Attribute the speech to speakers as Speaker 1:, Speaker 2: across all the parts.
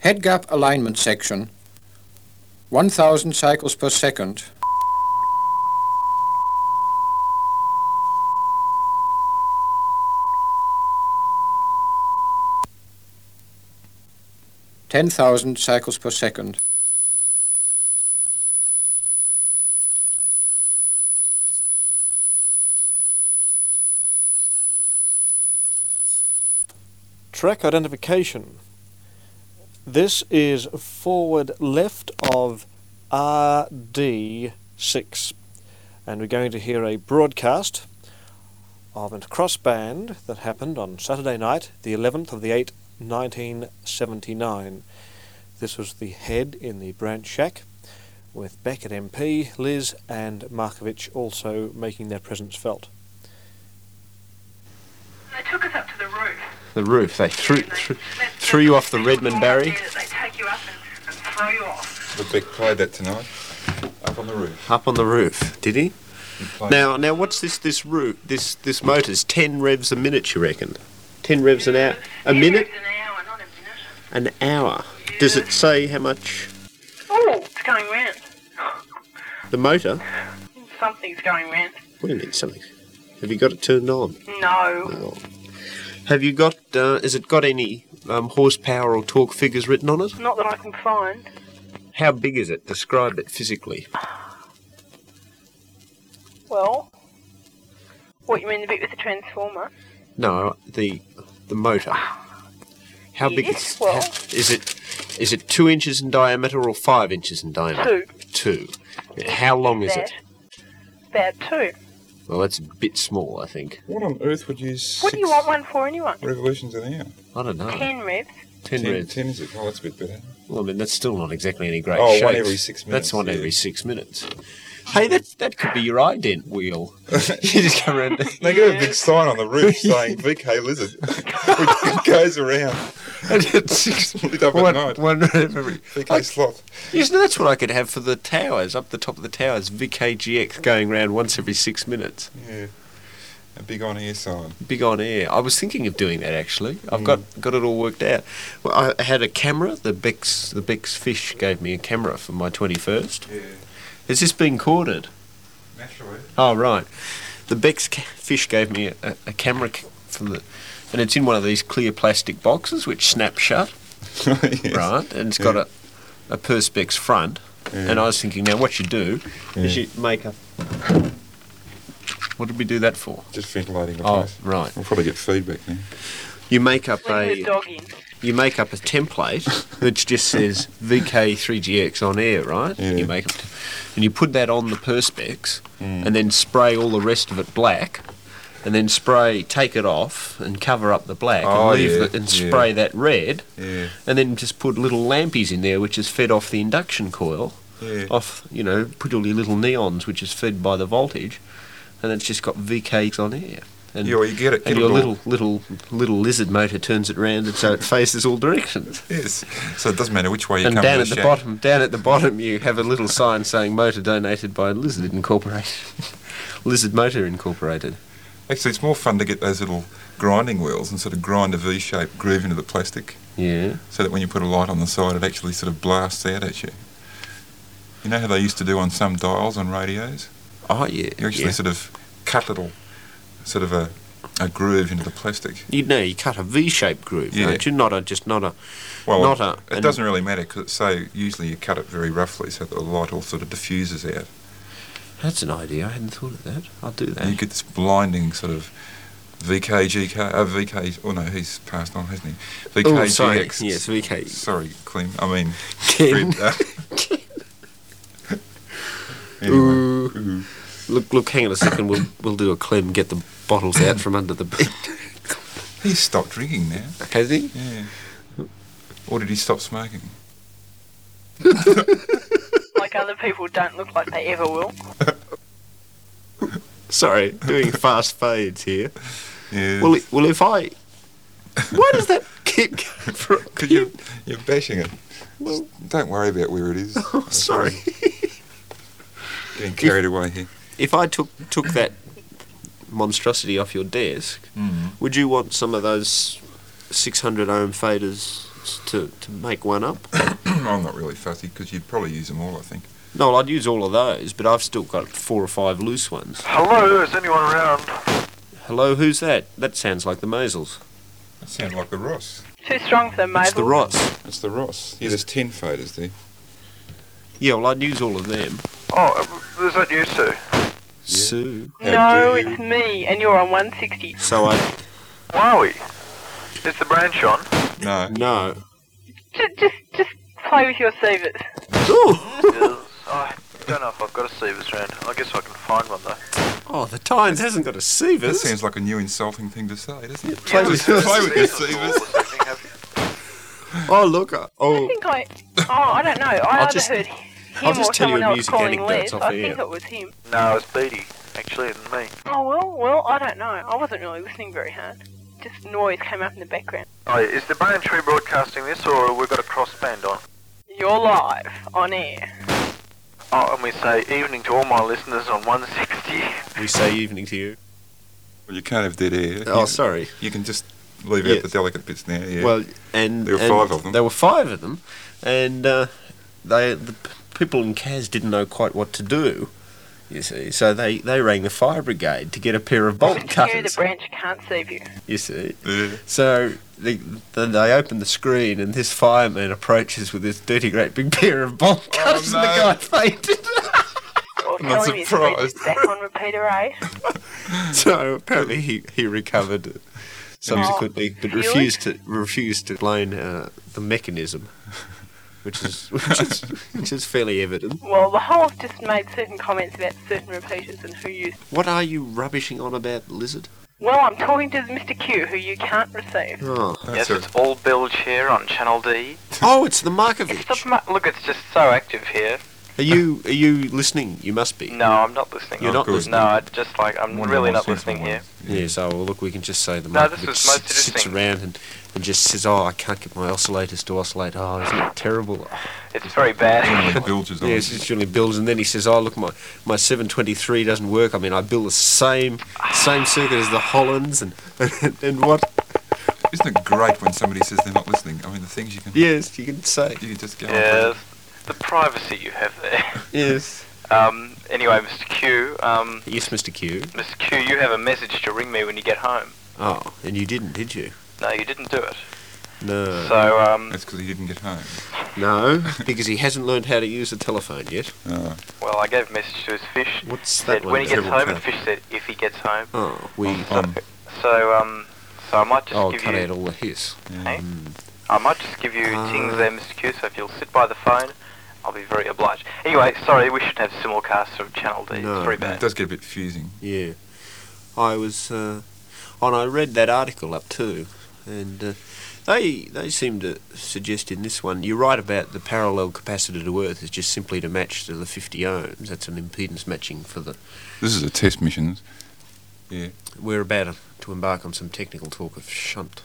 Speaker 1: Head gap alignment section. 1000 cycles per second. Ten thousand cycles per second.
Speaker 2: Track identification. This is forward left of RD6. And we're going to hear a broadcast of a crossband that happened on Saturday night, the 11th of the 8th, 1979. This was the head in the branch shack with Beckett MP, Liz, and Markovic also making their presence felt.
Speaker 3: They took us up to the roof.
Speaker 4: The roof. They threw
Speaker 3: and they-
Speaker 4: threw,
Speaker 3: that's-
Speaker 4: threw you off the Redmond
Speaker 3: that's
Speaker 4: Barry
Speaker 3: idea that They take you up and, and throw you off.
Speaker 5: But Beck played that tonight. Up on the roof.
Speaker 4: up on the roof. Did he?
Speaker 5: He played-
Speaker 4: Now, now, what's this? This roof. This this motor's ten revs a minute. You reckon? Ten revs an hour. A
Speaker 3: Yeah,
Speaker 4: minute.
Speaker 3: it's An hour, not a minute.
Speaker 4: An hour. Does it say how much
Speaker 3: Oh, it's going round.
Speaker 4: the motor?
Speaker 3: Something's going round.
Speaker 4: What do you mean something? Have you got it turned on?
Speaker 3: No.
Speaker 4: Oh. Have you got? Uh, has it got any um, horsepower or torque figures written on it?
Speaker 3: Not that I can find.
Speaker 4: How big is it? Describe it physically.
Speaker 3: Well, what, you mean the bit with the transformer?
Speaker 4: No, the the motor. How big
Speaker 3: Yes,
Speaker 4: is,
Speaker 3: well-
Speaker 4: how- is it? Is it two inches in diameter or five inches in diameter? Two. How long is
Speaker 3: that.
Speaker 4: it?
Speaker 3: About two.
Speaker 4: Well, that's a bit small, I think.
Speaker 5: What on earth would use
Speaker 3: What do you
Speaker 5: six
Speaker 3: want one for anyway?
Speaker 5: revolutions an hour?
Speaker 4: I don't know. Ten,
Speaker 3: Ten revs.
Speaker 5: Ten,
Speaker 4: revs.
Speaker 5: ten is it? Well, that's a bit better.
Speaker 4: Well, I mean, that's still not exactly any great
Speaker 5: Oh, one
Speaker 4: shape.
Speaker 5: every six minutes,
Speaker 4: That's one
Speaker 5: yeah.
Speaker 4: every six minutes. Hey, that that could be your ident wheel. you just come around.
Speaker 5: They got a big sign on the roof saying VK Lizard, which goes around lit up
Speaker 4: one,
Speaker 5: at night.
Speaker 4: one rev every.
Speaker 5: VK
Speaker 4: I-
Speaker 5: Sloth.
Speaker 4: Isn't that's what I could have for the towers up the top of the towers? VKGX going round once every six minutes.
Speaker 5: Yeah. A big on air sign.
Speaker 4: big on air. I was thinking of doing that actually. I've got got it all worked out. Well, I had a camera. The Bex the Bex Fish gave me a camera for my twenty first.
Speaker 5: Yeah.
Speaker 4: Is this being recorded?
Speaker 5: Naturally.
Speaker 4: Oh right. The Bex ca- Fish gave me a, a camera c- from the, and it's in one of these clear plastic boxes which snap shut,
Speaker 5: yes.
Speaker 4: right? And it's got
Speaker 5: Yeah.
Speaker 4: a a perspex front. And I was thinking, now what you do is
Speaker 5: Yeah.
Speaker 4: you make a. What did we do that for?
Speaker 5: Just ventilating the
Speaker 4: Oh,
Speaker 5: place.
Speaker 4: right.
Speaker 5: We'll probably get feedback now.
Speaker 4: You make up a.
Speaker 3: Leave the dog in.
Speaker 4: you make up a template that just says VK3GX on air, right?
Speaker 5: Yeah.
Speaker 4: You make it, and you put that on the perspex,
Speaker 5: Mm.
Speaker 4: and then spray all the rest of it black, and then spray take it off and cover up the black,
Speaker 5: Oh,
Speaker 4: and leave
Speaker 5: yeah,
Speaker 4: the, and
Speaker 5: yeah.
Speaker 4: spray that red,
Speaker 5: Yeah.
Speaker 4: and then just put little lampies in there, which is fed off the induction coil,
Speaker 5: Yeah.
Speaker 4: off you know put all your little neons, which is fed by the voltage, and it's just got VKs on air. And
Speaker 5: Yeah, well, you get it.
Speaker 4: and
Speaker 5: get
Speaker 4: your
Speaker 5: it all.
Speaker 4: little little little lizard motor turns it round, and so it faces all directions.
Speaker 5: Yes. So it doesn't matter which way you
Speaker 4: and
Speaker 5: come
Speaker 4: down
Speaker 5: to
Speaker 4: at the
Speaker 5: shack.
Speaker 4: bottom, down at the bottom, you have a little sign saying "Motor donated by Lizard Incorporated." Lizard Motor Incorporated.
Speaker 5: Actually, it's more fun to get those little grinding wheels and sort of grind a V-shaped groove into the plastic,
Speaker 4: Yeah.
Speaker 5: so that when you put a light on the side, it actually sort of blasts out at you. You know how they used to do on some dials on radios?
Speaker 4: Oh yeah.
Speaker 5: You actually
Speaker 4: yeah.
Speaker 5: sort of cut little, sort of a, a groove into the plastic.
Speaker 4: You know, you cut a V-shaped groove,
Speaker 5: Yeah.
Speaker 4: don't you? Not a just not a.
Speaker 5: Well,
Speaker 4: Not
Speaker 5: it,
Speaker 4: a-
Speaker 5: it
Speaker 4: an-
Speaker 5: doesn't really matter because so usually you cut it very roughly, so that the light all sort of diffuses out.
Speaker 4: That's an idea. I hadn't thought of that. I'll do that.
Speaker 5: And you get this blinding sort of VKGK, uh, VK. Oh no, he's passed on, hasn't he?
Speaker 4: oh, sorry.
Speaker 5: VKGX.
Speaker 4: Yes, VK.
Speaker 5: Sorry, Clem. I mean,
Speaker 4: Ken.
Speaker 5: Fred, uh, anyway. Ooh.
Speaker 4: Look, look. Hang on a second. We'll we'll do a Clem. Get the bottles out from under the bed.
Speaker 5: He's stopped drinking now.
Speaker 4: Has he?
Speaker 5: Yeah. Or did he stop smoking?
Speaker 3: Like other people don't look like they ever will.
Speaker 4: Sorry, doing fast fades here.
Speaker 5: Yeah.
Speaker 4: Well, i- well, if I, why does that keep going for a
Speaker 5: Because you're,
Speaker 4: pin?
Speaker 5: you're bashing it.
Speaker 4: Well-
Speaker 5: Don't worry about where it is.
Speaker 4: Oh, sorry.
Speaker 5: Getting carried away here.
Speaker 4: If I took took that
Speaker 5: Mm.
Speaker 4: monstrosity off your desk, would you want some of those 600 ohm faders s- to, to make one up?
Speaker 5: I'm not really fussy because you'd probably use them all, I think.
Speaker 4: No, I'd use all of those, but I've still got four or five loose ones.
Speaker 6: Hello, is anyone around?
Speaker 4: Hello, who's that? That sounds like the Mosels.
Speaker 5: That sounds like the Ross.
Speaker 3: Too strong for them,
Speaker 4: It's the
Speaker 3: Mabel.
Speaker 4: Ross.
Speaker 5: That's the Ross. Yeah, there's 10 faders there.
Speaker 4: Yeah, well, I'd use all of them.
Speaker 6: Oh, is that you, Sue?
Speaker 4: Sue.
Speaker 3: No,
Speaker 5: How do you-
Speaker 3: it's me, and you're on 160.
Speaker 4: So I
Speaker 6: Wowie. Is the branch on?
Speaker 5: No.
Speaker 4: no.
Speaker 3: Just, just, just play with your savers.
Speaker 6: yes. I don't know if I've got a Seavers round. I guess I can find one, though.
Speaker 4: Oh, the Tynes hasn't got a
Speaker 5: That
Speaker 4: Seavers.
Speaker 5: sounds like a new insulting thing to say, doesn't it?
Speaker 4: Play with
Speaker 5: Play with your Seavers.
Speaker 6: Seavers.
Speaker 4: Oh, look. I-
Speaker 3: I
Speaker 4: Oh,
Speaker 3: think I. Oh, I don't know. I
Speaker 4: I'll
Speaker 3: either
Speaker 4: just-
Speaker 3: heard him
Speaker 4: I'll just
Speaker 3: or
Speaker 4: tell you
Speaker 3: someone
Speaker 4: a
Speaker 3: else
Speaker 4: music
Speaker 3: calling
Speaker 4: anecdote
Speaker 3: Liz.
Speaker 4: off
Speaker 3: I
Speaker 4: the
Speaker 3: think
Speaker 4: air.
Speaker 3: it was him.
Speaker 6: No, it's Beatty, actually, and me.
Speaker 3: Oh well, well, I don't know. I wasn't really listening very hard. Just noise came up in the background.
Speaker 6: Oh, yeah. Is the branch rebroadcasting this, or we've got a crossband on?
Speaker 3: You're live on air.
Speaker 6: Oh, and we say evening to all my listeners on 160.
Speaker 4: we say evening to you.
Speaker 5: Well, you can't have dead air.
Speaker 4: Oh,
Speaker 5: You-
Speaker 4: sorry.
Speaker 5: You can just leave
Speaker 4: Yeah.
Speaker 5: out the delicate bits now, yeah.
Speaker 4: Well, and
Speaker 5: There were
Speaker 4: and
Speaker 5: five of them.
Speaker 4: There were five of them, and uh, they the p- people in Kaz didn't know quite what to do. You see, so they, they rang the fire brigade to get a pair of bolt
Speaker 3: With you, the
Speaker 4: cutters.
Speaker 3: branch can't save you.
Speaker 4: You see,
Speaker 5: Yeah.
Speaker 4: so they, then they open the screen, and this fireman approaches with this dirty, great big pair of bolt cutters,
Speaker 5: no.
Speaker 4: and the guy fainted.
Speaker 3: Or
Speaker 5: not
Speaker 3: telling me it's Bridget's
Speaker 5: surprised.
Speaker 3: back on eh? repeater A.
Speaker 4: so apparently he, he recovered subsequently, but
Speaker 3: Really?
Speaker 4: refused to refused to explain uh, the mechanism, which is which is which is fairly evident.
Speaker 3: Well, the whole have just made certain comments about certain repeaters and who used.
Speaker 4: What are you rubbishing on about, lizard?
Speaker 3: Well, I'm talking to Mr. Q, who you can't receive.
Speaker 4: Oh,
Speaker 5: That's
Speaker 6: yes, it's all bilge here on Channel D.
Speaker 4: oh, it's the
Speaker 6: It's
Speaker 4: Markovich.
Speaker 6: the, mu- look, it's just so active here.
Speaker 4: Are you are you listening? You must be.
Speaker 6: No, I'm not listening.
Speaker 4: You're
Speaker 5: Oh,
Speaker 4: not
Speaker 5: good.
Speaker 4: listening.
Speaker 6: No, I just like I'm
Speaker 5: One of the
Speaker 6: really
Speaker 5: more
Speaker 6: not
Speaker 5: sensible
Speaker 6: listening here.
Speaker 5: ones.
Speaker 4: Yes. Oh well, look, we can just say the
Speaker 6: No, this
Speaker 4: Markovich
Speaker 6: is most
Speaker 4: sit- sits
Speaker 6: interesting.
Speaker 4: around and, and just says, "Oh, I can't get my oscillators to oscillate. Oh, isn't it terrible?"
Speaker 6: It's very bad.
Speaker 5: With bilges on.
Speaker 4: Yes, it's generally builds, and then he says, "Oh, look, my, my 723 doesn't work. I mean, I build the same same circuit as the Hollands, and and, what?
Speaker 5: Isn't it great when somebody says they're not listening? I mean, the things you can
Speaker 4: Yes, you can say
Speaker 5: you can just go. on
Speaker 6: yes, the privacy you have there.
Speaker 4: yes.
Speaker 6: Um, anyway, Mr. Q, um,
Speaker 4: Yes, Mr. Q.
Speaker 6: Mr. Q, you have a message to ring me when you get home.
Speaker 4: Oh, and you didn't, did you?
Speaker 6: No, you didn't do it.
Speaker 4: No,
Speaker 6: So,
Speaker 5: for it.
Speaker 6: um,
Speaker 5: That's because he didn't get home.
Speaker 4: no, because he hasn't learned how to use a telephone yet.
Speaker 5: Oh.
Speaker 6: well, I gave a message to his fish.
Speaker 4: What's that
Speaker 6: Said
Speaker 4: one?
Speaker 6: when he gets
Speaker 4: about?
Speaker 6: home, and fish said if he gets home.
Speaker 4: Oh, we.
Speaker 5: On- on.
Speaker 6: So, um, so I might just
Speaker 4: Oh,
Speaker 6: give
Speaker 4: cut out
Speaker 6: you,
Speaker 4: all the hiss.
Speaker 5: Yeah.
Speaker 6: Hey? I might just give you
Speaker 4: Ah.
Speaker 6: things there, Mr. Q. So if you'll sit by the phone, I'll be very obliged. Anyway, sorry, we should have simulcast from Channel D.
Speaker 4: No,
Speaker 6: it's very
Speaker 5: It
Speaker 6: bad.
Speaker 5: does get a bit fusing.
Speaker 4: Yeah, I was, uh, and I read that article up too, and uh, they they seem to suggest in this one you're right about the parallel capacitor to Earth is just simply to match to the 50 ohms. That's an impedance matching for the.
Speaker 5: This is a test mission. Yeah.
Speaker 4: We're about to embark on some technical talk of shunt.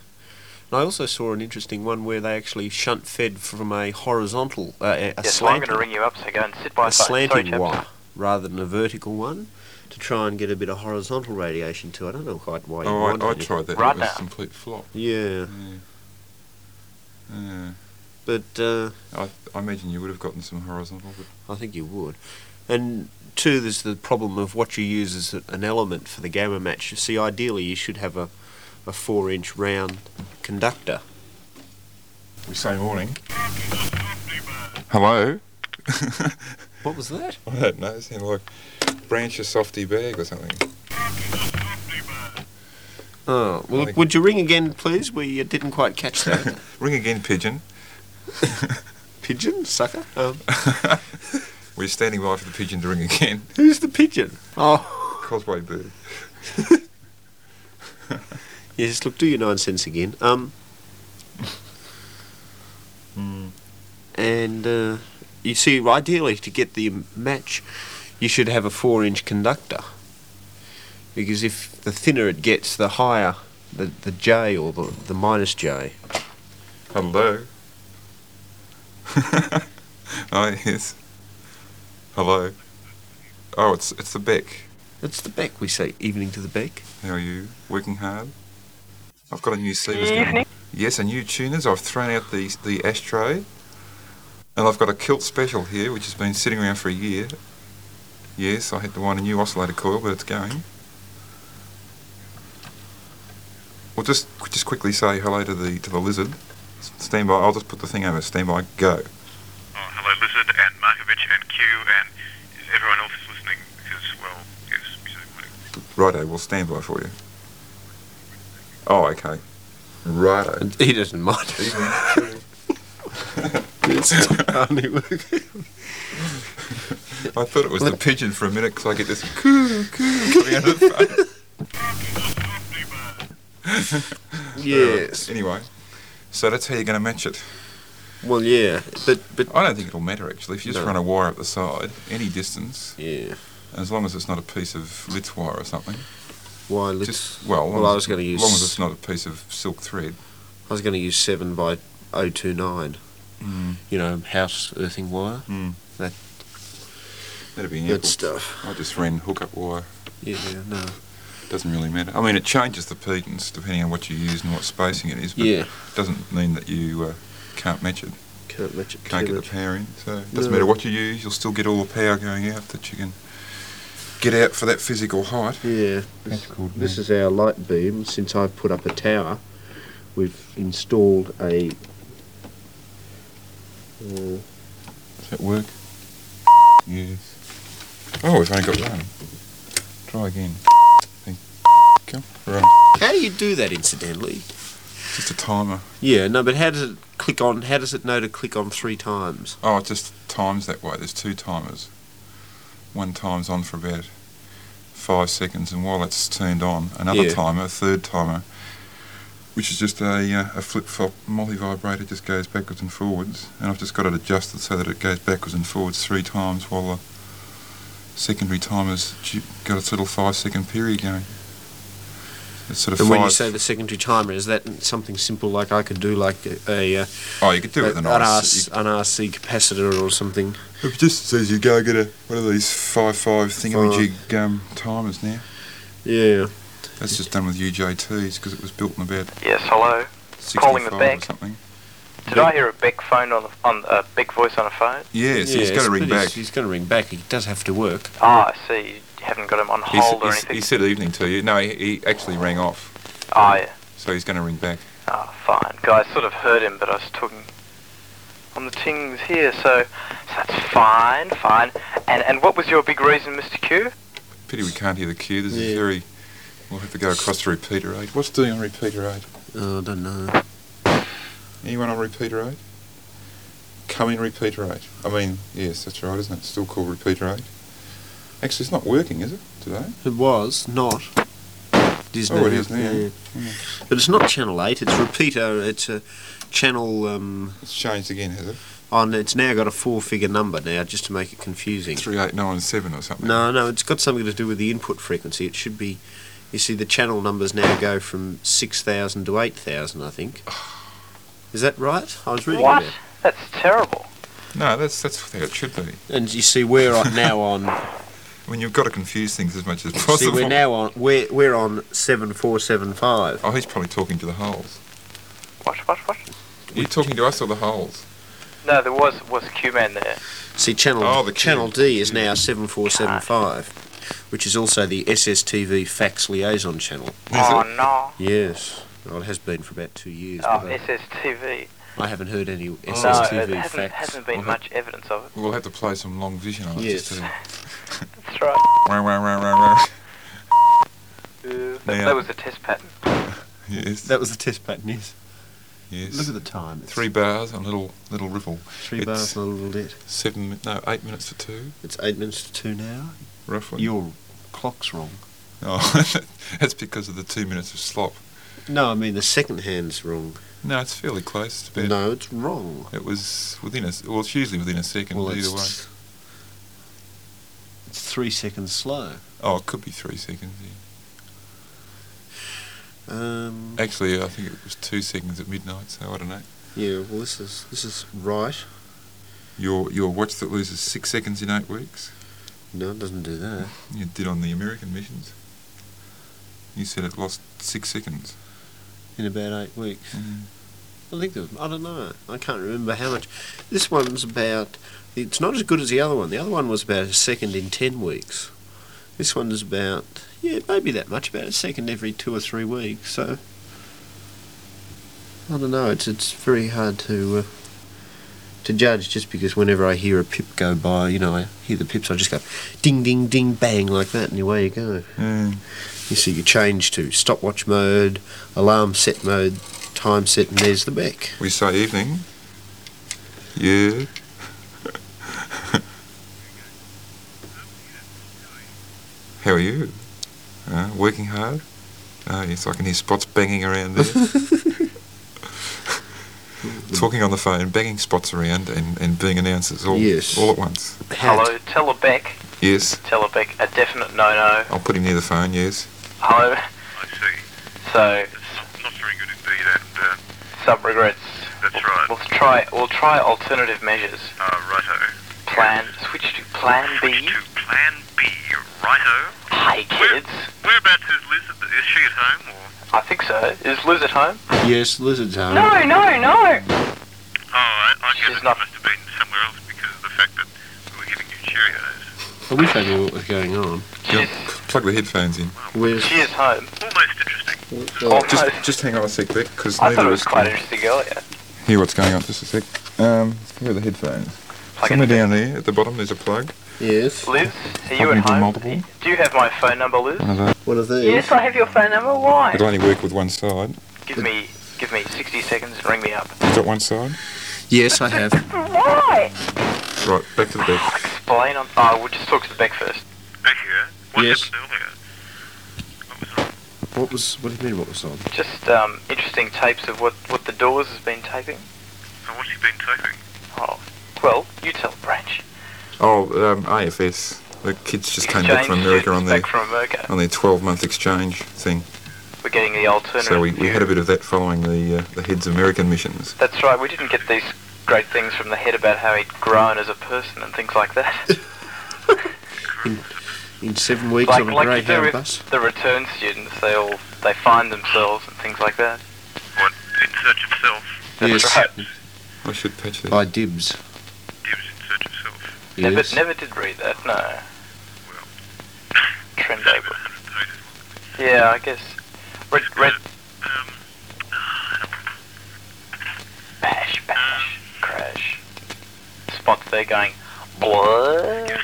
Speaker 4: And I also saw an interesting one where they actually shunt fed from a horizontal, uh, a, a
Speaker 6: yes, well, I'm
Speaker 4: slanting
Speaker 6: going to ring you up. So go and sit
Speaker 4: a
Speaker 6: by the phone. sorry,
Speaker 4: slanting
Speaker 6: chaps.
Speaker 4: wire rather than a vertical one to try and get a bit of horizontal radiation to. it. I don't know quite why. you
Speaker 5: Oh,
Speaker 4: want
Speaker 5: I, I
Speaker 4: it.
Speaker 5: tried that.
Speaker 6: Right
Speaker 5: it was
Speaker 6: now.
Speaker 5: a complete flop.
Speaker 4: Yeah,
Speaker 5: Yeah. Yeah.
Speaker 4: but uh,
Speaker 5: I, I imagine you would have gotten some horizontal. But
Speaker 4: I think you would. And two, there's the problem of what you use as a- an element for the gamma match. You see, ideally, you should have a, a four inch round conductor.
Speaker 5: we say morning. Hello.
Speaker 4: What was that?
Speaker 5: I don't know. It seemed like branch a softy bag or something.
Speaker 4: Oh, well,
Speaker 5: Like-
Speaker 4: would you ring again, please? We uh, didn't quite catch that.
Speaker 5: Ring again, pigeon.
Speaker 4: pigeon, sucker? Um,
Speaker 5: We're standing by for the pigeon to ring again.
Speaker 4: who's the pigeon? Oh,
Speaker 5: Cosplay bird.
Speaker 4: yes, look, do your nine cents again. Um, And uh, you see, ideally, to get the match, you should have a four inch conductor. Because if the thinner it gets, the higher the, the J or the, the minus J.
Speaker 5: Hello. oh yes. Hello. Oh, it's it's the Beck.
Speaker 4: That's the Beck, we say. Evening to the Beck.
Speaker 5: How are you? Working hard. I've got a new Seavers.
Speaker 3: Evening.
Speaker 5: Yes, and new tuners. I've thrown out the, the ashtray. And I've got a kilt special here, which has been sitting around for a year. Yes, I had to wind a new oscillator coil, but it's going. Well, just just quickly say hello to the to the lizard. S- Stand by. I'll just put the thing over. Stand by. Go.
Speaker 7: Oh, hello, Lizard and Markovic and Q and everyone else is listening because, well, yes, you know, what-
Speaker 5: Righto. We'll stand by for you. Oh, okay. Righto.
Speaker 4: He doesn't mind. It's tiny work.
Speaker 5: I thought it was the pigeon for a minute because I get this coo coo coming out of the phone.
Speaker 4: Yes.
Speaker 5: Uh, Anyway, so that's how you're going to match it.
Speaker 4: Well, yeah, but but
Speaker 5: I don't think it'll matter actually. If you just
Speaker 4: No.
Speaker 5: run a wire up the side, any distance,
Speaker 4: yeah.
Speaker 5: as long as it's not a piece of litz wire or something.
Speaker 4: Why? Let's,
Speaker 5: Just well,
Speaker 4: well, I was going to
Speaker 5: as
Speaker 4: use.
Speaker 5: long as it's not a piece of silk thread.
Speaker 4: I was going to use seven by 029. You know, house earthing wire,
Speaker 5: That'd be
Speaker 4: good
Speaker 5: ample.
Speaker 4: stuff.
Speaker 5: I just ran hookup wire.
Speaker 4: Yeah, no.
Speaker 5: Doesn't really matter. I mean, it changes the impedance depending on what you use and what spacing it is, but
Speaker 4: Yeah,
Speaker 5: it doesn't mean that you uh, can't match it.
Speaker 4: can't match it.
Speaker 5: Can't
Speaker 4: too
Speaker 5: get
Speaker 4: much.
Speaker 5: the power in. So it doesn't
Speaker 4: No.
Speaker 5: matter what you use, you'll still get all the power going out that you can get out for that physical height.
Speaker 4: Yeah,
Speaker 5: That's cool,
Speaker 4: This is our light beam. Since I've put up a tower, we've installed a. Uh,
Speaker 5: Does that work? Yes. Oh, we've only got one. Try again. Think- Go. Right.
Speaker 4: how do you do that, incidentally?
Speaker 5: Just a timer.
Speaker 4: Yeah, no, but how does it click on? How does it know to click on three times?
Speaker 5: Oh, it just times that way. There's two timers. One time's on for about five seconds, and while that's turned on, another
Speaker 4: Yeah.
Speaker 5: timer, a third timer, which is just a, uh, a flip flop multi vibrator, just goes backwards and forwards. And I've just got it adjusted so that it goes backwards and forwards three times while the secondary timer's ju- got its little five second period going. It's sort of
Speaker 4: And
Speaker 5: five.
Speaker 4: when you say the secondary timer, is that something simple like I could do, like a, a, uh,
Speaker 5: oh, you could do it with
Speaker 4: an, RC,
Speaker 5: an ice.
Speaker 4: an RC capacitor or something?
Speaker 5: It just says you go get a one of these five five thingamajig um, timers now.
Speaker 4: Yeah.
Speaker 5: That's just done with UJTs because it was built in about
Speaker 6: Yes, hello.
Speaker 5: 65
Speaker 6: Calling the
Speaker 5: or
Speaker 6: bank.
Speaker 5: something.
Speaker 6: Did I hear a big phone on the, on the- a big voice on a phone?
Speaker 5: Yeah, so he's
Speaker 4: Yeah,
Speaker 5: got to ring
Speaker 4: but
Speaker 5: back.
Speaker 4: He's, he's going to ring back. He does have to work.
Speaker 6: Ah, I see. You haven't got him on
Speaker 5: He's-
Speaker 6: hold or
Speaker 5: he's-
Speaker 6: anything.
Speaker 5: he said evening to you. No, he, he actually rang off,
Speaker 6: Ah, yeah.
Speaker 5: so he's going to ring back.
Speaker 6: Ah, fine. Guys, sort of heard him, but I was talking on the tings here, so, so that's fine, fine. And and what was your big reason, Mr. Q?
Speaker 5: Pity we can't hear the cue. This is
Speaker 4: Yeah.
Speaker 5: very. We'll have to go across to repeater aid. What's doing on repeater aid?
Speaker 4: Oh, I don't know.
Speaker 5: Anyone on repeater aid? Come in repeater aid. I mean, yes, that's right, isn't it? Still called repeater aid. Actually, it's not working, is it today?
Speaker 4: It was not. It is
Speaker 5: Oh, it is now.
Speaker 4: But it's not channel eight. It's repeater. It's a channel. Um,
Speaker 5: It's changed again, has it?
Speaker 4: on it's now got a four-figure number now, just to make it confusing.
Speaker 5: Three eight nine seven or something.
Speaker 4: No, no, it's got something to do with the input frequency. It should be. You see, the channel numbers now go from six thousand to eight thousand. I think. Is that right? I was reading
Speaker 6: What?
Speaker 4: about.
Speaker 6: That's terrible.
Speaker 5: no, that's that's how it should be.
Speaker 4: And you see, we're on, now on.
Speaker 5: I mean, you've got to confuse things as much as
Speaker 4: see,
Speaker 5: possible.
Speaker 4: we're now on. We're we're on seven four seven five.
Speaker 5: Oh, he's probably talking to the holes.
Speaker 6: What, what, what?
Speaker 5: Are you talking to us or the holes?
Speaker 6: No, there was was Q-Man there.
Speaker 4: See, channel
Speaker 5: Oh, the key.
Speaker 4: channel D is now seven four seven five, which is also the SSTV fax liaison channel.
Speaker 6: oh, no.
Speaker 4: Yes. Well, it has been for about two years.
Speaker 6: Oh,
Speaker 4: but I-
Speaker 6: SSTV.
Speaker 4: I haven't heard any
Speaker 6: no,
Speaker 4: SSTV
Speaker 6: it hasn't,
Speaker 4: fax.
Speaker 6: hasn't been
Speaker 5: Well,
Speaker 6: much evidence of it.
Speaker 5: We'll have to play some long vision on it.
Speaker 4: Yes.
Speaker 5: Just to,
Speaker 6: That's right.
Speaker 5: Wah, wah, wah, wah, wah.
Speaker 6: Uh, that,
Speaker 5: Yeah.
Speaker 6: that was a test pattern.
Speaker 5: Yes.
Speaker 4: That was the test pattern, yes.
Speaker 5: yes.
Speaker 4: Look at the time. It's
Speaker 5: Three bars and a little little ripple.
Speaker 4: three bars
Speaker 5: it's-
Speaker 4: and a little bit.
Speaker 5: Seven, mi- no, eight minutes to two,
Speaker 4: It's eight minutes to two now.
Speaker 5: roughly.
Speaker 4: Your clock's wrong.
Speaker 5: Oh, that's because of the two minutes of slop.
Speaker 4: No, I mean the second hand's wrong.
Speaker 5: No, it's fairly close. It's about,
Speaker 4: No, it's wrong.
Speaker 5: It was within a, s- well, it's usually within a second
Speaker 4: Well,
Speaker 5: either
Speaker 4: it's,
Speaker 5: way.
Speaker 4: it's three seconds slow.
Speaker 5: Oh, it could be three seconds. Yeah.
Speaker 4: Um,
Speaker 5: Actually, I think it was two seconds at midnight, so I don't know.
Speaker 4: yeah, well this is this is right.
Speaker 5: Your, your watch that loses six seconds in eight weeks.
Speaker 4: No, it doesn't do that.
Speaker 5: You did on the American missions. You said it lost six seconds.
Speaker 4: In about eight weeks. I think there was, I don't know. I can't remember how much. This one's about. It's not as good as the other one. The other one was about a second in ten weeks. This one's about yeah, maybe that much. About a second every two or three weeks. So I don't know. It's it's very hard to uh, to judge just because whenever I hear a pip go by, you know, I hear the pips, I just go ding, ding, ding, bang like that, and away you go.
Speaker 5: Mm.
Speaker 4: You see, you change to stopwatch mode, alarm set mode, time set, and there's the beck.
Speaker 5: We say evening. Yeah. How are you? Uh, working hard? Oh, yes, I can hear spots banging around there. Talking on the phone, banging spots around, and, and being announced it's all,
Speaker 4: Yes.
Speaker 5: all at once.
Speaker 6: Hello, tell a Beck.
Speaker 5: Yes,
Speaker 6: Tell a Beck a definite no-no.
Speaker 5: I'll put him near the phone, yes.
Speaker 6: Hello.
Speaker 7: I see.
Speaker 6: So,
Speaker 7: It's not very good indeed, and uh,
Speaker 6: sub regrets.
Speaker 7: that's right.
Speaker 6: We'll try. We'll try alternative measures.
Speaker 7: Uh, righto.
Speaker 6: Plan. Switch to Plan B.
Speaker 7: To Plan B, righto.
Speaker 6: Hey kids.
Speaker 7: Whereabouts is Liz? At the, is she at home or?
Speaker 6: I think so. Is Liz at home?
Speaker 4: Yes, lizards are.
Speaker 3: No, no, no.
Speaker 7: Oh, I, I
Speaker 6: She's
Speaker 7: guess it
Speaker 6: not-
Speaker 7: must have been somewhere else because of the fact that we were giving you Cheerios.
Speaker 4: I wish I knew what was going on.
Speaker 6: She's.
Speaker 5: Plug the headphones in.
Speaker 4: Where's
Speaker 6: She is home.
Speaker 7: Almost interesting.
Speaker 6: Almost.
Speaker 5: Oh, Just, just hang on a sec, Beck, because
Speaker 6: I
Speaker 5: neither
Speaker 6: thought it
Speaker 5: of
Speaker 6: was
Speaker 5: us
Speaker 6: quite
Speaker 5: can
Speaker 6: interesting earlier.
Speaker 5: hear what's going on. Just a sec. Um, here are the headphones.
Speaker 6: Plug
Speaker 5: Somewhere
Speaker 6: it in.
Speaker 5: down there at the bottom, there's a plug.
Speaker 4: yes?
Speaker 6: Liz, are you
Speaker 5: Probably
Speaker 6: at
Speaker 5: do
Speaker 6: home?
Speaker 5: multiple.
Speaker 6: Do you have my phone number, Liz?
Speaker 5: One of those.
Speaker 4: One of these.
Speaker 3: Yes, I have your phone number. Why?
Speaker 5: It'll only work with one side.
Speaker 6: Give me, give me 60 seconds and ring me up.
Speaker 5: Is that one side?
Speaker 4: Yes, I have.
Speaker 3: Why?
Speaker 5: Right, back to the back.
Speaker 6: Explain on. Oh, we'll just talk to the back first.
Speaker 7: Back here. What
Speaker 4: Yes.
Speaker 7: happened earlier? What was on?
Speaker 4: What was? What do you mean? What was on?
Speaker 6: Just um, interesting tapes of what what the Doors has been taping.
Speaker 7: Oh, what's he been taping?
Speaker 6: Oh, well, you tell Branch.
Speaker 5: Oh, um, AFS. The kids just came back from
Speaker 6: Exchange
Speaker 5: America on
Speaker 6: students
Speaker 5: their
Speaker 6: Back from America.
Speaker 5: on their 12-month exchange thing.
Speaker 6: We're getting the alternative.
Speaker 5: So we, we had a
Speaker 6: view.
Speaker 5: bit of that following the uh, the heads American missions.
Speaker 6: That's right. We didn't get these great things from the head about how he'd grown as a person and things like that.
Speaker 4: In seven weeks
Speaker 6: like
Speaker 4: on a
Speaker 6: like you do
Speaker 4: Greyhound
Speaker 6: with
Speaker 4: bus.
Speaker 6: the return students. They all they find themselves and things like that.
Speaker 7: What? In search of self.
Speaker 6: That's
Speaker 4: yes,
Speaker 6: right.
Speaker 5: I should patch that.
Speaker 4: by dibs.
Speaker 7: Dibs in search of self.
Speaker 6: Never,
Speaker 4: Yes.
Speaker 6: never did read that. No.
Speaker 7: Well.
Speaker 6: Trend
Speaker 7: It's over
Speaker 6: book.
Speaker 7: 100 pages.
Speaker 6: Yeah, I guess. Red, red,
Speaker 7: Um,
Speaker 6: bash, bash, crash. Spots there going. What?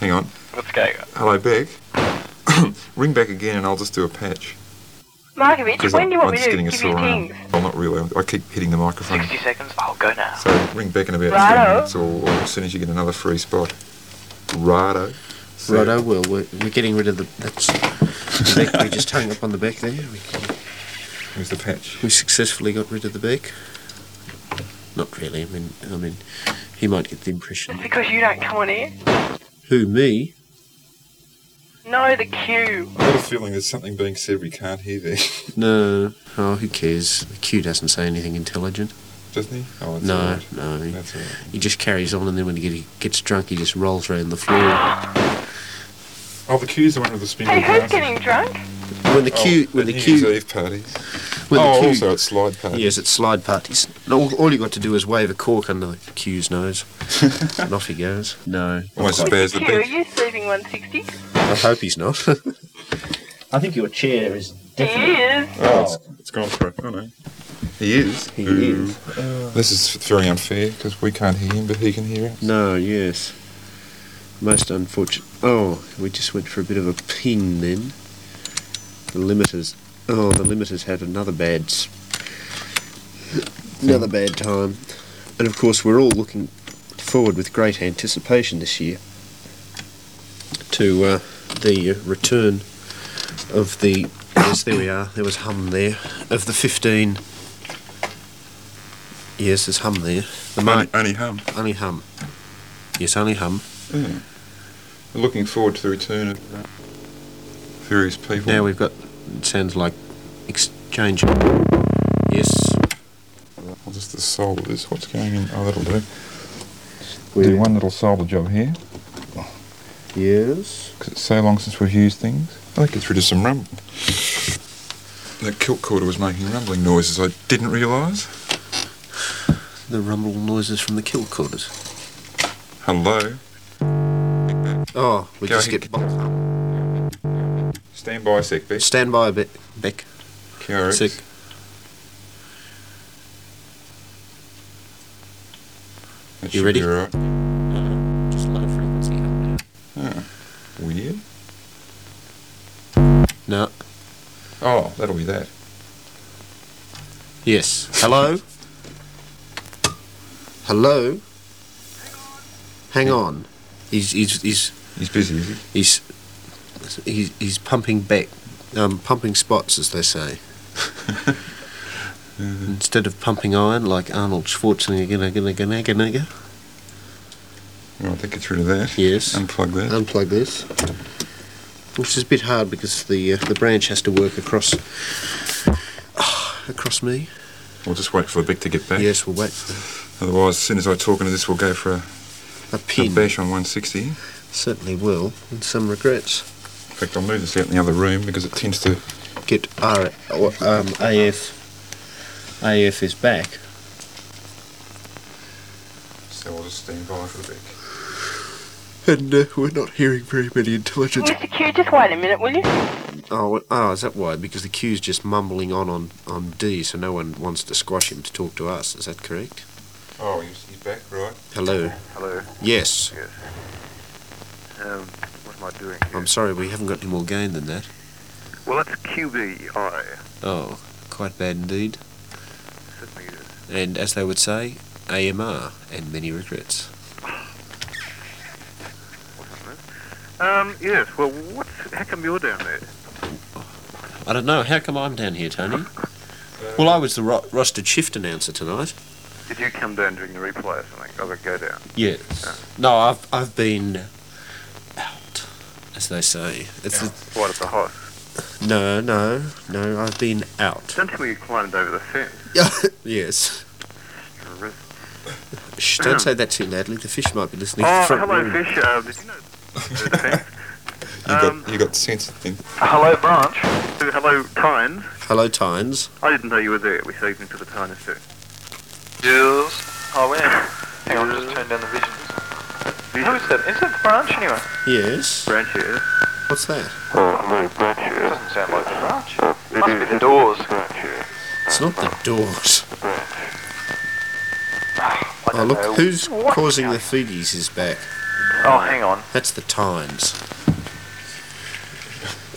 Speaker 5: Hang on.
Speaker 6: What's going on?
Speaker 5: Hello, Beck. Ring back again, and I'll just do a patch.
Speaker 3: Markovic, when
Speaker 5: I'm,
Speaker 3: do you want
Speaker 5: I'm
Speaker 3: me
Speaker 5: just
Speaker 3: to
Speaker 5: getting a
Speaker 3: give you
Speaker 5: sore arm.
Speaker 3: things?
Speaker 5: Well, not really. I keep hitting the microphone.
Speaker 6: 60 seconds? I'll go now.
Speaker 5: So ring back in about
Speaker 3: Righto.
Speaker 5: three minutes, or, or as soon as you get another free spot. Righto. So-
Speaker 4: Righto. Well, we're, we're getting rid of the. That's the beck. We just hung up on the beck there. We,
Speaker 5: Here's the patch.
Speaker 4: we successfully got rid of the beck. Not really. I mean, I mean, he might get the impression.
Speaker 3: It's because you don't come on air.
Speaker 4: Who me?
Speaker 3: No, the queue.
Speaker 5: I've got a feeling there's something being said we can't hear there,
Speaker 4: No. Oh, who cares? The Q doesn't say anything intelligent.
Speaker 5: doesn't he? Oh, that's all
Speaker 4: No,
Speaker 5: right.
Speaker 4: no. He,
Speaker 5: That's all right.
Speaker 4: he just carries on, and then when he get, gets drunk, he just rolls around the floor.
Speaker 5: Oh, the Q's the one with the spindle
Speaker 3: Hey, who's
Speaker 5: glasses.
Speaker 3: getting drunk?
Speaker 4: When the
Speaker 5: Oh,
Speaker 4: Q, when the
Speaker 5: New Year's
Speaker 4: Q,
Speaker 5: Eve parties.
Speaker 4: when
Speaker 5: oh,
Speaker 4: the Q,
Speaker 5: also it's slide parties.
Speaker 4: Yes, it's slide parties. All, all you got to do is wave a cork under the Q's nose, and off he goes. No,
Speaker 5: Almost as bad as the
Speaker 3: Queue, are
Speaker 5: beach.
Speaker 3: you sleeping 160?
Speaker 4: I hope he's not. I think your chair is
Speaker 3: He is.
Speaker 5: Oh, it's, it's gone through. Oh no. He is.
Speaker 4: He
Speaker 5: Ooh.
Speaker 4: is.
Speaker 5: This is very unfair because we can't hear him, but he can hear us.
Speaker 4: No, yes. Most unfortunate. Oh, we just went for a bit of a ping then. The limiters. Oh, the limiters had another bad. s- Another bad time. And of course, we're all looking forward with great anticipation this year to uh, the uh, return of the. Yes, there we are. There was hum there. Of the 15. Yes, there's hum there. The mark
Speaker 5: Only, only hum.
Speaker 4: only hum. Yes, only hum.
Speaker 5: We're Looking forward to the return of uh, various people.
Speaker 4: Now we've got. It sounds like exchange. Yes.
Speaker 5: I'll just the soldiers. What's going in? Oh, that'll do. Do one little solder job here
Speaker 4: Yes.
Speaker 5: because it's so long sinch we've used things. I think it's rid of some rumble. That kilt quarter was making rumbling noises I didn't realise.
Speaker 4: The rumble noises from the kill quarters.
Speaker 5: Hello.
Speaker 4: Oh, we
Speaker 5: Go
Speaker 4: just
Speaker 5: ahead.
Speaker 4: get bumped.
Speaker 5: Stand by a sec, Beck.
Speaker 4: Stand by a bit, Beck.
Speaker 5: Kia ora.
Speaker 4: Sick.
Speaker 5: That
Speaker 4: You
Speaker 5: should
Speaker 4: ready?
Speaker 5: Be all right. Uh-huh.
Speaker 4: Just low frequency.
Speaker 5: Oh, weird.
Speaker 4: No.
Speaker 5: Oh, that'll be that.
Speaker 4: Yes. Hello? Hello? Hang on. He's he's he's
Speaker 5: He's busy, is he?
Speaker 4: he's he's, he's pumping back um, pumping spots as they say. Mm-hmm. Instead of pumping iron like Arnold Schwarzenegger,
Speaker 5: Right, that gets rid of that.
Speaker 4: Yes.
Speaker 5: Unplug that.
Speaker 4: unplug this. Which is a bit hard because the uh, the branch has to work across across me.
Speaker 5: we'll just wait for Beck to get back.
Speaker 4: Yes, we'll wait.
Speaker 5: Otherwise, as soon as I talk into this, we'll go for a,
Speaker 4: A
Speaker 5: a
Speaker 4: pin
Speaker 5: bash on 160. In
Speaker 4: certainly will, and some regrets.
Speaker 5: fact, I'll move this out in the other room because it tends to.
Speaker 4: get R, or, um, AF. AF is back.
Speaker 5: So I'll just stand by for the Beck.
Speaker 4: And uh, we're not hearing very many intelligence.
Speaker 3: Mr. Q, just wait a minute, will you?
Speaker 4: Oh, oh, is that why? Because the Q's just mumbling on, on on D, so no one wants to squash him to talk to us. Is that correct?
Speaker 5: Oh, he's, he's back, right?
Speaker 4: Hello.
Speaker 8: Hello.
Speaker 4: Yes.
Speaker 8: Um, what am I doing? Here?
Speaker 4: I'm sorry, we haven't got any more gain than that.
Speaker 8: Well, that's QBI.
Speaker 4: Oh, quite bad indeed.
Speaker 8: Certainly is.
Speaker 4: And as they would say, AMR and many regrets.
Speaker 8: What happened? Um, yes. Well, what's? How come you're down there?
Speaker 4: I don't know. How come I'm down here, Tony? Well, I was the ro- rostered shift announcer tonight.
Speaker 8: Did you come down during the replay or something? I would go down.
Speaker 4: Yes. No, I've I've been out, as they say. It's
Speaker 8: Right at the house.
Speaker 4: a, no, no, no. I've been out.
Speaker 8: Don't tell me you climbed over the fence.
Speaker 4: yes.
Speaker 8: Terrific.
Speaker 4: Shh, don't say that too loudly. The fish might be listening. to
Speaker 8: Oh,
Speaker 4: the front
Speaker 8: hello,
Speaker 4: room.
Speaker 8: fish. Uh, did you know the fence?
Speaker 5: You,
Speaker 8: Um,
Speaker 5: got, you got sense, I think.
Speaker 6: Hello, Branch.
Speaker 8: So, Uh, hello, Tynes.
Speaker 4: Hello, Tynes.
Speaker 8: I didn't know you were there. We saved him to the Tynes too.
Speaker 6: Jules. Oh, yeah. Hang on, just turn down the vision. Who is that? Is that Branch anyway?
Speaker 4: Yes.
Speaker 8: Branch here.
Speaker 4: What's that?
Speaker 8: Oh, hello, Branch here.
Speaker 6: Doesn't sound like the Branch. Must be the doors.
Speaker 8: Branch here.
Speaker 4: It's not the doors.
Speaker 6: I
Speaker 4: Oh,
Speaker 6: don't
Speaker 4: look,
Speaker 6: know.
Speaker 4: who's
Speaker 6: What?
Speaker 4: causing the feedies is back.
Speaker 6: Oh, hang on.
Speaker 4: That's the Times.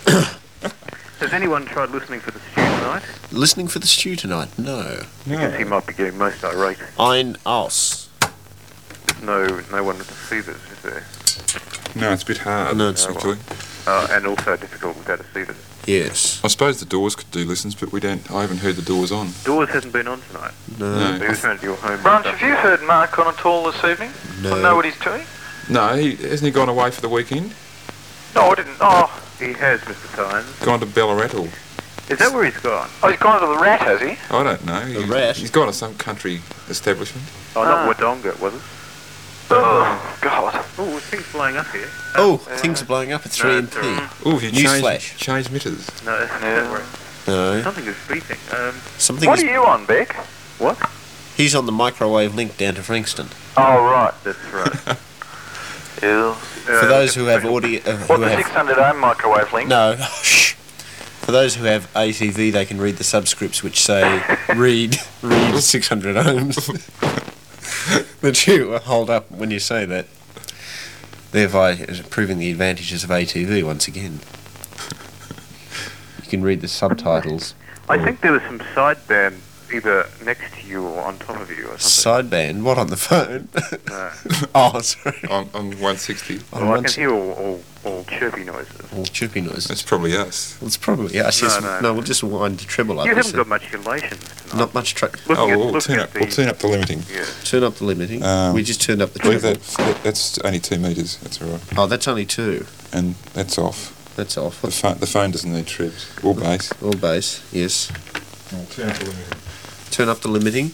Speaker 8: Has anyone tried listening for the stew tonight?
Speaker 4: Listening for the stew tonight? No.
Speaker 8: Because he might be getting most irate.
Speaker 4: Ein aus.
Speaker 8: No, no one with receivers, is there?
Speaker 5: No, it's a bit hard.
Speaker 4: No, it's-
Speaker 5: actually.
Speaker 8: Uh, and also difficult without a cedar.
Speaker 4: Yes.
Speaker 5: I suppose the doors could do listens, but we don't. I haven't heard the doors on.
Speaker 8: Doors hasn't been on tonight.
Speaker 4: No.
Speaker 5: No.
Speaker 8: So he was around at your home. and
Speaker 6: Branch,
Speaker 8: stuff.
Speaker 6: have you heard Mark on at all this evening?
Speaker 4: No.
Speaker 6: Know what he's doing?
Speaker 5: No, he, hasn't he gone away for the weekend?
Speaker 6: No, I didn't. Oh,
Speaker 8: He has, Mr. Tynes.
Speaker 5: Gone to Ballarat or
Speaker 8: Is that where he's gone?
Speaker 6: oh, he's gone to the rat, has he?
Speaker 5: I don't know. He-
Speaker 4: rat?
Speaker 5: He's gone to some country establishment.
Speaker 8: Oh, not Wodonga, was it?
Speaker 6: Ah. Oh, God.
Speaker 8: Oh, things blowing up here.
Speaker 4: Oh, things are blowing up at three
Speaker 8: No,
Speaker 4: and P.
Speaker 8: sorry.
Speaker 5: Oh, you
Speaker 4: Newsflash.
Speaker 5: changed, changed meters.
Speaker 8: No, that's
Speaker 6: Yeah.
Speaker 8: not where.
Speaker 4: No.
Speaker 8: Something is beeping. Um,
Speaker 4: Something
Speaker 6: What
Speaker 4: is
Speaker 6: are you on, Beck?
Speaker 8: what?
Speaker 4: He's on the microwave link down to Frankston.
Speaker 6: Oh, right.
Speaker 8: That's right. Uh,
Speaker 6: Ew.
Speaker 8: For
Speaker 4: For those who have audio, uh, who
Speaker 6: What, the
Speaker 4: have
Speaker 6: 600 ohm microwave link?
Speaker 4: no, shh. For those who have ATV, they can read the subscripts which say "read, read 600 ohms." that you hold up when you say that, thereby uh, proving the advantages of ATV once again. You can read the subtitles.
Speaker 8: I think there was some sideband either next to you or on top of you or something.
Speaker 4: Sideband, what on the phone?
Speaker 8: No.
Speaker 4: oh, sorry.
Speaker 5: On, on 160.
Speaker 8: Well, I can hear all, all, all chirpy noises.
Speaker 4: all chirpy noises.
Speaker 5: That's probably us.
Speaker 4: Well, it's probably yeah. It's
Speaker 8: No,
Speaker 4: just,
Speaker 8: no.
Speaker 4: no, we'll just wind the treble up.
Speaker 8: You haven't
Speaker 4: so
Speaker 8: got much relations tonight.
Speaker 4: not much. Tr-
Speaker 8: Looking
Speaker 5: oh,
Speaker 8: at,
Speaker 5: we'll, we'll
Speaker 8: looking
Speaker 5: turn
Speaker 8: at
Speaker 5: up, we'll
Speaker 8: the-
Speaker 5: turn up the limiting.
Speaker 8: Yeah.
Speaker 4: turn up the limiting.
Speaker 5: Um,
Speaker 4: we just turned up the treble.
Speaker 5: Leave that, that- That's only two meters. That's all right.
Speaker 4: Oh, that's only two.
Speaker 5: And that's off.
Speaker 4: That's off.
Speaker 5: The,
Speaker 4: What's
Speaker 5: pho- the phone doesn't need tribs or bass.
Speaker 4: all bass? Yes.
Speaker 5: We'll turn up the limiting.
Speaker 4: Turn up the limiting.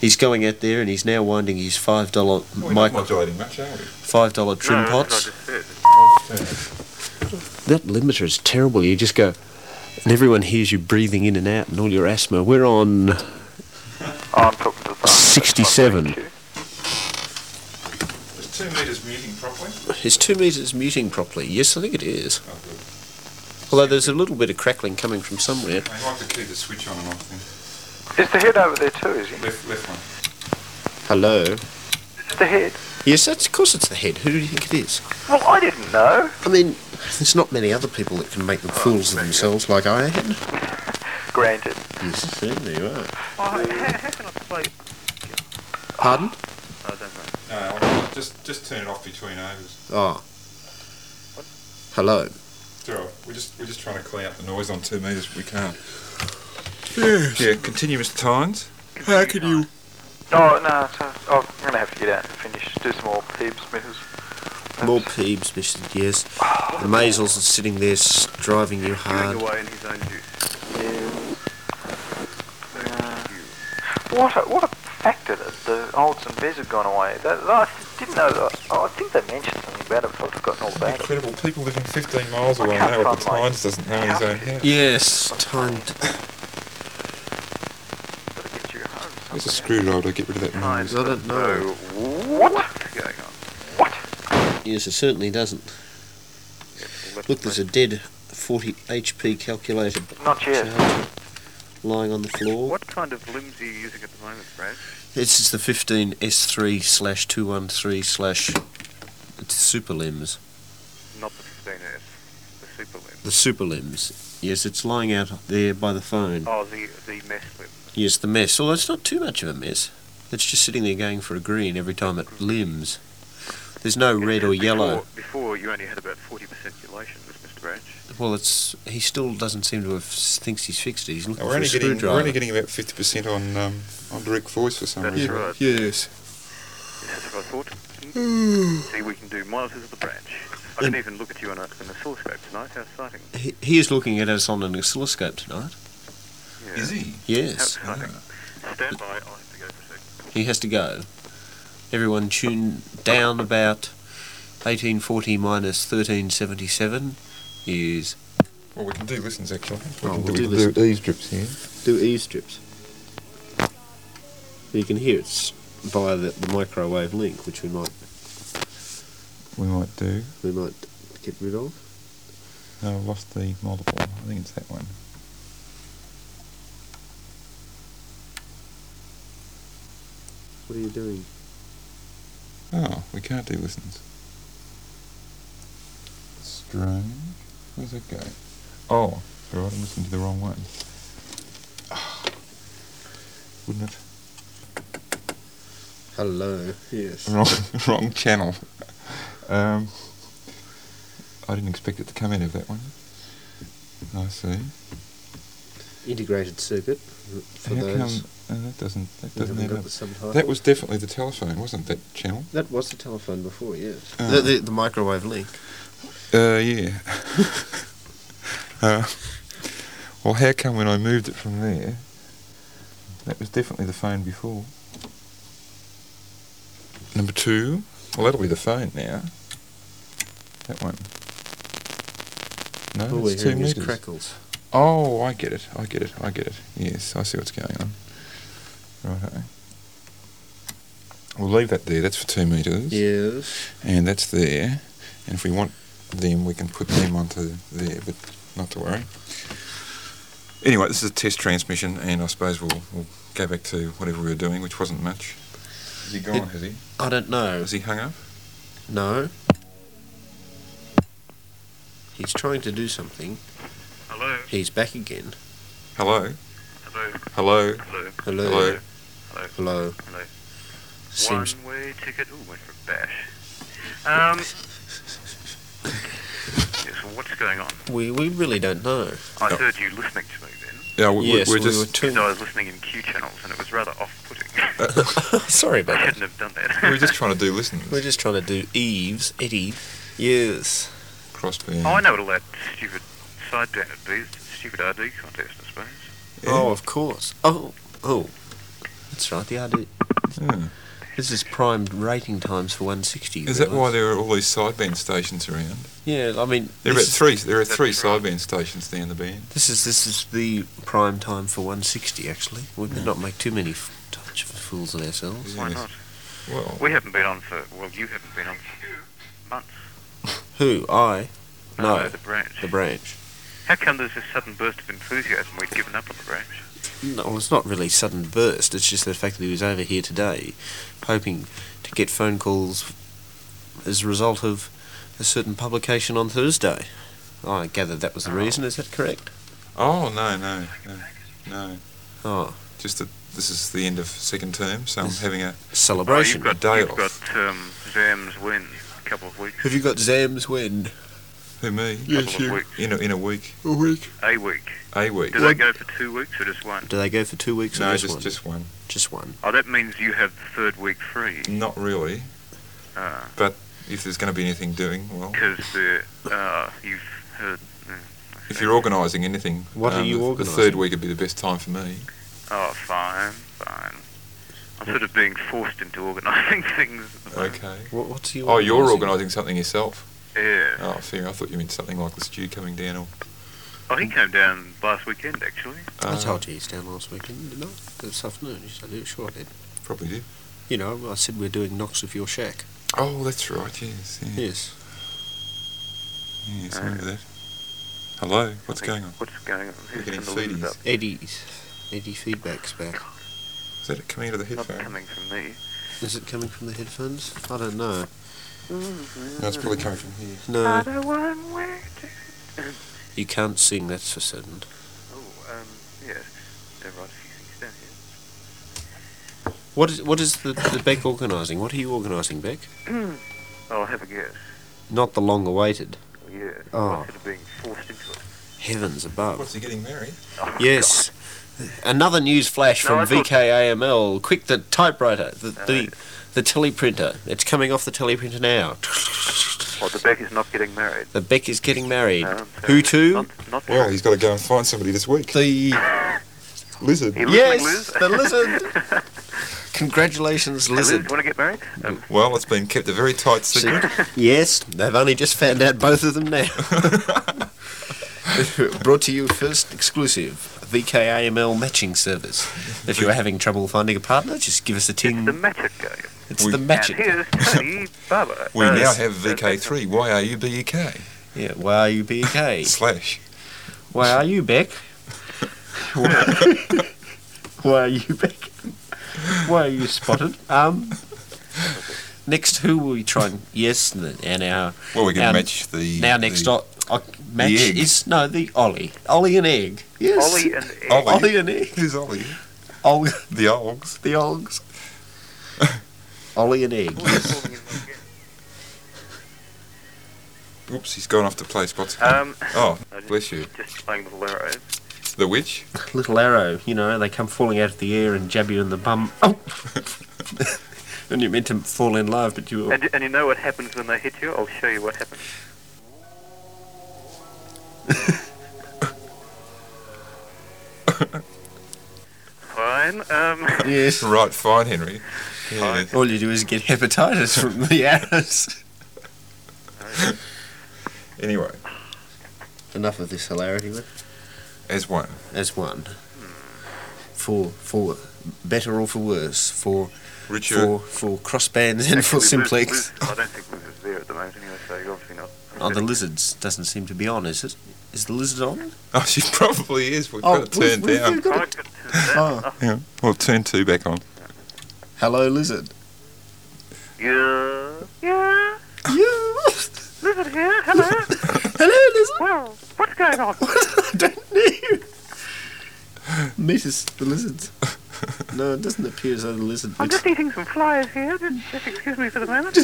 Speaker 4: He's going out there and he's now winding his five dollar mic,
Speaker 5: modulating much, are we?
Speaker 4: five dollar trim
Speaker 8: no,
Speaker 4: pots.
Speaker 8: That's what I just said.
Speaker 4: That limiter is terrible. You just go. And everyone hears you breathing in and out and all your asthma. We're on.
Speaker 8: I'm talking to the phone.
Speaker 4: 67.
Speaker 5: There's two metres muting properly.
Speaker 4: Is two metres muting properly? Yes, I think it is. Although there's a little bit of crackling coming from somewhere.
Speaker 5: I like to keep the switch on and off thing.
Speaker 8: Is the head over there too, is he?
Speaker 5: Left, left one.
Speaker 4: Hello?
Speaker 8: It's the head.
Speaker 4: Yes, that's, of course it's the head. Who do you think it is?
Speaker 8: Well, I didn't know.
Speaker 4: I mean, there's not many other people that can make them fools of themselves like I am.
Speaker 8: Granted.
Speaker 4: Yes, certainly you are.
Speaker 8: Oh, how, how can I play?
Speaker 4: Pardon?
Speaker 8: I don't know.
Speaker 5: No, I'll just just turn it off between overs.
Speaker 4: Oh. Hello.
Speaker 5: It's all right. We're just we're just trying to clean up the noise on two metres. We can't. Yes. Yeah. Continue, Mr. Tynes.
Speaker 4: How can you?
Speaker 6: No, no, so, oh, I'm going to have to get out and finish, do some more peeps meters.
Speaker 4: More peeves, Mr. Yes. The measles are sitting there s- driving you hard.
Speaker 8: away in his own juice.
Speaker 6: What a, what a factor that the olds and bez have gone away. That, I didn't know that. Oh, I think they mentioned something about it, but I've forgotten all about it.
Speaker 5: Incredible. People living 15 miles
Speaker 6: I
Speaker 5: away
Speaker 6: can't
Speaker 5: know what the
Speaker 6: find my
Speaker 5: Tynes doesn't know in his own house.
Speaker 4: Yes, time.
Speaker 8: Gotta get you home.
Speaker 5: There's a screwdriver to get rid of that noise.
Speaker 4: I don't know.
Speaker 8: What? What's going on?
Speaker 4: Yes, it certainly doesn't. Look, there's a dead 40 HP calculator
Speaker 6: Not yet.
Speaker 4: charger lying on the floor.
Speaker 8: What kind of limbs are you using at the moment, Brad?
Speaker 4: This is the 15S3 slash 213 slash. It's super limbs.
Speaker 8: Not the 15S, the super limb.
Speaker 4: The super limbs. Yes, it's lying out there by the phone.
Speaker 8: Oh, the the mesh limb.
Speaker 4: Yes, the mess. Although it's not too much of a mess. It's just sitting there going for a green every time it limbs. There's no red or yellow.
Speaker 8: Before, before you only had about 40% chelation, Mr. Branch.
Speaker 4: Well, it's he still doesn't seem to have thinks he's fixed it. He's looking
Speaker 5: Now, we're,
Speaker 4: for a
Speaker 5: only getting,
Speaker 4: screwdriver.
Speaker 5: we're only getting about 50% on um, on direct voice for some
Speaker 8: That's
Speaker 5: reason.
Speaker 8: right.
Speaker 5: Yes.
Speaker 8: That's what I thought. See, we can do monitors of the branch. I can even look at you on a, an oscilloscope tonight. How exciting.
Speaker 4: He, he is looking at us on an oscilloscope tonight.
Speaker 8: Yeah.
Speaker 5: Is he?
Speaker 8: How
Speaker 4: Yes, Ah.
Speaker 8: exciting. Stand by. I have to go for a second.
Speaker 4: he has to go. Everyone tune down about 1840 minus 1377 is
Speaker 5: Well, we can do listens actually.
Speaker 4: Oh,
Speaker 5: can
Speaker 4: we'll
Speaker 5: we
Speaker 4: do
Speaker 5: can do eavesdrops here.
Speaker 4: do eavesdrops. You can hear it via the, the microwave link, which we might
Speaker 5: We might do.
Speaker 4: we might get rid of.
Speaker 5: No, I've lost the multiple. I think it's that one.
Speaker 4: What are you doing?
Speaker 5: Oh, we can't do listens. Strange. Where's that go? Oh, it's alright, I'm listening to the wrong one. Wouldn't it?
Speaker 4: Hello. Yes.
Speaker 5: Wrong, wrong channel. Um, I didn't expect it to come out of that one. I see.
Speaker 4: Integrated circuit for
Speaker 5: How
Speaker 4: those.
Speaker 5: come? Oh, that doesn't. That
Speaker 4: that
Speaker 5: doesn't
Speaker 4: haven't
Speaker 5: add
Speaker 4: got
Speaker 5: up.
Speaker 4: the subtitle.
Speaker 5: That was definitely the telephone, wasn't that channel?
Speaker 4: That was the telephone before, yes.
Speaker 5: Ah.
Speaker 4: The, the, the microwave link.
Speaker 5: Uh, yeah. uh, well, how come when I moved it from there, that was definitely the phone before. Number two. Well, that'll be the phone now. That one. No,
Speaker 4: All we're
Speaker 5: it's Oh, two
Speaker 4: hearing is
Speaker 5: meters.
Speaker 4: crackles.
Speaker 5: Oh, I get it. I get it. I get it. Yes, I see what's going on. Right. We'll leave that there. That's for two meters.
Speaker 4: Yes.
Speaker 5: and that's there. And if we want them, we can put them onto there, but not to worry. Anyway, this is a test transmission, and I suppose we'll, we'll go back to whatever we were doing, which wasn't much. Is he gone? Has he?
Speaker 4: I don't know.
Speaker 5: Has he hung up?
Speaker 4: No. He's trying to do something.
Speaker 8: Hello.
Speaker 4: He's back again.
Speaker 5: Hello.
Speaker 8: Hello.
Speaker 5: Hello.
Speaker 4: Hello.
Speaker 8: Hello.
Speaker 5: Hello.
Speaker 8: Hello.
Speaker 4: Hello.
Speaker 8: Hello.
Speaker 4: Seems
Speaker 8: One-way ticket. Ooh, went for a bash. Um. yes, well, what's going on?
Speaker 4: we we really don't know.
Speaker 8: I
Speaker 5: Oh.
Speaker 8: heard you listening to me then.
Speaker 5: Yeah, we,
Speaker 4: yes,
Speaker 5: we're
Speaker 4: we
Speaker 5: just.
Speaker 4: were too.
Speaker 8: So I was listening in Q channels, and it was rather off-putting.
Speaker 4: Sorry
Speaker 8: I
Speaker 4: about that.
Speaker 8: shouldn't have done
Speaker 5: we
Speaker 8: that.
Speaker 5: were just trying to do listen
Speaker 4: We're just trying to do Eves, Eddie. Yes.
Speaker 5: crossband.
Speaker 8: oh, I know what all that stupid side down would be. It's the stupid RD contest, I suppose.
Speaker 5: Yeah.
Speaker 4: Oh, of course. Oh, oh. That's right. The RD.
Speaker 5: Yeah.
Speaker 4: This is primed rating times for 160.
Speaker 5: Is that why there are all these sideband stations around?
Speaker 4: Yeah, I mean,
Speaker 5: There are
Speaker 4: this
Speaker 5: about
Speaker 4: is-
Speaker 5: three. There are
Speaker 7: that's
Speaker 5: three
Speaker 7: right.
Speaker 5: sideband stations down the band.
Speaker 4: This is this is the prime time for 160. Actually, we
Speaker 5: Hmm.
Speaker 4: could not make too many f- touch fools of ourselves.
Speaker 7: Why
Speaker 5: Yes.
Speaker 7: not?
Speaker 5: Well,
Speaker 8: We haven't been on for, well, you haven't been on for months.
Speaker 4: Who I? No,
Speaker 8: the branch.
Speaker 4: the branch.
Speaker 8: How come there's this sudden burst of enthusiasm? We'd given up on the branch.
Speaker 4: No, well, it's not really sudden burst. It's just the fact that he was over here today, hoping to get phone calls as a result of a certain publication on Thursday. I gather that was the reason. Is that correct?
Speaker 5: oh no, no, no, no.
Speaker 4: Oh,
Speaker 5: Just that this is the end of second term, so I'm
Speaker 4: Yes.
Speaker 5: having a
Speaker 8: Oh, you've
Speaker 4: celebration.
Speaker 8: got,
Speaker 5: day
Speaker 8: you've
Speaker 5: off.
Speaker 8: got um, Zam's win a couple of weeks.
Speaker 4: Have you got Zam's when?
Speaker 5: who me
Speaker 8: Yes, Couple of you. weeks.
Speaker 5: in a, in a week,
Speaker 4: A week.
Speaker 8: A week.
Speaker 5: a week.
Speaker 8: Do they go for two weeks or just one?
Speaker 4: Do they go for two weeks
Speaker 5: no,
Speaker 4: or
Speaker 5: just
Speaker 4: just,
Speaker 5: just
Speaker 4: one?
Speaker 5: one.
Speaker 4: Just one.
Speaker 8: Oh, that means you have the third week free.
Speaker 5: Not really.
Speaker 8: Ah.
Speaker 5: But if there's going to be anything doing, well,
Speaker 8: Because the uh, you've heard. mm,
Speaker 5: if you're organising anything, um,
Speaker 4: What are you
Speaker 5: the- The third
Speaker 4: organising?
Speaker 5: week would be the best time for me.
Speaker 8: Oh, fine, fine. I'm sort of being forced into organising things. At the moment.
Speaker 5: Okay.
Speaker 4: What, what's he?
Speaker 5: Oh, you're
Speaker 4: organising?
Speaker 5: organising something yourself.
Speaker 8: Yeah.
Speaker 5: Oh, fair. I thought you meant something like the stew coming down. Or,
Speaker 8: Oh, he came down last weekend actually.
Speaker 5: uh,
Speaker 4: I told you he's down last weekend, didn't I? This afternoon. Yes, I do. Sure, I did.
Speaker 5: Probably did.
Speaker 4: You know, I said we're doing knocks with your shack.
Speaker 5: Oh, that's right. Yes. Uh, Yeah.
Speaker 4: Yes.
Speaker 5: Yes, I remember that. Hello, what's going on?
Speaker 8: What's going on?
Speaker 5: We're
Speaker 8: Who's
Speaker 5: getting
Speaker 8: from the
Speaker 5: feedies.
Speaker 8: lens up?
Speaker 4: Eddie's. Eddie feedback's back.
Speaker 5: Is that it coming out of the
Speaker 8: Not
Speaker 5: headphone?
Speaker 8: coming from me.
Speaker 4: Is it coming from the headphones? I don't know.
Speaker 5: No, it's probably coming from here.
Speaker 4: No,
Speaker 8: Another one where to-
Speaker 4: you can't sing. That's for certain.
Speaker 8: Oh, um, yes. There are a few things down here.
Speaker 4: What is what is the, the Beck organising? What are you organising, Beck?
Speaker 8: Oh, have a guess.
Speaker 4: Not the long awaited.
Speaker 8: Yeah.
Speaker 4: Oh.
Speaker 8: I'm sort of being forced into it.
Speaker 4: Heavens above.
Speaker 5: What's he getting married?
Speaker 8: Oh,
Speaker 4: Yes. Another news flash
Speaker 8: No,
Speaker 4: from
Speaker 8: I thought-
Speaker 4: VKAML. Quick, the typewriter, the
Speaker 8: No,
Speaker 4: the, the teleprinter. It's coming off the teleprinter now.
Speaker 8: God. Oh, the Beck is not getting married.
Speaker 4: The Beck is getting married.
Speaker 8: No, I'm
Speaker 4: Who
Speaker 8: sorry.
Speaker 4: to?
Speaker 8: Not, not
Speaker 5: Well, he's got to go and find somebody this week.
Speaker 4: The
Speaker 5: Lizard.
Speaker 8: Hey, listening,
Speaker 4: yes,
Speaker 8: Liz?
Speaker 4: the lizard. Congratulations,
Speaker 8: Hey, Liz,
Speaker 4: lizard.
Speaker 8: you want to get married? Um,
Speaker 5: Well, it's been kept a very tight secret.
Speaker 4: Yes, they've only just found out both of them now. Brought to you first exclusive VKAML matching service. If you are having trouble finding a partner, just give us a
Speaker 8: it's the
Speaker 4: ting.
Speaker 8: Matchett game.
Speaker 4: It's
Speaker 5: We-
Speaker 4: the
Speaker 8: And
Speaker 4: matching.
Speaker 8: here's Tony Barber.
Speaker 5: We
Speaker 8: Uh,
Speaker 5: now have
Speaker 8: uh,
Speaker 5: VK3, Y-A-U-B-E-K,
Speaker 4: Yeah, why are you BK?
Speaker 5: slash.
Speaker 4: Why are you Beck? Why why are you Beck? Why are you spotted? Um. Next, who will we try and yes, and and our
Speaker 5: Well, we can
Speaker 4: Um,
Speaker 5: match the...
Speaker 4: Now next
Speaker 5: the-
Speaker 4: up, uh, match
Speaker 5: egg.
Speaker 4: is no the Ollie, Ollie and egg. Yes,
Speaker 8: Ollie and Ed.
Speaker 5: Ollie.
Speaker 4: Ollie and egg.
Speaker 5: Who's Ollie?
Speaker 4: Ollie,
Speaker 5: The Olgs.
Speaker 4: the Olgs. Ollie and egg.
Speaker 5: Oops, he's gone off to play spots.
Speaker 8: Um,
Speaker 5: oh,
Speaker 8: I just-
Speaker 5: bless you.
Speaker 8: just playing with Lero.
Speaker 5: The witch?
Speaker 4: Little arrow, you know, they come falling out of the air and jab you in the bum. Oh. and you meant to fall in love, but you. Were...
Speaker 8: And, and you know what happens when they hit you? I'll show you what happens. Fine. Um,
Speaker 4: Yes.
Speaker 5: Right, fine, Henry. Yeah.
Speaker 4: All you do is get hepatitis from the arrows.
Speaker 5: Anyway,
Speaker 4: Enough of this hilarity, then.
Speaker 5: as one.
Speaker 4: That's one. For for better or for worse, for
Speaker 5: Richard,
Speaker 4: for for crossbands and for
Speaker 8: actually, Liz-
Speaker 4: simplex.
Speaker 8: Liz- I don't think Liz is there at the moment anyway, so you're obviously not.
Speaker 4: Oh, the lizards doesn't seem to be on, is it? Is the lizard on?
Speaker 5: oh, she probably is. We've
Speaker 4: Oh,
Speaker 5: got to turn
Speaker 4: we've- we've
Speaker 5: down.
Speaker 4: got
Speaker 8: Oh, good.
Speaker 4: Oh.
Speaker 5: Yeah, well, turn two back on.
Speaker 4: Hello, lizard.
Speaker 8: Yeah. Yeah.
Speaker 4: You.
Speaker 8: Lizard here. Hello.
Speaker 4: Hello, lizard.
Speaker 8: well, what's going on?
Speaker 4: I don't know. Meet us, the lizards. No, it doesn't appear as though the lizard.
Speaker 8: I'm
Speaker 4: Looks...
Speaker 8: just eating some flies here. Just, just excuse me for the moment.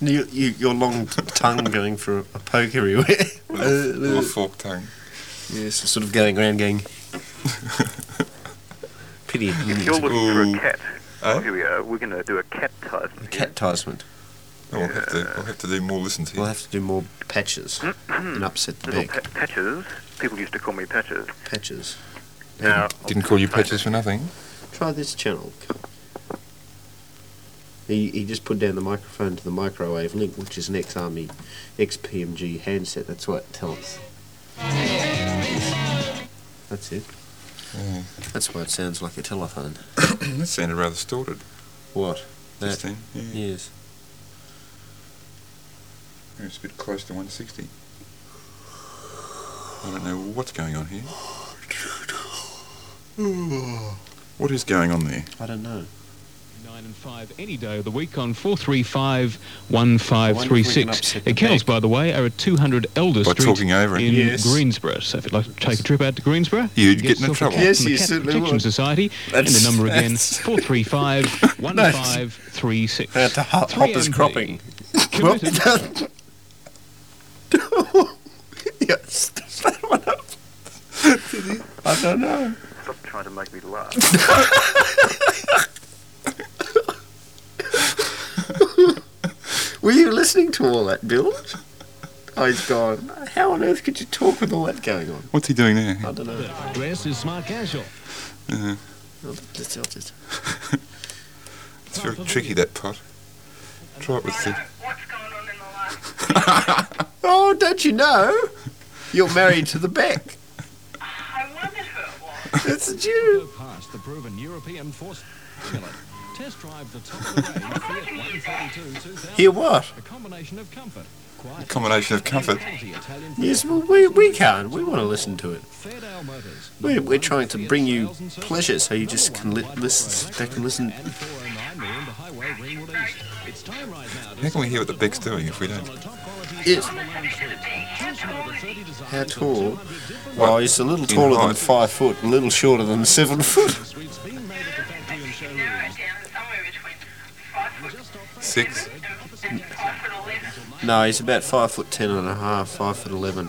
Speaker 4: you, you, your long tongue going for a, poke everywhere.
Speaker 5: With a little fork tongue.
Speaker 4: yes, sort of going around going. Pity mm, it
Speaker 8: If you're
Speaker 4: isn't
Speaker 8: looking for
Speaker 5: Ooh.
Speaker 8: a cat,
Speaker 5: Huh?
Speaker 8: here we are. We're going to do a cat type.
Speaker 4: a cattisement.
Speaker 5: Oh, we'll, have to, we'll have to do more listens
Speaker 4: We'll
Speaker 5: here.
Speaker 4: have to do more patches and upset the
Speaker 8: Little
Speaker 4: big
Speaker 8: pa- patches. People used to call me patches.
Speaker 4: patches.
Speaker 8: Now,
Speaker 5: Didn't call you patches for nothing.
Speaker 4: try this channel. He, he just put down the microphone to the microwave link, which is an ex Army, ex PMG handset. That's what it tells. That's it.
Speaker 5: Yeah.
Speaker 4: That's why it sounds like a telephone.
Speaker 5: that sounded rather distorted.
Speaker 4: What?
Speaker 5: This
Speaker 4: That?
Speaker 5: thing. Yeah.
Speaker 4: Yes.
Speaker 5: It's a bit close to 160. I don't know what's going on here. What is going on there?
Speaker 4: I don't know.
Speaker 9: 9 and 5 any day of the week on 435
Speaker 4: I wonder if we can
Speaker 9: 1536.
Speaker 4: upset the
Speaker 9: The Kennels,
Speaker 4: bank.
Speaker 9: by the way, are at 200 Elder
Speaker 5: By
Speaker 9: Street
Speaker 5: talking over it.
Speaker 9: in
Speaker 4: Yes.
Speaker 9: Greensboro. So if you'd like to take a trip out to Greensboro,
Speaker 5: You'd get into
Speaker 9: yourself a
Speaker 5: trouble.
Speaker 9: cat
Speaker 4: Yes,
Speaker 9: from the
Speaker 4: you
Speaker 9: Cat
Speaker 4: certainly
Speaker 9: Protection
Speaker 4: would.
Speaker 9: Society. and
Speaker 4: That's-
Speaker 9: the number again,
Speaker 4: that's-
Speaker 9: 435 1536.
Speaker 4: That's the hop-
Speaker 9: Three
Speaker 4: hoppers
Speaker 9: MB.
Speaker 4: cropping.
Speaker 9: Committed.
Speaker 4: yes. that one up. I don't know.
Speaker 8: Stop trying to make me laugh.
Speaker 4: Were you listening to all that, Bill? Oh, he's gone. How on earth could you talk with all that going on?
Speaker 5: What's he doing there?
Speaker 4: I don't know.
Speaker 9: Dress is smart casual.
Speaker 4: I'll just- I'll just-
Speaker 5: It's very tricky, that pot. Try it with the...
Speaker 3: What's going on in the life?
Speaker 4: Oh, don't you know? You're married to the Beck.
Speaker 3: I wondered who it was.
Speaker 4: It's a Jew.
Speaker 9: Go past the proven European force. Kill it. Test drive the top of the range Fiat 132 2000.
Speaker 4: Hear what?
Speaker 9: A combination of comfort. Quiet.
Speaker 5: Combination of comfort.
Speaker 9: quality Italian
Speaker 4: Yes, well, we, we can't. We want to listen to it.
Speaker 9: Fairdale Motors.
Speaker 4: We're, we're trying to bring you pleasure so you just can li- listen, back and listen.
Speaker 9: And 409 we're on the highway Ringwood East. It's time right now to
Speaker 5: How can we hear what the Beck's doing if we don't?
Speaker 4: Yes.
Speaker 9: How
Speaker 4: How tall? Well, he's a little
Speaker 5: In
Speaker 4: taller than
Speaker 5: height.
Speaker 4: five foot, a little shorter than seven foot.
Speaker 3: Narrow it down to somewhere between five foot
Speaker 5: Six.
Speaker 3: and five foot eleven.
Speaker 4: No, he's about five foot ten and a half, five foot eleven.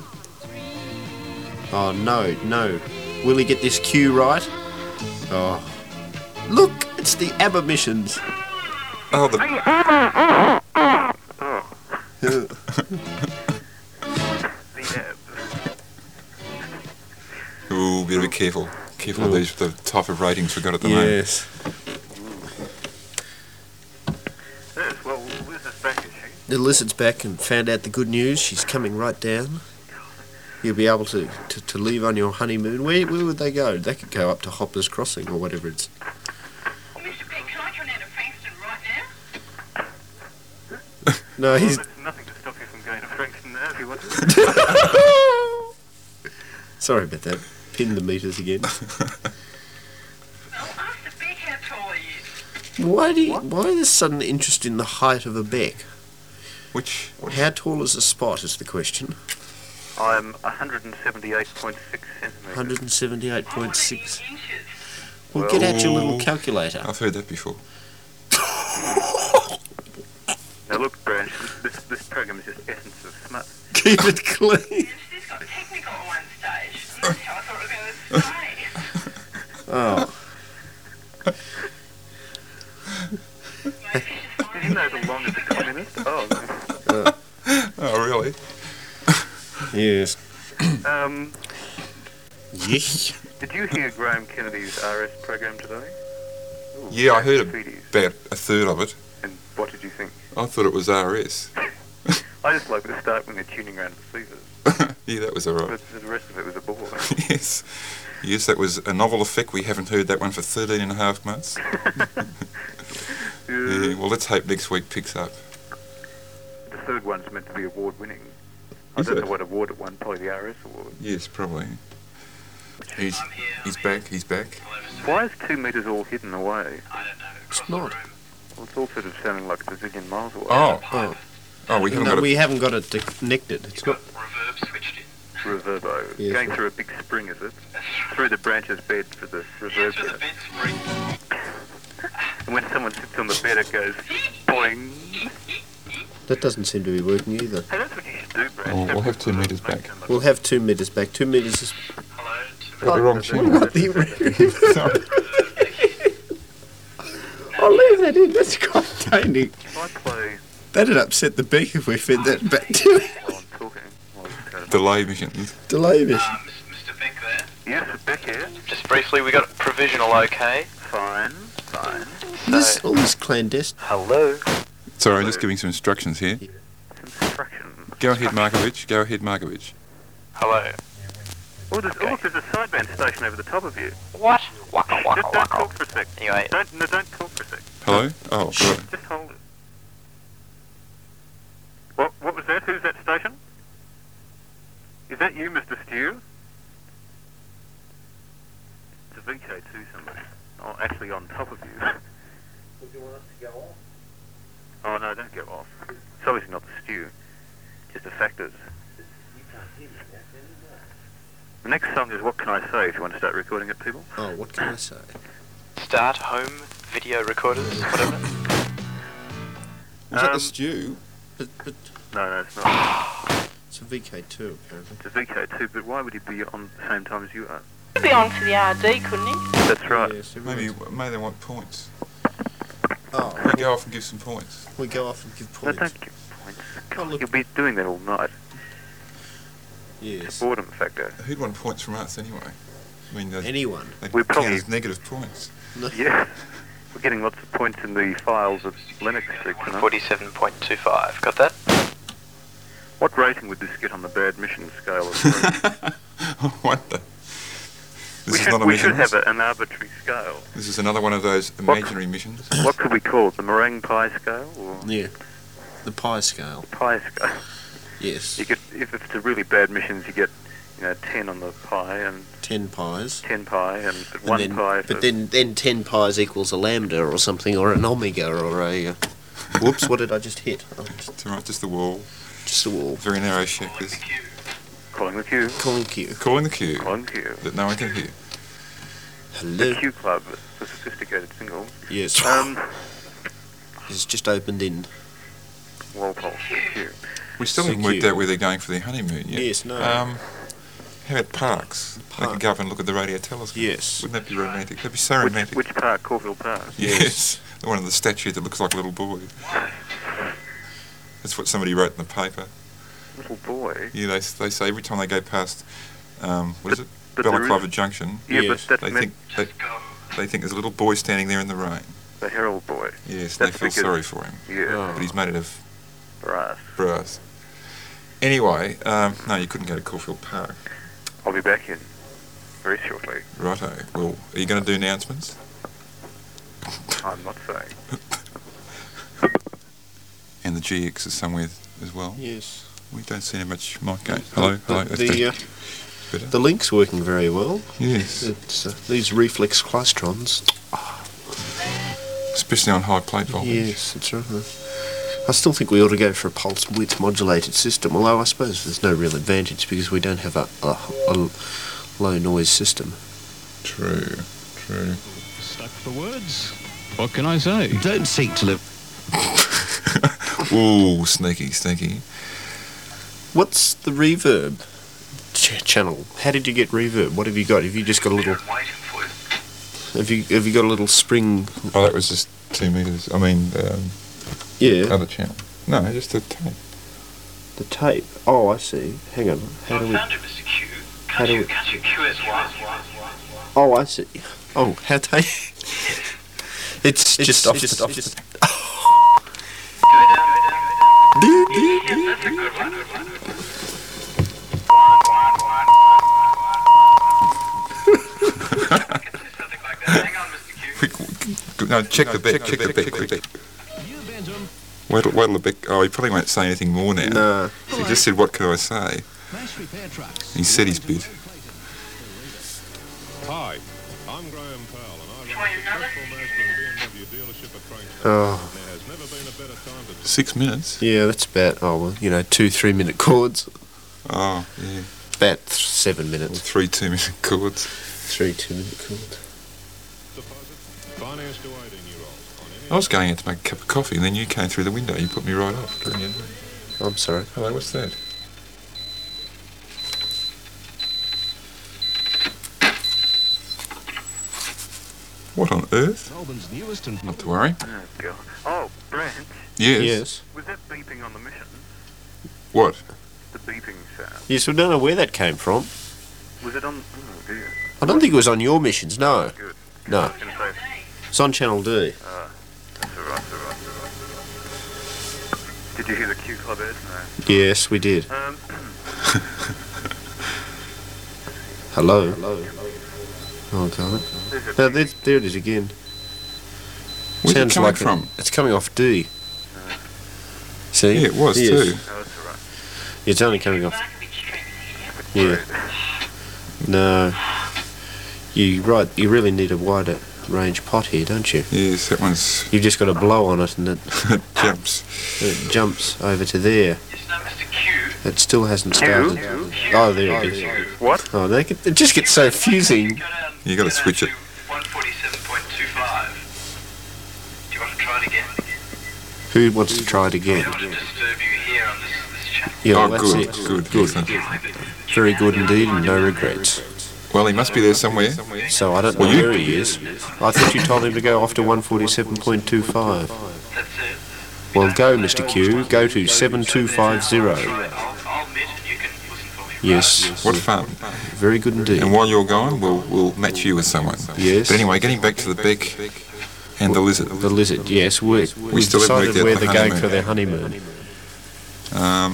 Speaker 4: Oh no, no. Will he get this cue right? Oh. Look, it's the ABBA missions.
Speaker 5: Oh, the...
Speaker 8: The app.
Speaker 5: Ooh, better be careful. Careful of these, the type of ratings we got at the moment.
Speaker 4: yes.
Speaker 8: Yes, well, Liz is back, is she?
Speaker 4: The lizard's back and found out the good news. She's coming right down. You'll be able to, to, to leave on your honeymoon. Where, where would they go? They could go up to Hopper's Crossing or whatever it's.
Speaker 3: Mr. Beck, can I come down to Frankston right now?
Speaker 4: No, he's.
Speaker 8: Well, there's nothing to stop you from going to Frankston now if you want to.
Speaker 4: Sorry about that. Pin the meters again.
Speaker 3: Well, ask the Beck how tall he is.
Speaker 4: Why do you, why this sudden interest in the height of a beck?
Speaker 5: Which...
Speaker 4: How tall is a spot is the question.
Speaker 8: I'm 178.6 centimetres.
Speaker 4: 178.6.
Speaker 3: In inches.
Speaker 4: Well, get out your little
Speaker 5: Well-
Speaker 4: calculator.
Speaker 5: I've heard that before.
Speaker 8: Now look, Branch, this, this program is just essence of smut.
Speaker 4: Keep it clean.
Speaker 3: This got technical at one stage.
Speaker 5: Uh.
Speaker 3: That's how I thought it was going to stay.
Speaker 4: Oh,
Speaker 8: Did you know the longest communist? Oh,
Speaker 5: Oh, really?
Speaker 4: yes.
Speaker 8: um,
Speaker 4: Yes.
Speaker 8: did you hear Graham Kennedy's RS program today? Ooh,
Speaker 5: Yeah, I heard
Speaker 8: graffiti.
Speaker 5: about a third of it.
Speaker 8: And what did you think?
Speaker 5: I thought it was RS.
Speaker 8: I just like the start when they're tuning around the Caesars,
Speaker 5: Yeah, that was all right.
Speaker 8: but the rest of it was a bore.
Speaker 5: Yes. Yes, that was a novel effect. We haven't heard that one for 13 and a half months. Yeah,
Speaker 8: Yeah,
Speaker 5: well, let's hope next week picks up.
Speaker 8: the third one's meant to be award-winning. I
Speaker 5: Is
Speaker 8: don't
Speaker 5: it?
Speaker 8: know what award it won, probably the RS award.
Speaker 5: Yes, probably. He's he's back. He's back.
Speaker 8: Why is two metres all hidden away?
Speaker 4: It's not.
Speaker 8: Well, it's all sort of sounding like it's a zillion miles away.
Speaker 5: Oh,
Speaker 4: Oh,
Speaker 5: oh, we haven't
Speaker 4: no,
Speaker 5: got.
Speaker 4: we haven't got it connected. It's not.
Speaker 6: Reverb switched in.
Speaker 8: Reverbo.
Speaker 4: Yes.
Speaker 8: Going through a big spring, is it? Through the branches bed for the reverb.
Speaker 6: Through the
Speaker 8: unit.
Speaker 6: bed spring.
Speaker 8: And when someone sits on the bed, it goes boing.
Speaker 4: That doesn't seem to be working either.
Speaker 8: Hey, that's what you should do, Branch.
Speaker 5: Oh, we'll have two metres back.
Speaker 4: We'll have two meters back. Two meters is
Speaker 6: Hello.
Speaker 3: uh,
Speaker 5: A, got the wrong channel.
Speaker 4: not the.
Speaker 5: Sorry.
Speaker 4: I'll leave that in. That's contained.
Speaker 8: If I play
Speaker 4: That'd upset the beak if we fed that back to it.
Speaker 8: while I'm talking, I'll just go to-
Speaker 5: Delay missions.
Speaker 4: Delay mission.
Speaker 6: Um, Mr. Beck there.
Speaker 8: Yes, it's back here.
Speaker 6: Just briefly, we got provisional okay.
Speaker 8: Fine.
Speaker 6: time.
Speaker 4: This
Speaker 6: So,
Speaker 4: all this clandestine.
Speaker 6: hello.
Speaker 5: Sorry, just giving some instructions here.
Speaker 8: Construction.
Speaker 5: Go ahead, Markovic. Go ahead, Markovic.
Speaker 6: Hello.
Speaker 8: Oh, there's, oh, look, there's a sideband station over the top of you.
Speaker 6: What? Waka waka
Speaker 8: Just don't talk
Speaker 6: waka.
Speaker 8: for a sec.
Speaker 6: Anyway,
Speaker 8: Don't, no, don't talk for a sec.
Speaker 5: Hello. Oh, right.
Speaker 8: Just hold it. What, what was that? Who's that station? Is that you, Mr. Stew? It's a VK2 somebody. Oh, actually on top of you. Would you want us to go off? Oh, no, don't go off. It's obviously not the stew. Just the factors. The next song is What Can I Say if you want to start recording it, people.
Speaker 4: Oh, what can I say?
Speaker 6: start home video recorders, whatever.
Speaker 4: Was that
Speaker 8: Um,
Speaker 4: the stew? But, but
Speaker 8: No, no, it's not.
Speaker 4: it's a VK2 apparently.
Speaker 8: It's a VK2, but why would he be on the same time as you are?
Speaker 3: Could be on to the RD, couldn't he?
Speaker 8: That's right.
Speaker 4: Yes,
Speaker 5: Maybe
Speaker 4: everyone's-
Speaker 5: maybe they want points.
Speaker 4: Oh,
Speaker 5: We go off and give some points.
Speaker 4: we go off and give
Speaker 8: No,
Speaker 4: points.
Speaker 8: don't give points. God,
Speaker 4: look-
Speaker 8: You'll be doing that all night.
Speaker 4: Yes.
Speaker 8: Boredom factor.
Speaker 5: Who'd want points from us anyway? I mean, they,
Speaker 4: Anyone.
Speaker 5: they
Speaker 8: We
Speaker 5: count
Speaker 8: probably-
Speaker 5: as negative points.
Speaker 8: Yeah. We're getting lots of points in the files of Linux Street tonight.
Speaker 6: 47.25. Got that?
Speaker 8: What rating would this get on the bad mission scale? Of three?
Speaker 5: I wonder. This
Speaker 8: we
Speaker 5: is
Speaker 8: should,
Speaker 5: not a
Speaker 8: we
Speaker 5: mission.
Speaker 8: should have a, an arbitrary scale.
Speaker 5: This is another one of those imaginary missions.
Speaker 8: What could we call it? The meringue pie scale or
Speaker 4: Yeah. The pie scale.
Speaker 8: pie scale?
Speaker 4: Yes.
Speaker 8: You get if it's a really bad missions, you get you know ten on the pie and
Speaker 4: Ten pies.
Speaker 8: ten pie and, but
Speaker 4: And
Speaker 8: one
Speaker 4: then,
Speaker 8: pie. for-
Speaker 4: But then, then ten pies equals a lambda or something, or an omega, or a. Uh, whoops! What did I just hit? Oh, just,
Speaker 5: It's all right, just the wall.
Speaker 4: just a wall.
Speaker 5: Very narrow shack. This.
Speaker 8: calling the queue,
Speaker 4: Calling queue.
Speaker 5: Calling the queue
Speaker 8: calling the queue.
Speaker 5: that no one can hear.
Speaker 8: The
Speaker 4: Hello.
Speaker 8: Q Club, the sophisticated single.
Speaker 4: Yes.
Speaker 8: Um,
Speaker 4: It's just opened in.
Speaker 8: Walpole, the queue.
Speaker 5: We still
Speaker 4: So
Speaker 5: haven't worked
Speaker 4: cute.
Speaker 5: out where they're going for their honeymoon yet.
Speaker 4: Yes, no.
Speaker 5: Um, how about parks? They could
Speaker 4: Park.
Speaker 5: go up and look at the radio telescope.
Speaker 4: Yes.
Speaker 5: Wouldn't that be romantic? That'd be so
Speaker 8: Which,
Speaker 5: romantic.
Speaker 8: which park? Corville Park.
Speaker 5: Yes. the one of the statue that looks like a little boy. That's what somebody wrote in the paper.
Speaker 8: Little boy.
Speaker 5: Yeah, they, they say every time they go past, um, what is it?
Speaker 8: But there
Speaker 5: Balaclava
Speaker 8: is-
Speaker 5: Junction.
Speaker 8: Yeah,
Speaker 4: Yes,
Speaker 8: but
Speaker 5: They
Speaker 8: that's meant
Speaker 5: think they, they think there's a little boy standing there in the rain.
Speaker 8: the Herald boy.
Speaker 5: Yes,
Speaker 8: That's Oh.
Speaker 5: they feel
Speaker 8: because-
Speaker 5: sorry for him,
Speaker 8: Yeah,
Speaker 5: but he's made it of
Speaker 8: brass.
Speaker 5: brass. Anyway, um, no, you couldn't go to Caulfield Park.
Speaker 8: I'll be back in very shortly.
Speaker 5: Righto. Well, are you going to do announcements?
Speaker 8: I'm not saying.
Speaker 5: And the GX is somewhere as well.
Speaker 4: Yes.
Speaker 5: We don't see much mic going. Hello, hello.
Speaker 4: The
Speaker 5: that's
Speaker 4: the, uh,
Speaker 5: better. better.
Speaker 4: the link's working very well.
Speaker 5: yes,
Speaker 4: It's, uh, these reflex clustrons.
Speaker 5: especially on high plate voltage.
Speaker 4: Yes, that's right. I still think we ought to go for a pulse width modulated system, although I suppose there's no real advantage because we don't have a, a, a low noise system.
Speaker 5: True, true.
Speaker 9: Stuck for words. What can I say?
Speaker 10: Don't seek to live.
Speaker 5: Ooh, sneaky, sneaky.
Speaker 4: What's the reverb ch- channel? How did you get reverb? What have you got? Have you just got a little? Have you have you got a little spring?
Speaker 5: Oh, that was just two meters. I mean, um,
Speaker 4: Yeah,
Speaker 5: other channel. No, just a tape.
Speaker 4: the tape. Oh, I see. Hang on. How do we?
Speaker 6: Mr. Q.
Speaker 4: How do we?
Speaker 6: Catch your Q as
Speaker 4: Oh, I see. Oh, how tape? It's, just off. Just off. Just
Speaker 5: Quick, g- no, check the bit. Check the bit. Quick, quick.
Speaker 9: You've entered
Speaker 5: Waddle, waddle a bit. Oh, he probably won't say anything more now.
Speaker 4: no.
Speaker 5: He just said, "What could I say?"
Speaker 9: mass repair trucks.
Speaker 5: He said his bit.
Speaker 9: Hi, I'm Graham Powell and I run a successful Mazda BMW dealership at Crankstown.
Speaker 4: Oh,
Speaker 9: There has never been a better time to
Speaker 5: Six minutes.
Speaker 4: yeah. That's about. Oh well, you know, two three minute chords.
Speaker 5: Oh, yeah.
Speaker 4: About th- seven minutes.
Speaker 5: Three two-minute chords.
Speaker 4: Three two minute chords.
Speaker 9: deposit, finance to 18-year-olds on any
Speaker 5: I was going out to make a cup of coffee, and then you came through the window. You put me right off. didn't you?
Speaker 4: I'm sorry.
Speaker 5: Hello, what's that? What on earth?
Speaker 9: Melbourne's newest and
Speaker 5: Not to worry.
Speaker 8: Oh, God. Oh, Branch,
Speaker 5: Yes.
Speaker 4: Yes.
Speaker 8: was that beeping on the mission?
Speaker 5: What?
Speaker 8: The beeping sound.
Speaker 4: Yes, we don't know where that came from.
Speaker 8: Was it on? Oh, dear.
Speaker 4: I don't think it was on your missions. No.
Speaker 8: Good.
Speaker 4: No.
Speaker 8: I was going to say,
Speaker 4: It's on Channel D.
Speaker 8: That's all right, that's all right, that's all right. Did you hear the Q Club ad? No.
Speaker 4: Yes, we did.
Speaker 8: Um,
Speaker 4: Hello. Hello. Oh God.
Speaker 8: there's a
Speaker 4: No, there, there it is again.
Speaker 5: Where's it coming
Speaker 4: like a-
Speaker 5: from?
Speaker 4: it's coming off D. See?
Speaker 5: Yeah, it was
Speaker 4: Yes.
Speaker 5: too.
Speaker 8: No, that's all right.
Speaker 4: It's only coming off. Yeah. No. You right. You really need a wider range pot here, don't you?
Speaker 5: Yes, that one's
Speaker 4: You've just got to blow on it, and it,
Speaker 5: jumps.
Speaker 4: it jumps over to there.
Speaker 6: Yes, no, Mr. Q.
Speaker 4: It still hasn't started. Oh, there it is.
Speaker 8: What?
Speaker 4: Oh, they get, it just gets so fusing.
Speaker 6: Go down-
Speaker 5: You gotta
Speaker 6: go down
Speaker 5: switch it.
Speaker 6: to 147.25. Do you want to try it again?
Speaker 4: Who wants to try it
Speaker 6: I
Speaker 4: again?
Speaker 6: don't want to disturb you here on this, this channel.
Speaker 4: Yeah,
Speaker 5: oh,
Speaker 4: that's
Speaker 5: good,
Speaker 4: it.
Speaker 5: good,
Speaker 4: Good.
Speaker 5: excellent.
Speaker 4: Very good indeed, and no regrets.
Speaker 5: Well, he must be there somewhere.
Speaker 4: So I don't know
Speaker 5: Well, you-
Speaker 4: where he is. I thought you told him to go off to 147.25.
Speaker 6: That's it.
Speaker 4: Well, go, Mr. Q. Go to 7250.
Speaker 6: Right, I'll, I'll admit it. You can listen for
Speaker 4: Oh,
Speaker 6: me.
Speaker 4: Yes.
Speaker 5: What fun!
Speaker 4: Very good indeed.
Speaker 5: And while you're gone, we'll we'll match you with someone.
Speaker 4: Yes.
Speaker 5: But anyway, getting back to the beck and the lizard.
Speaker 4: The lizard, yes. We, we
Speaker 5: still haven't
Speaker 4: decided
Speaker 5: worked out
Speaker 4: where
Speaker 5: the
Speaker 4: they're going
Speaker 5: honeymoon.
Speaker 4: for their honeymoon.
Speaker 5: Um,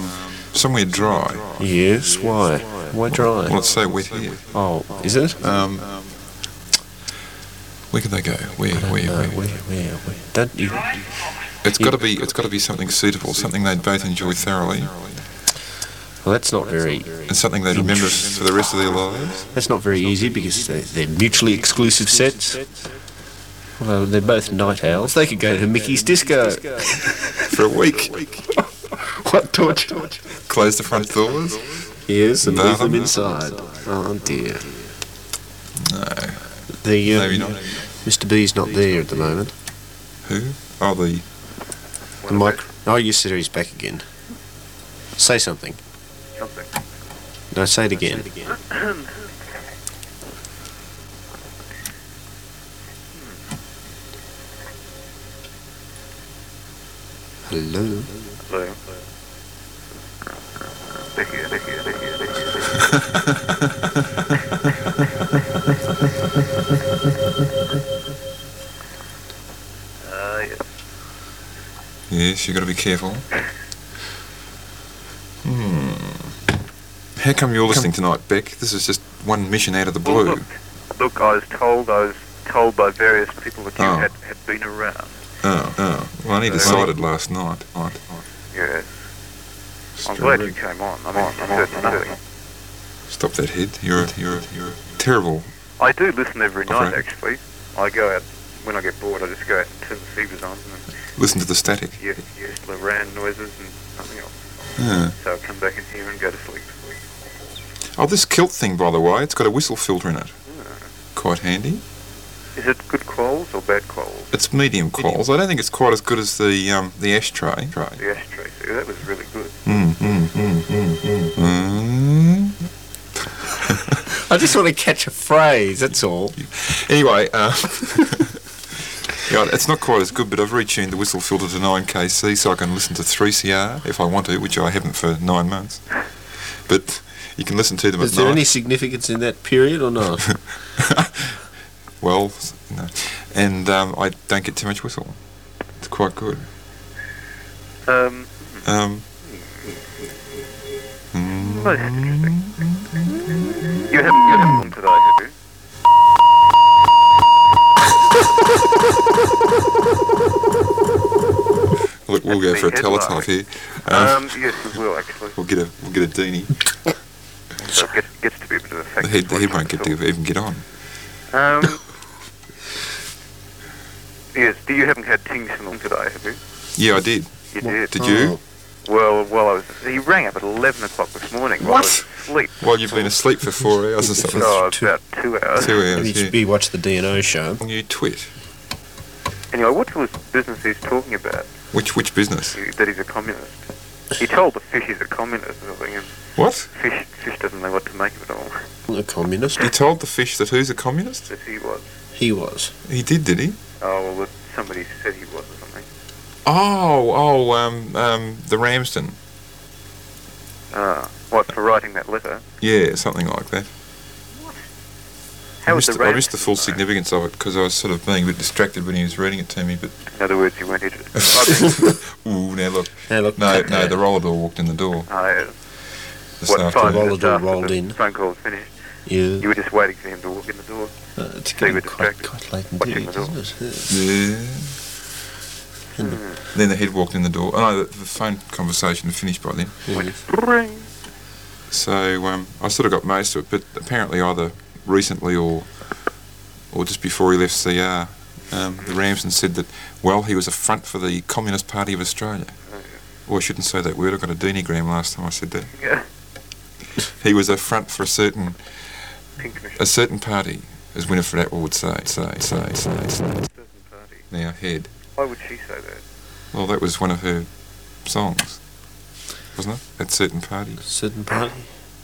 Speaker 5: somewhere dry.
Speaker 4: Yes, why? Why
Speaker 5: Well,
Speaker 4: dry?
Speaker 5: it's so wet here.
Speaker 4: Oh, is it?
Speaker 5: Um, where could they go? Where? Where?
Speaker 4: No, where,
Speaker 5: Where?
Speaker 4: where, where? Don't you?
Speaker 5: It's got to be. It's got to be something suitable, something they'd both enjoy thoroughly,
Speaker 4: Well, that's not very.
Speaker 5: and something they'd remember for the rest of their lives.
Speaker 4: That's not very easy because they're, they're mutually exclusive sets. Well, they're both night owls. They could go to Mickey's Disco
Speaker 5: For a week.
Speaker 4: What torture?
Speaker 5: Close the front doors.
Speaker 4: Yes, and leave them
Speaker 5: Bathroom.
Speaker 4: inside. Oh dear.
Speaker 5: No,
Speaker 4: The um,
Speaker 5: maybe not.
Speaker 4: Mr. B's not there at the moment.
Speaker 5: Who? Oh, the
Speaker 4: The mic. Oh, you said he's back again. Say something.
Speaker 8: Something.
Speaker 4: No, say it again. Hello.
Speaker 8: Hello. They're here, they're here, they're here, they're here, they're here.
Speaker 5: Uh,
Speaker 8: Uh, yeah.
Speaker 5: Yes, you've got to be careful. Hmm. How come you're listening tonight, Beck? This is just one mission out of the
Speaker 8: Well,
Speaker 5: blue.
Speaker 8: Oh, look, look, I was told, I was told by various people that you
Speaker 5: Oh.
Speaker 8: had, had been around.
Speaker 5: Oh, oh. Well, I only decided last night. Night.
Speaker 8: Yes. I'm glad you
Speaker 5: Stop
Speaker 8: came on. I mean, certainly.
Speaker 5: stop that head. You're a, you're a, you're a terrible.
Speaker 8: I do listen every night,
Speaker 5: Alright.
Speaker 8: actually. I go out, when I get bored, I just go out and turn the receivers on, and
Speaker 5: Listen to the static.
Speaker 8: yeah, yes, Loran noises and nothing else.
Speaker 5: Yeah.
Speaker 8: So I come back in here and go to sleep.
Speaker 5: Oh, this kilt thing, by the way, it's got a whistle filter in it. Quite handy.
Speaker 8: Is it good quals or bad quals?
Speaker 5: It's medium quals. I don't think it's quite as good as the um, the ashtray.
Speaker 8: The ashtray, too. That was really good.
Speaker 5: Mm, mm, mm, mm, mm, mm.
Speaker 4: I just want to catch a phrase. That's all.
Speaker 5: Anyway, uh, yeah, it's not quite as good, but I've retuned the whistle filter to 9kc so I can listen to 3CR if I want to, which I haven't for nine months. But you can listen to them
Speaker 4: Is
Speaker 5: at
Speaker 4: there
Speaker 5: night.
Speaker 4: any significance in that period or not?
Speaker 5: well, s- no. and um, I don't get too much whistle. It's quite good.
Speaker 8: Um,
Speaker 5: Um,
Speaker 8: well, that's interesting. You haven't you haven't gone today, have you?
Speaker 5: look, we'll go
Speaker 8: Big
Speaker 5: for a
Speaker 8: headlight.
Speaker 5: teletype here. Um,
Speaker 8: Um, yes, we will, actually.
Speaker 5: we'll get a we'll get a deanie.
Speaker 8: So it gets, gets to be a bit of a fact.
Speaker 5: The head, the head
Speaker 8: What
Speaker 5: won't get to
Speaker 8: sort of-
Speaker 5: even get on.
Speaker 8: Um, yes, do you haven't had Ting Song today, have you?
Speaker 5: Yeah, I did.
Speaker 8: You
Speaker 5: What-
Speaker 8: did.
Speaker 5: Did you?
Speaker 8: Well, while I was, he rang up at eleven o'clock this morning while I was asleep.
Speaker 5: Well, you've been asleep for four hours or something.
Speaker 8: Oh,
Speaker 4: two-
Speaker 8: about two hours.
Speaker 5: Two
Speaker 4: Maybe
Speaker 5: hours.
Speaker 4: you should
Speaker 5: Yeah.
Speaker 4: be watch the DNO show.
Speaker 5: You twit.
Speaker 8: Anyway, what was business he's talking about?
Speaker 5: Which which business?
Speaker 8: He- That he's a communist. He told the fish he's a communist or something, and
Speaker 5: What?
Speaker 8: fish fish doesn't know what to make of it all.
Speaker 4: A communist.
Speaker 5: He told the fish that who's a communist?
Speaker 8: That he was.
Speaker 4: He was.
Speaker 5: He did, did he?
Speaker 8: Oh well, that somebody said he was or something.
Speaker 5: Oh, oh, um, um, the Ramsden.
Speaker 8: Ah, what for Uh, writing that letter?
Speaker 5: Yeah, something like that. I
Speaker 8: How was
Speaker 5: missed,
Speaker 8: the
Speaker 5: I
Speaker 8: rain?
Speaker 5: missed the full significance of it because I was sort of being a bit distracted when he was reading it to me. But
Speaker 8: In other words, you weren't interested. oh,
Speaker 5: ooh, now look,
Speaker 4: Now look,
Speaker 5: no, no, the roller door walked in the door
Speaker 8: I-
Speaker 5: this
Speaker 8: what, five
Speaker 5: afternoon.
Speaker 8: minutes
Speaker 4: Volador
Speaker 8: after
Speaker 4: rolled
Speaker 8: the
Speaker 4: in.
Speaker 8: phone call was finished,
Speaker 4: Yeah,
Speaker 8: you were just waiting for him to walk in the door.
Speaker 4: uh, it's
Speaker 8: they were
Speaker 4: getting quite, quite
Speaker 8: distracted.
Speaker 4: late in the
Speaker 8: Watching the door.
Speaker 4: isn't it? Yeah.
Speaker 5: Yeah.
Speaker 8: Hmm.
Speaker 5: And then the head walked in the door. Oh, no, the, the phone conversation had finished by then.
Speaker 8: Ring.
Speaker 5: So um, I sort of got most of it, but apparently either recently or or just before he left CR, um, the Ramson said that well he was a front for the Communist Party of Australia. Oh, I shouldn't say that word. I got a denigram last time I said that.
Speaker 8: Yeah.
Speaker 5: He was a front for a certain
Speaker 8: Pink machine
Speaker 5: a certain party, as Winifred Atwell would say. Say, say, say, say.
Speaker 8: person party.
Speaker 5: Now head.
Speaker 8: Why would she say that?
Speaker 5: Well, that was one of her songs, wasn't it? That certain party,
Speaker 4: Certain party.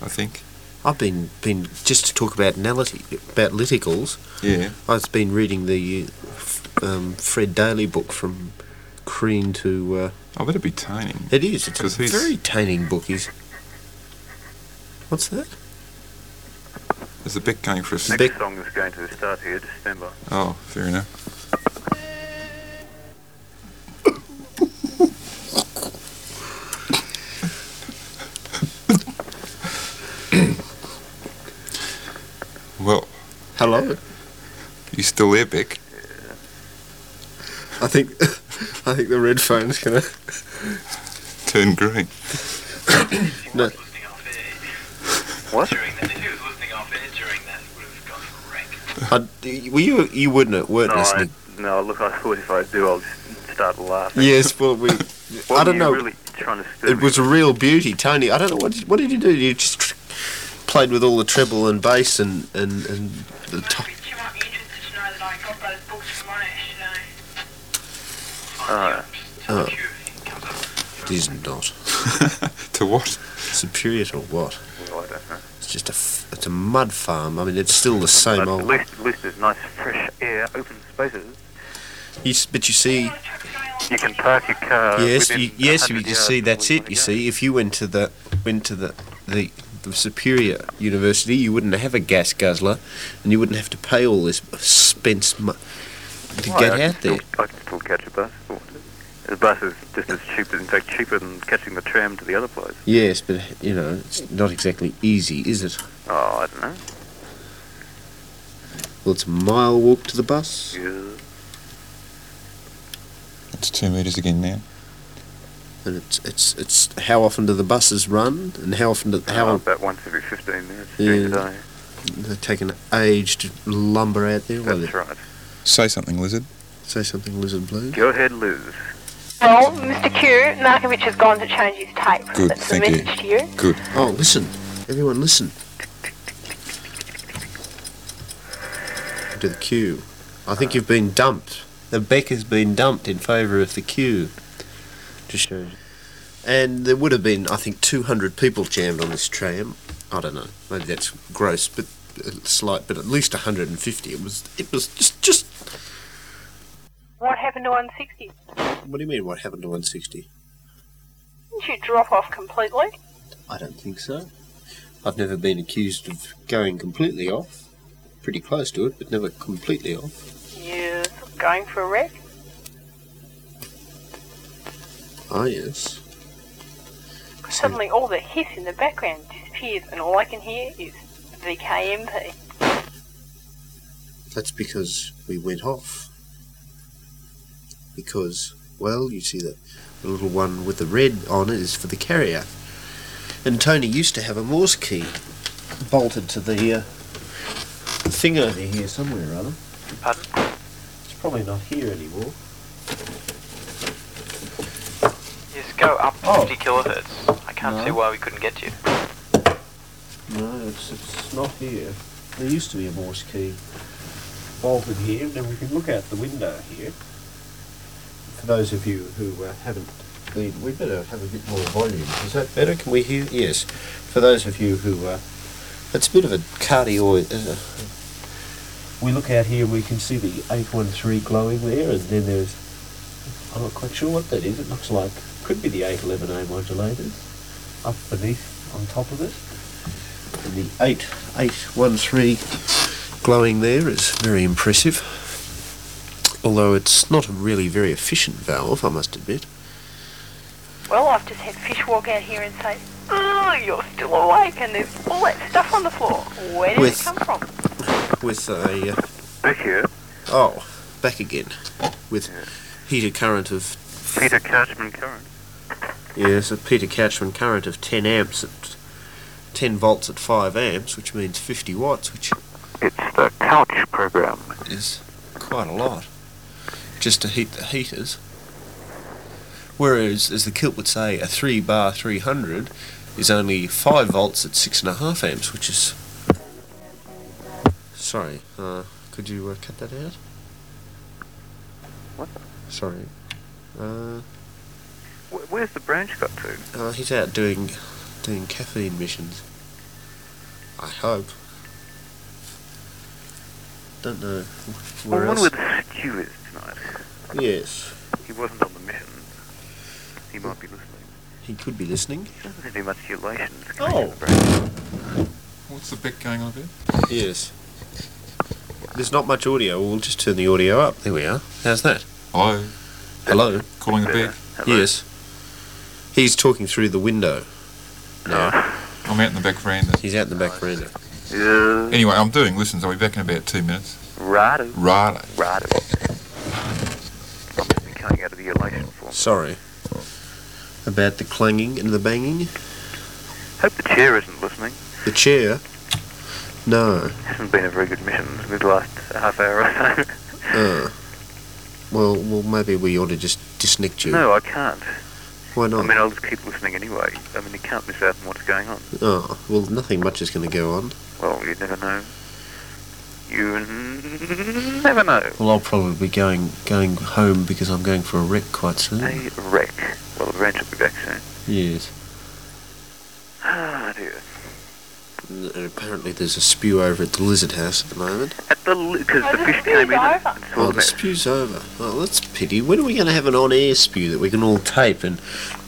Speaker 5: I think.
Speaker 4: I've been been just to talk about nality, about liticals.
Speaker 5: Yeah.
Speaker 4: I've been reading the uh, um, Fred Daly book from Crean to. Uh,
Speaker 5: Oh, that'd be tainting.
Speaker 4: it is. It's a
Speaker 5: 'Cause he's-
Speaker 4: very taining book. He's. What's that?
Speaker 5: Is the Beck going for a
Speaker 8: Next
Speaker 5: s-
Speaker 4: Big-
Speaker 8: song is going to start here. Just stand by.
Speaker 5: Oh, fair enough. well,
Speaker 4: Hello.
Speaker 5: you still there, Beck?
Speaker 4: I think. I think the red phone's gonna.
Speaker 5: Turn green.
Speaker 4: No.
Speaker 8: What?
Speaker 4: I, were you? You wouldn't. Weren't
Speaker 8: No, I,
Speaker 4: listening.
Speaker 8: no, look, I thought if I do, I'll just start laughing.
Speaker 4: Yes. Well, we.
Speaker 8: What
Speaker 4: I
Speaker 8: were
Speaker 4: don't
Speaker 8: you
Speaker 4: know.
Speaker 8: really trying to stir
Speaker 4: It was a real beauty, Tony. I don't know what did, what did you do. You just tr- played with all the treble and bass and and and the top.
Speaker 3: You might be interested to know that I got those books from Monash today.
Speaker 8: Uh,
Speaker 4: Oh. It is not
Speaker 5: To what?
Speaker 4: superior to what?
Speaker 8: well, I don't know.
Speaker 4: It's just a f- it's a mud farm. I mean, it's still the same
Speaker 8: But at
Speaker 4: old.
Speaker 8: least, at least there's nice fresh air, open spaces.
Speaker 4: You, s- but you see,
Speaker 8: You can park your car.
Speaker 4: yes,
Speaker 8: within
Speaker 4: you, yes, you just
Speaker 8: 100 yards
Speaker 4: see.
Speaker 8: of where
Speaker 4: That's
Speaker 8: you
Speaker 4: it.
Speaker 8: wanna
Speaker 4: You
Speaker 8: go.
Speaker 4: see, if you went to the went to the the the superior university, you wouldn't have a gas guzzler, and you wouldn't have to pay all this expense mu- to
Speaker 8: Why, I
Speaker 4: get
Speaker 8: can
Speaker 4: out there.
Speaker 8: Still, I can still catch a bus. if I wanted. The bus is just as cheap, in fact, cheaper than catching the tram to the other place.
Speaker 4: Yes, but you know, it's not exactly easy, is it?
Speaker 8: Oh, I don't know.
Speaker 4: Well, it's a mile walk to the bus.
Speaker 8: You-
Speaker 5: It's two metres again now.
Speaker 4: And it's it's it's how often do the buses run, and how often do, how
Speaker 8: oh,
Speaker 4: often
Speaker 8: about once every 15 minutes during the
Speaker 4: Yeah.
Speaker 8: day.
Speaker 4: they take an age to lumber out there. Well,
Speaker 8: That's right.
Speaker 5: Say something, lizard.
Speaker 4: say something, lizard blue.
Speaker 8: Go ahead, Liz.
Speaker 3: Well, Mr. Q, Markovic has gone to change his tape.
Speaker 5: Good,
Speaker 3: That's
Speaker 5: thank
Speaker 3: the
Speaker 5: you.
Speaker 3: message to you.
Speaker 5: Good.
Speaker 4: Oh, listen, everyone, listen. To the queue. I think you've been dumped. The beck has been dumped in favour of the queue. Just show. And there would have been, I think, 200 people jammed on this tram. I don't know. Maybe that's gross, but uh, slight. But at least 150. It was. It was just. Just.
Speaker 3: What happened to 160?
Speaker 4: What do you mean? What happened to 160?
Speaker 3: Didn't you drop off completely?
Speaker 4: I don't think so. I've never been accused of going completely off. Pretty close to it, but never completely off.
Speaker 3: Yes, going for a wreck.
Speaker 4: Ah, yes.
Speaker 3: Suddenly all the hiss in the background disappears and all I can hear is VKMP.
Speaker 4: That's because we went off. Because, well, you see the, the little one with the red on it is for the carrier. And Tony used to have a Morse key bolted to the uh, thing over here somewhere or other.
Speaker 6: Pardon?
Speaker 4: It's probably not here anymore.
Speaker 6: Yes, go up
Speaker 4: Oh.
Speaker 6: 50 kilohertz. I can't
Speaker 4: No.
Speaker 6: see why we couldn't get you.
Speaker 4: No, it's, it's not here. There used to be a Morse key bolted here, and we can look out the window here. For those of you who uh, haven't been, we better have a bit more volume. Is that better? Can we hear? Yes. For those of you who, uh, it's a bit of a cardioid. Uh, we look out here, we can see the 813 glowing there, and then there's. I'm not quite sure what that is. It looks like could be the 811A modulators up beneath on top of it and the 8, 813 glowing there is very impressive. Although it's not a really very efficient valve, I must admit.
Speaker 3: Well, I've just had fish walk out here and say, "Oh, you're still awake," and there's all that stuff on the floor. Where did
Speaker 4: With-
Speaker 3: it come from?
Speaker 4: With a. Uh,
Speaker 8: This year,
Speaker 4: oh, back again. With heated current of.
Speaker 8: Peter Catchman current.
Speaker 4: Yeah, it's a Peter Cashman current of 10 amps at. 10 volts at 5 amps, which means 50 watts, which
Speaker 8: It's the couch program.
Speaker 4: is quite a lot just to heat the heaters. Whereas, as the kilt would say, a 3 bar 300 is only 5 volts at 6.5 amps, which is. Sorry, uh, could you uh, cut that out?
Speaker 8: What?
Speaker 4: Sorry. Uh,
Speaker 8: Wh- where's the branch got to?
Speaker 4: uh, he's out doing doing caffeine missions. I hope. Don't know wh- where
Speaker 8: I wonder
Speaker 4: else.
Speaker 8: where Oh, the stew is tonight.
Speaker 4: yes,
Speaker 8: He wasn't on the mission. He might be listening.
Speaker 4: he could be listening.
Speaker 8: There doesn't seem to be much elation.
Speaker 4: Oh.
Speaker 5: What's the bet going on about?
Speaker 4: Yes. There's not much audio. We'll just turn the audio up. There we are. How's that?
Speaker 5: Hello,
Speaker 4: Hello.
Speaker 5: calling the bet.
Speaker 4: Yes. He's talking through the window. No,
Speaker 5: I'm out in the back veranda.
Speaker 4: he's out in the back veranda.
Speaker 8: Yeah.
Speaker 5: Anyway, I'm doing listens. I'll be back in about two minutes.
Speaker 8: Righto.
Speaker 5: Right.
Speaker 8: Righto. I'm just coming out of the elation form.
Speaker 4: Sorry. About the clanging and the banging.
Speaker 8: Hope the chair isn't listening.
Speaker 4: The chair. No.
Speaker 8: Hasn't been a very good mission this last half hour or
Speaker 4: Uh, well, well, maybe we ought to just disconnect
Speaker 8: so.
Speaker 4: you.
Speaker 8: No, I can't.
Speaker 4: Why
Speaker 8: I
Speaker 2: Oh.
Speaker 4: not?
Speaker 8: mean, I'll just keep listening anyway. I mean, you can't miss out on what's going on.
Speaker 4: oh, well, nothing much is going to go on.
Speaker 8: Well, you never know. You n- never know.
Speaker 4: Well, I'll probably be going going home because I'm going for a wreck quite soon.
Speaker 8: A wreck. Well, the ranch will be back soon.
Speaker 4: Yes.
Speaker 8: Ah, dear.
Speaker 4: And Uh, apparently there's a spew over at the lizard house at the moment.
Speaker 8: At the because
Speaker 3: Oh,
Speaker 8: the
Speaker 3: the
Speaker 8: fish
Speaker 3: spew's
Speaker 8: came in and
Speaker 3: over.
Speaker 8: and saw
Speaker 4: Oh,
Speaker 8: the
Speaker 4: the
Speaker 8: mess.
Speaker 4: spew's over. Oh, that's a pity. When are we going to have an on-air spew that we can all tape and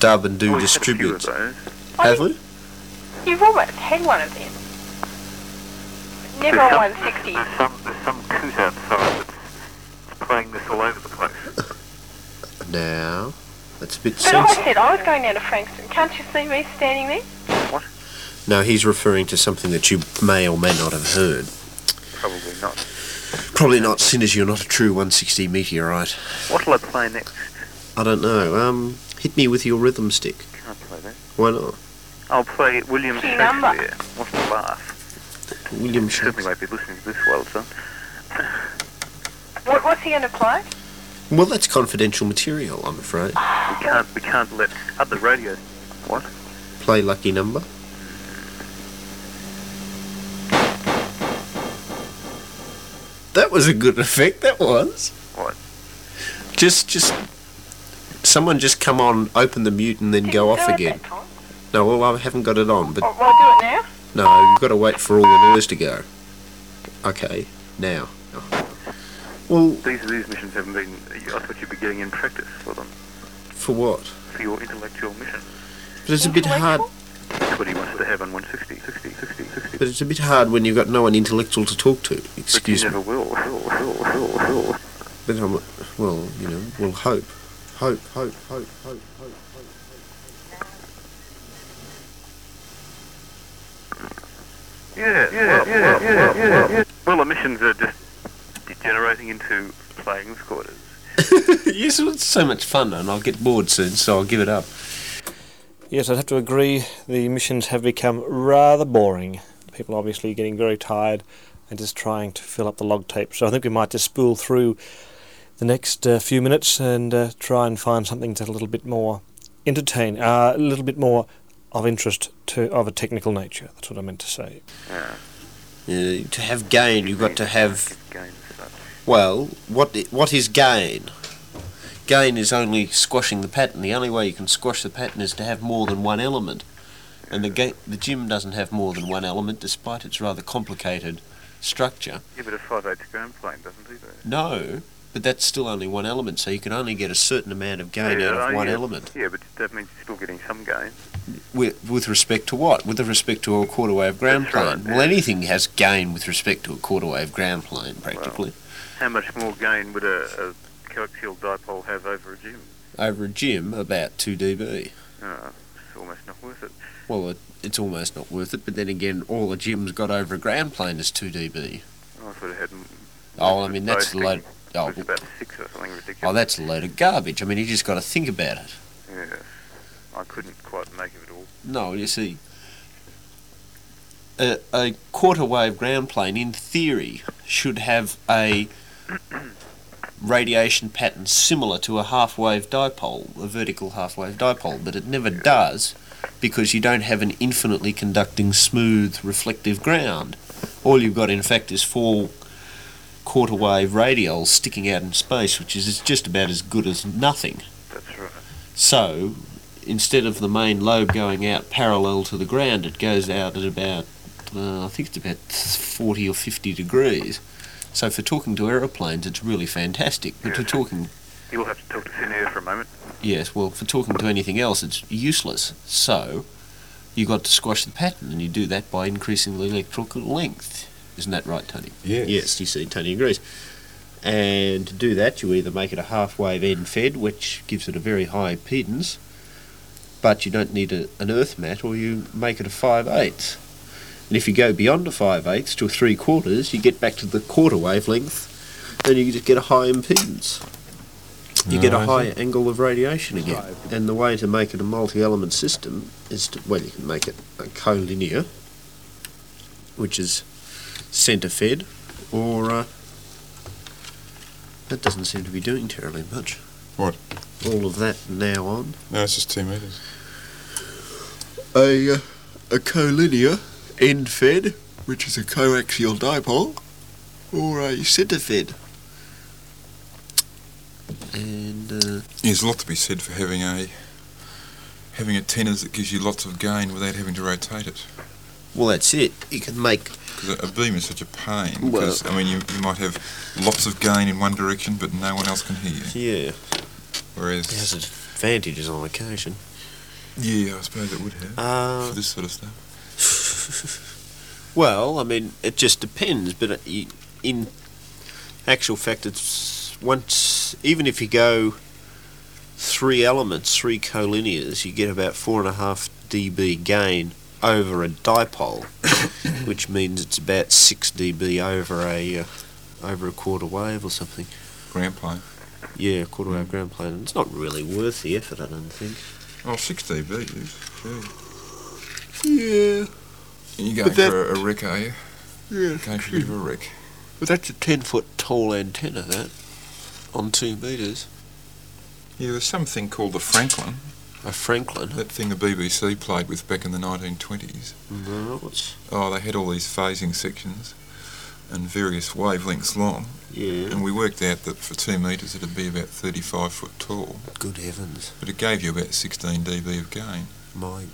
Speaker 4: dub and do
Speaker 8: Well, we've had Oh, a few of
Speaker 4: distribute?
Speaker 8: those.
Speaker 3: I
Speaker 4: Have
Speaker 3: mean,
Speaker 4: we?
Speaker 3: You've almost had one of them. Never a
Speaker 8: There's some-
Speaker 3: 160.
Speaker 8: There's some, there's some coot outside that's playing this all over the place.
Speaker 4: Now, that's a bit
Speaker 3: But I
Speaker 4: sense.
Speaker 3: said I was going down to Frankston. Can't you see me standing there?
Speaker 4: No, he's referring to something that you may or may not have heard.
Speaker 8: Probably not.
Speaker 4: Probably not, seeing as you're not a true 160 meteorite.
Speaker 8: What'll I play next?
Speaker 4: I don't know. Um, hit me with your rhythm stick.
Speaker 8: Can't play that.
Speaker 4: Why not?
Speaker 8: I'll play William
Speaker 3: Key number.
Speaker 8: Shakespeare. What's the laugh?
Speaker 4: William
Speaker 8: Certainly
Speaker 4: Shakespeare.
Speaker 8: won't be listening to this while it's on.
Speaker 3: What, what's he going to play?
Speaker 4: Well, that's confidential material, I'm afraid.
Speaker 8: We can't, we can't let other radio. What?
Speaker 4: Play lucky number. That was a good effect. That was.
Speaker 8: What?
Speaker 4: Just, just. Someone just come on, open the mute, and then go
Speaker 3: Didn't
Speaker 4: off
Speaker 3: do it
Speaker 4: again.
Speaker 3: that time.
Speaker 4: No, well, I haven't got it on, but
Speaker 3: Or, well, do it now.
Speaker 4: no, you've got to wait for all the noise to go. Okay, now. Well,
Speaker 8: These these missions haven't been. I thought you'd be getting in practice for them
Speaker 4: for what?
Speaker 8: for your intellectual mission.
Speaker 4: But it's a bit hard.
Speaker 8: That's what he wanted to have on 160, 60, 60, 60.
Speaker 4: But it's a bit hard when you've got no one intellectual to talk to.
Speaker 8: But you
Speaker 4: Excuse me.
Speaker 8: never will. Will, will, will, will.
Speaker 4: But I'm, well, you know, well, hope, hope, hope, hope, hope, hope.
Speaker 8: Yeah, yeah, yeah, yeah, yeah, yeah. Well, emissions are just degenerating into playing quarters.
Speaker 4: yes, well, it's so much fun, and I'll get bored soon, so I'll give it up.
Speaker 2: Yes, I'd have to agree. The missions have become rather boring. People are obviously getting very tired and just trying to fill up the log tape. So I think we might just spool through the next uh, few minutes and uh, try and find something that's a little bit more entertain, uh, a little bit more of interest to of a technical nature. That's what I meant to say.
Speaker 4: Yeah, to have gain, you've got to have.
Speaker 8: Games.
Speaker 4: Well, what i- what is gain? Gain is only squashing the pattern. The only way you can squash the pattern is to have more than one element, and the ga- the gym doesn't have more than one element, despite its rather complicated structure.
Speaker 8: Yeah, but a 5 gram plane doesn't either.
Speaker 4: No, but that's still only one element, so you can only get a certain amount of gain out
Speaker 8: oh,
Speaker 4: of one
Speaker 8: yeah.
Speaker 4: element.
Speaker 8: Yeah, but that means you're still getting some gain.
Speaker 4: With, with respect to what? With respect to a quarter wave ground
Speaker 8: That's right,
Speaker 4: plane. Well,
Speaker 8: yeah.
Speaker 4: anything has gain with respect to a quarter wave ground plane, practically,
Speaker 8: How much more gain would a, a coaxial dipole have over a gym?
Speaker 4: over a gym about 2 dB.
Speaker 8: Uh, it's almost not worth it.
Speaker 4: Well, it, it's almost not worth it, but then again, all a gym's got over a ground plane is 2 dB.
Speaker 8: I thought it had. m-
Speaker 4: Oh, I
Speaker 8: most
Speaker 4: mean,
Speaker 8: of
Speaker 4: that's
Speaker 8: those
Speaker 4: load.
Speaker 8: things
Speaker 4: Oh,
Speaker 8: was about six or something ridiculous.
Speaker 4: oh, that's a load of garbage. I mean, you just got to think about it.
Speaker 8: Yes. I couldn't quite make it all.
Speaker 4: No, you see, a, a quarter wave ground plane, in theory, should have a radiation pattern similar to a half wave dipole, a vertical half wave dipole, but it never does because you don't have an infinitely conducting, smooth, reflective ground. All you've got, in fact, is four quarter wave radials sticking out in space, which is just about as good as nothing.
Speaker 8: That's right.
Speaker 4: So instead of the main lobe going out parallel to the ground, it goes out at about, uh, I think it's about 40 or 50 degrees. So for talking to aeroplanes, it's really fantastic. But for
Speaker 8: Yeah.
Speaker 4: talking,
Speaker 8: You'll have to talk to thin air for a moment.
Speaker 4: yes, well, for talking to anything else, it's useless. So you got to squash the pattern, and you do that by increasing the electrical length. Isn't that right, Tony?
Speaker 5: Yes.
Speaker 4: Yes, you see, Tony agrees. And to do that, you either make it a half wave end fed, which gives it a very high impedance, but you don't need a, an earth mat, or you make it a 5 eighths. And if you go beyond a 5 eighths to a 3 quarters, you get back to the quarter wavelength, and you just get a high impedance. You get a
Speaker 5: Right.
Speaker 4: high angle of radiation again. And the way to make it a multi element system is to, well, you can make it a collinear, which is centre fed, or uh, that doesn't seem to be doing terribly much.
Speaker 5: What?
Speaker 4: All of that now on.
Speaker 5: No, it's just two metres.
Speaker 4: A uh, a collinear end fed, which is a coaxial dipole, or a centre fed. And uh,
Speaker 5: There's a lot to be said for having a having a tenors that gives you lots of gain without having to rotate it.
Speaker 4: well, that's it. You can make
Speaker 5: Because a beam is such a pain.
Speaker 4: Well-
Speaker 5: Because I mean, you, you might have lots of gain in one direction, but no one else can hear you.
Speaker 4: yeah. It has
Speaker 5: Whereas,
Speaker 4: advantages on occasion.
Speaker 5: yeah, I suppose it would have
Speaker 4: Uh,
Speaker 5: for this sort of stuff.
Speaker 4: Well, I mean, it just depends, but uh, you- in actual fact, it's once, even if you go three elements, three collinears, you get about four and a half dB gain over a dipole, which means it's about six dB over a uh, over a quarter wave or something.
Speaker 5: Ground plane.
Speaker 4: Yeah, a quarter wave ground plane. It's not really worth the effort, I don't think.
Speaker 5: Oh, 6 dB. is- yeah.
Speaker 4: Yeah,
Speaker 5: You're going
Speaker 4: But that-
Speaker 5: for a, a wreck, are you?
Speaker 4: yeah.
Speaker 5: Going for a bit of a wreck.
Speaker 4: But that's a ten foot tall antenna, that on two meters.
Speaker 5: Yeah, there's something called the Franklin.
Speaker 4: A Franklin.
Speaker 5: That thing the BBC played with back in the 1920s.
Speaker 4: No, it's
Speaker 5: Oh, they had all these phasing sections and various wavelengths long,
Speaker 4: yeah.
Speaker 5: and we worked out that for two metres it'd be about 35 foot tall,
Speaker 4: Good heavens,
Speaker 5: but it gave you about 16 dB of gain.
Speaker 4: my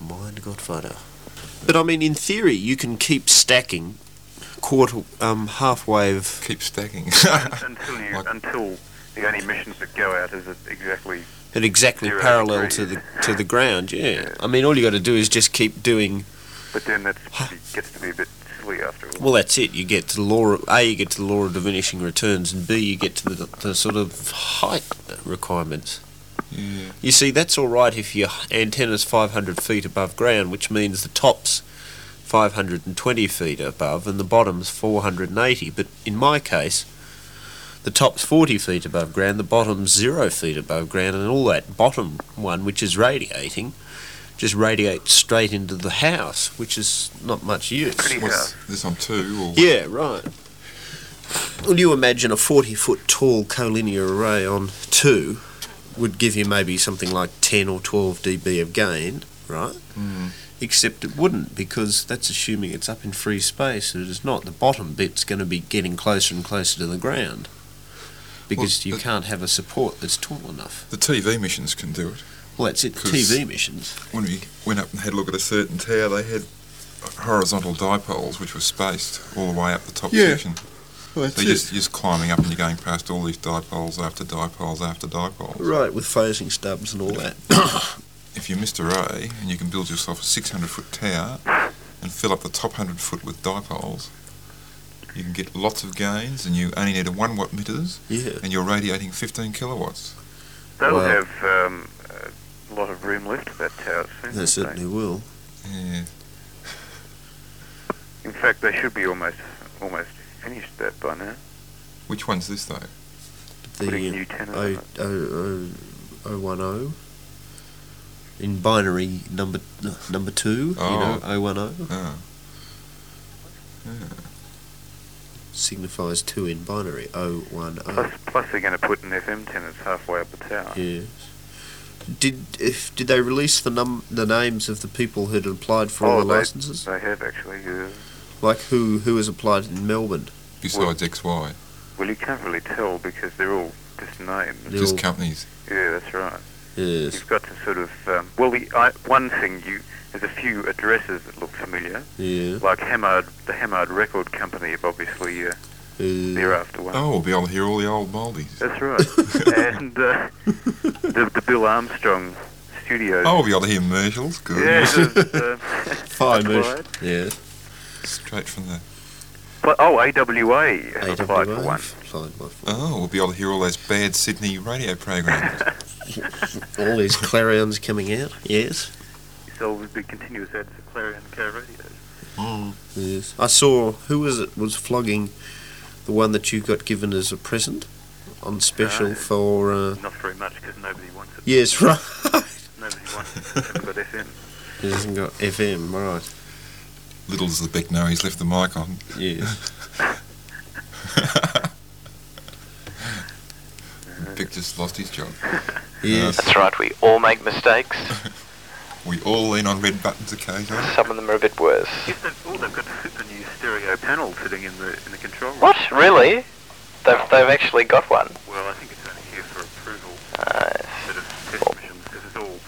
Speaker 4: mind got fodder. But I mean, in theory, you can keep stacking quarter, um, half wave.
Speaker 5: Keep stacking.
Speaker 8: Until you,
Speaker 5: Like-
Speaker 8: until the only missions that go out is at exactly.
Speaker 4: at exactly
Speaker 8: Zero
Speaker 4: parallel to the
Speaker 8: degrees.
Speaker 4: to the ground. Yeah, I mean, all you got to do is just keep doing.
Speaker 8: But then that gets to be a bit silly after all.
Speaker 4: Well, that's it. You get to the law. Of, a, you get to the law of diminishing returns, and B, you get to the, the sort of height requirements.
Speaker 5: yeah.
Speaker 4: You see, that's all right if your antenna's 500 feet above ground, which means the top's 520 feet above and the bottom's 480. But in my case, the top's 40 feet above ground, the bottom's zero feet above ground, and all that bottom one, which is radiating, just radiates straight into the house, which is not much use.
Speaker 8: Pretty
Speaker 5: What's this on two? Or
Speaker 4: Yeah, right. Well, you imagine a 40 foot tall collinear array on two would give you maybe something like 10 or 12 dB of gain, right?
Speaker 5: Mm.
Speaker 4: Except it wouldn't because that's assuming it's up in free space and it is not. The bottom bit's going to be getting closer and closer to the ground because
Speaker 5: Well,
Speaker 4: you
Speaker 5: the-
Speaker 4: can't have a support that's tall enough.
Speaker 5: The TV missions can do it.
Speaker 4: Well, that's it,
Speaker 5: 'Cause-
Speaker 4: TV missions.
Speaker 5: When we went up and had a look at a certain tower, they had horizontal dipoles which were spaced all the way up the top
Speaker 4: Yeah.
Speaker 5: section. So you're just, you're just climbing up and you're going past all these dipoles after dipoles after dipoles.
Speaker 4: Right, with phasing stubs and all that.
Speaker 5: if you're Mr. A and you can build yourself a 600 foot tower and fill up the top 100 foot with dipoles, you can get lots of gains and you only need a 1 watt meters
Speaker 4: Yeah.
Speaker 5: and you're radiating 15 kilowatts.
Speaker 8: They'll
Speaker 4: Well-
Speaker 8: have um, a lot of room left at that tower soon.
Speaker 4: They
Speaker 8: won't
Speaker 4: certainly will.
Speaker 5: Yeah.
Speaker 8: In fact, they should be almost almost finished that by now.
Speaker 5: Which one's this though?
Speaker 8: Putting
Speaker 4: The
Speaker 8: new tenant on
Speaker 4: O
Speaker 8: it.
Speaker 4: O O O one O in binary number number two. You know, O one O
Speaker 5: Oh.
Speaker 4: signifies two in binary. O one O.
Speaker 8: Plus, plus they're going to put an FM tenants halfway up the tower.
Speaker 4: Yes. Did if did they release the num the names of the people who'd applied for all the
Speaker 8: Oh, they,
Speaker 4: licenses?
Speaker 8: They have actually. Yeah.
Speaker 4: Like who who has applied in Melbourne?
Speaker 5: Besides XY,
Speaker 8: Well, you can't really tell because they're all just names.
Speaker 4: Yeah.
Speaker 5: just
Speaker 4: Little-
Speaker 5: companies.
Speaker 8: Yeah, that's right.
Speaker 4: Yes.
Speaker 8: You've got to sort of. Um, well, the I, one thing you there's a few addresses that look familiar,
Speaker 4: Yeah.
Speaker 8: like Hamard, the Hamard Record Company, have obviously uh,
Speaker 4: yeah.
Speaker 8: they're after one.
Speaker 5: Oh, we'll be able to hear all the old Baldies.
Speaker 8: That's right. and uh, the, the Bill Armstrong Studios.
Speaker 5: Oh, we'll be able to hear Mershals. Good.
Speaker 8: Yes. uh,
Speaker 4: Fire
Speaker 8: applied.
Speaker 4: Mersh. Yeah.
Speaker 5: Straight from the.
Speaker 8: But oh, AWA have applied for
Speaker 4: AWA
Speaker 8: one.
Speaker 4: applied one for
Speaker 5: Oh, we'll be able to hear all those bad Sydney radio programs.
Speaker 4: all these clarions coming out. Yes.
Speaker 8: So it would be continuous ads to Clarion Care Radio.
Speaker 4: Yes. I saw who was it was flogging the one that you got given as a present on special
Speaker 8: Ah.
Speaker 4: for. Uh,
Speaker 8: Not very much because nobody wants it.
Speaker 4: yes, right.
Speaker 8: Nobody wants it. Haven't got FM.
Speaker 4: It hasn't got FM, right?
Speaker 5: Little does the Beck know he's left the mic on.
Speaker 4: Yes.
Speaker 5: Beck just lost his job.
Speaker 4: Yes.
Speaker 6: That's right, we all make mistakes.
Speaker 5: We all lean on red buttons occasionally.
Speaker 6: Some of them are a bit worse.
Speaker 8: Yes, they've, oh, they've got a super new stereo panel sitting in the in the control room.
Speaker 6: What? Really? They've, they've actually got one.
Speaker 8: Well, I think it's only here for approval,
Speaker 6: Uh,
Speaker 8: sort of test missions, because it's all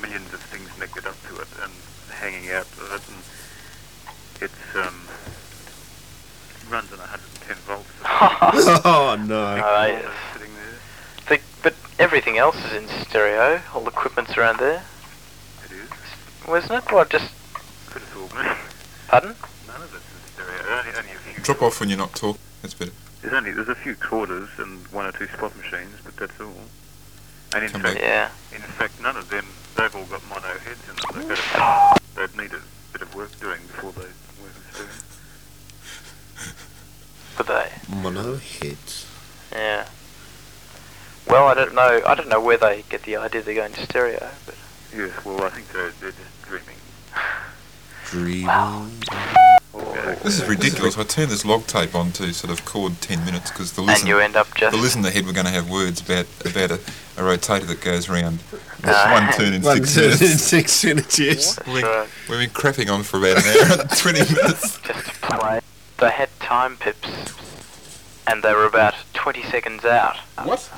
Speaker 8: millions of things connected up to it and hanging out of it, and it's um it runs on 110 volts.
Speaker 4: oh no.
Speaker 6: Oh,
Speaker 8: All
Speaker 6: yes.
Speaker 8: those sitting there.
Speaker 6: the, but everything else is in stereo. All the equipment's around there,
Speaker 8: It is.
Speaker 6: wasn't it? What, just...
Speaker 8: Could have all me.
Speaker 6: Pardon?
Speaker 8: None of it's in stereo. Only, only a few.
Speaker 5: Drop off when you're not talking. That's better.
Speaker 8: There's only there's a few quarters and one or two spot machines, but that's all. And in
Speaker 5: Come
Speaker 8: fact,
Speaker 6: Yeah.
Speaker 8: in fact, none of them they've all got mono heads in them. They've got a, they'd need a bit of work doing before they work in stereo.
Speaker 6: But they...
Speaker 4: Mono heads.
Speaker 6: Yeah. Well, I don't know. I don't know where they get the idea they're going to stereo. But
Speaker 8: Yes, well, I think they're, they're just dreaming.
Speaker 4: Dreaming.
Speaker 5: This is ridiculous. I turned this log tape on to sort of chord 10 minutes because the
Speaker 6: and you
Speaker 5: listener,
Speaker 6: end up
Speaker 5: the
Speaker 6: just
Speaker 5: listener head were going to have words about about a, a rotator that goes round
Speaker 6: Ah.
Speaker 5: one turn in
Speaker 4: One
Speaker 5: six
Speaker 4: turn in
Speaker 5: minutes.
Speaker 4: six minutes. Yes.
Speaker 6: That's
Speaker 5: We've
Speaker 6: right,
Speaker 5: we've been crapping on for about an hour and 20 minutes.
Speaker 6: just to play. They had time pips, and they were about 20 seconds out.
Speaker 1: What?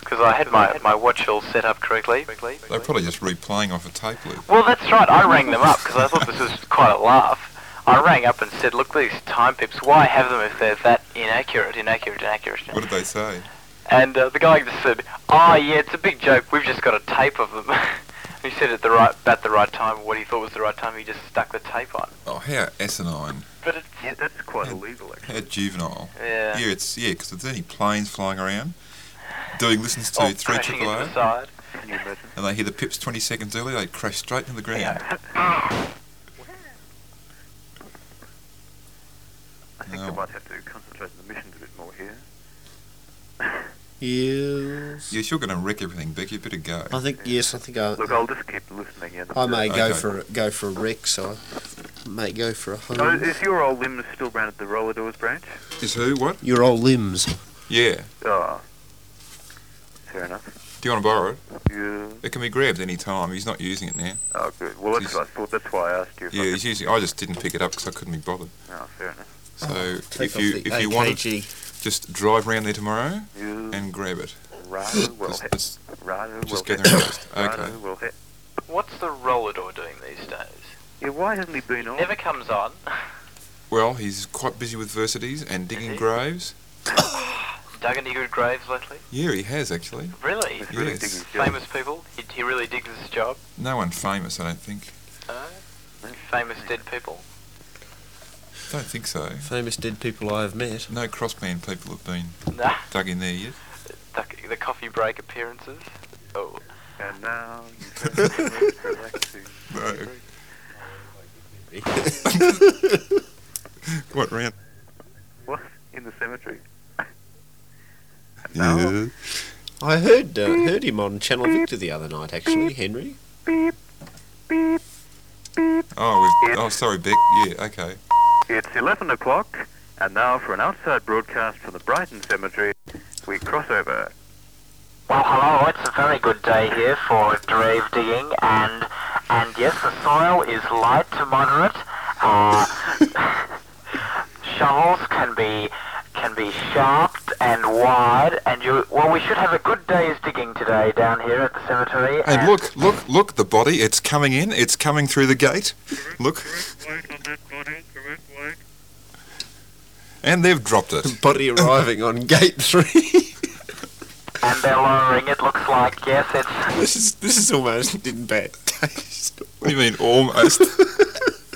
Speaker 6: Because I had my my watch all set up correctly.
Speaker 5: They're probably just replaying off a tape loop.
Speaker 6: Well, that's right. I rang them up because I thought this was quite a laugh. I rang up and said, "Look, these time pips. Why have them if they're that inaccurate, inaccurate, inaccurate?"
Speaker 5: What did they say?
Speaker 6: And uh, the guy just said, "Oh yeah, it's a big joke. We've just got a tape of them." he said at the right, about the right time, what he thought was the right time. He just stuck the tape on.
Speaker 5: Oh, how asinine.
Speaker 6: But it's
Speaker 8: Yeah, that's quite illegal, actually.
Speaker 5: How juvenile.
Speaker 6: yeah,
Speaker 5: Yeah, it's yeah, because there's any planes flying around doing listens to
Speaker 6: Oh,
Speaker 5: three
Speaker 6: crashing
Speaker 5: triple
Speaker 6: into
Speaker 5: O,
Speaker 6: the side.
Speaker 8: Can you imagine?
Speaker 5: and they hear the pips 20 seconds early. They crash straight into the ground.
Speaker 8: I think
Speaker 5: No.
Speaker 8: they might have to concentrate on the missions a bit more here.
Speaker 4: Yes.
Speaker 5: Yes, you're going to wreck everything, Beck. You better go.
Speaker 4: I think yes. I think I.
Speaker 8: Look, I'll just keep listening. Yeah.
Speaker 4: I may go
Speaker 5: Okay.
Speaker 4: for a, go for a wreck. So I may go for a
Speaker 8: Oh,
Speaker 4: home.
Speaker 8: is your old limb still round at the Rolladors branch?
Speaker 5: Is who what?
Speaker 4: Your old limbs.
Speaker 5: Yeah.
Speaker 8: Oh. Fair enough.
Speaker 5: Do you want to borrow it?
Speaker 8: Yeah.
Speaker 5: It can be grabbed any time. He's not using it now.
Speaker 8: Oh, good. Well, that's
Speaker 5: He's-
Speaker 8: what I thought. That's why I asked you. If
Speaker 5: Yeah,
Speaker 8: I
Speaker 5: he's using. I just didn't pick it up because I couldn't be bothered.
Speaker 8: could... Oh, fair enough.
Speaker 5: So
Speaker 4: Take
Speaker 5: if
Speaker 4: off
Speaker 5: you
Speaker 4: the
Speaker 5: if you want it,
Speaker 4: AKG.
Speaker 5: just drive round there tomorrow
Speaker 8: You
Speaker 5: and grab it.
Speaker 8: rather well
Speaker 5: Just-
Speaker 8: hit.
Speaker 5: just-
Speaker 8: Rather well
Speaker 5: just
Speaker 8: hit.
Speaker 5: get there first. Okay.
Speaker 8: Rather well hit.
Speaker 6: What's the roller door doing these days?
Speaker 8: Yeah, why hasn't he been on?
Speaker 6: Never comes on.
Speaker 5: well, he's quite busy with versities and digging
Speaker 6: he?
Speaker 5: graves.
Speaker 6: dug any good graves lately?
Speaker 5: Yeah, he has actually.
Speaker 6: Really?
Speaker 8: He's really
Speaker 5: Yes.
Speaker 8: digging his job.
Speaker 6: Famous people? He, he really digs his job?
Speaker 5: No one famous, I don't think.
Speaker 6: No? Famous dead people?
Speaker 5: Don't think so.
Speaker 4: Famous dead people I have met.
Speaker 5: No crossband people have been
Speaker 6: Nah.
Speaker 5: dug in there yet.
Speaker 6: The, the coffee break appearances? Oh.
Speaker 8: And now you turn the road back to
Speaker 5: No. what round?
Speaker 8: what in the cemetery.
Speaker 5: Yeah.
Speaker 4: I heard uh, heard him on Channel Victor the other night, actually, Henry.
Speaker 5: Oh, we've, oh, sorry, Beck. Yeah, okay.
Speaker 8: It's 11 o'clock, and now for an outside broadcast from the Brighton Cemetery, we cross over.
Speaker 6: Well, hello. It's a very good day here for grave digging, and and yes, the soil is light to moderate. Uh, shovels can be can be sharp and wide, and you well, we should have a good day's digging today down here at the cemetery.
Speaker 5: And look, look, look, the body. It's coming in. It's coming through the gate. Look. And they've dropped it.
Speaker 4: Body arriving on gate three.
Speaker 6: and they're lowering. It looks like yes, it's
Speaker 4: this is this is almost in bad taste.
Speaker 5: What do you mean, almost?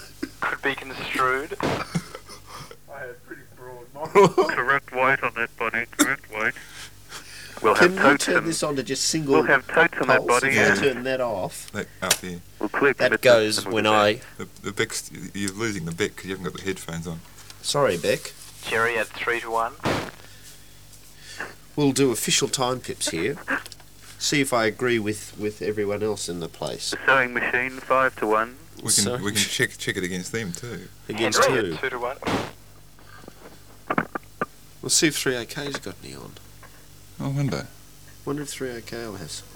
Speaker 6: could be construed.
Speaker 7: Correct weight on that body, correct weight.
Speaker 8: We'll have
Speaker 4: Can we
Speaker 8: totes
Speaker 4: turn
Speaker 8: and
Speaker 4: this on to just single
Speaker 8: we'll have totes on that
Speaker 4: pulse?
Speaker 8: body.
Speaker 4: If
Speaker 5: Yeah.
Speaker 4: I turn that off,
Speaker 5: That up there.
Speaker 8: We'll clear
Speaker 4: that
Speaker 8: commitments
Speaker 4: goes
Speaker 8: and we'll
Speaker 4: when
Speaker 8: be back.
Speaker 4: I.
Speaker 5: The, the Beck's, you're losing the Beck because you haven't got the headphones on.
Speaker 4: Sorry, Beck.
Speaker 6: Jerry at three to one.
Speaker 4: We'll do official time pips here. See if I agree with with everyone else in the place.
Speaker 8: The sewing machine, five to one.
Speaker 5: We can
Speaker 4: Sorry.
Speaker 5: we can check check it against them too.
Speaker 4: Against
Speaker 6: Henry
Speaker 4: two.
Speaker 6: at two to one.
Speaker 4: We'll see if 3OK's got any on.
Speaker 5: I Oh, wonder.
Speaker 4: Wonder if 3OK will have some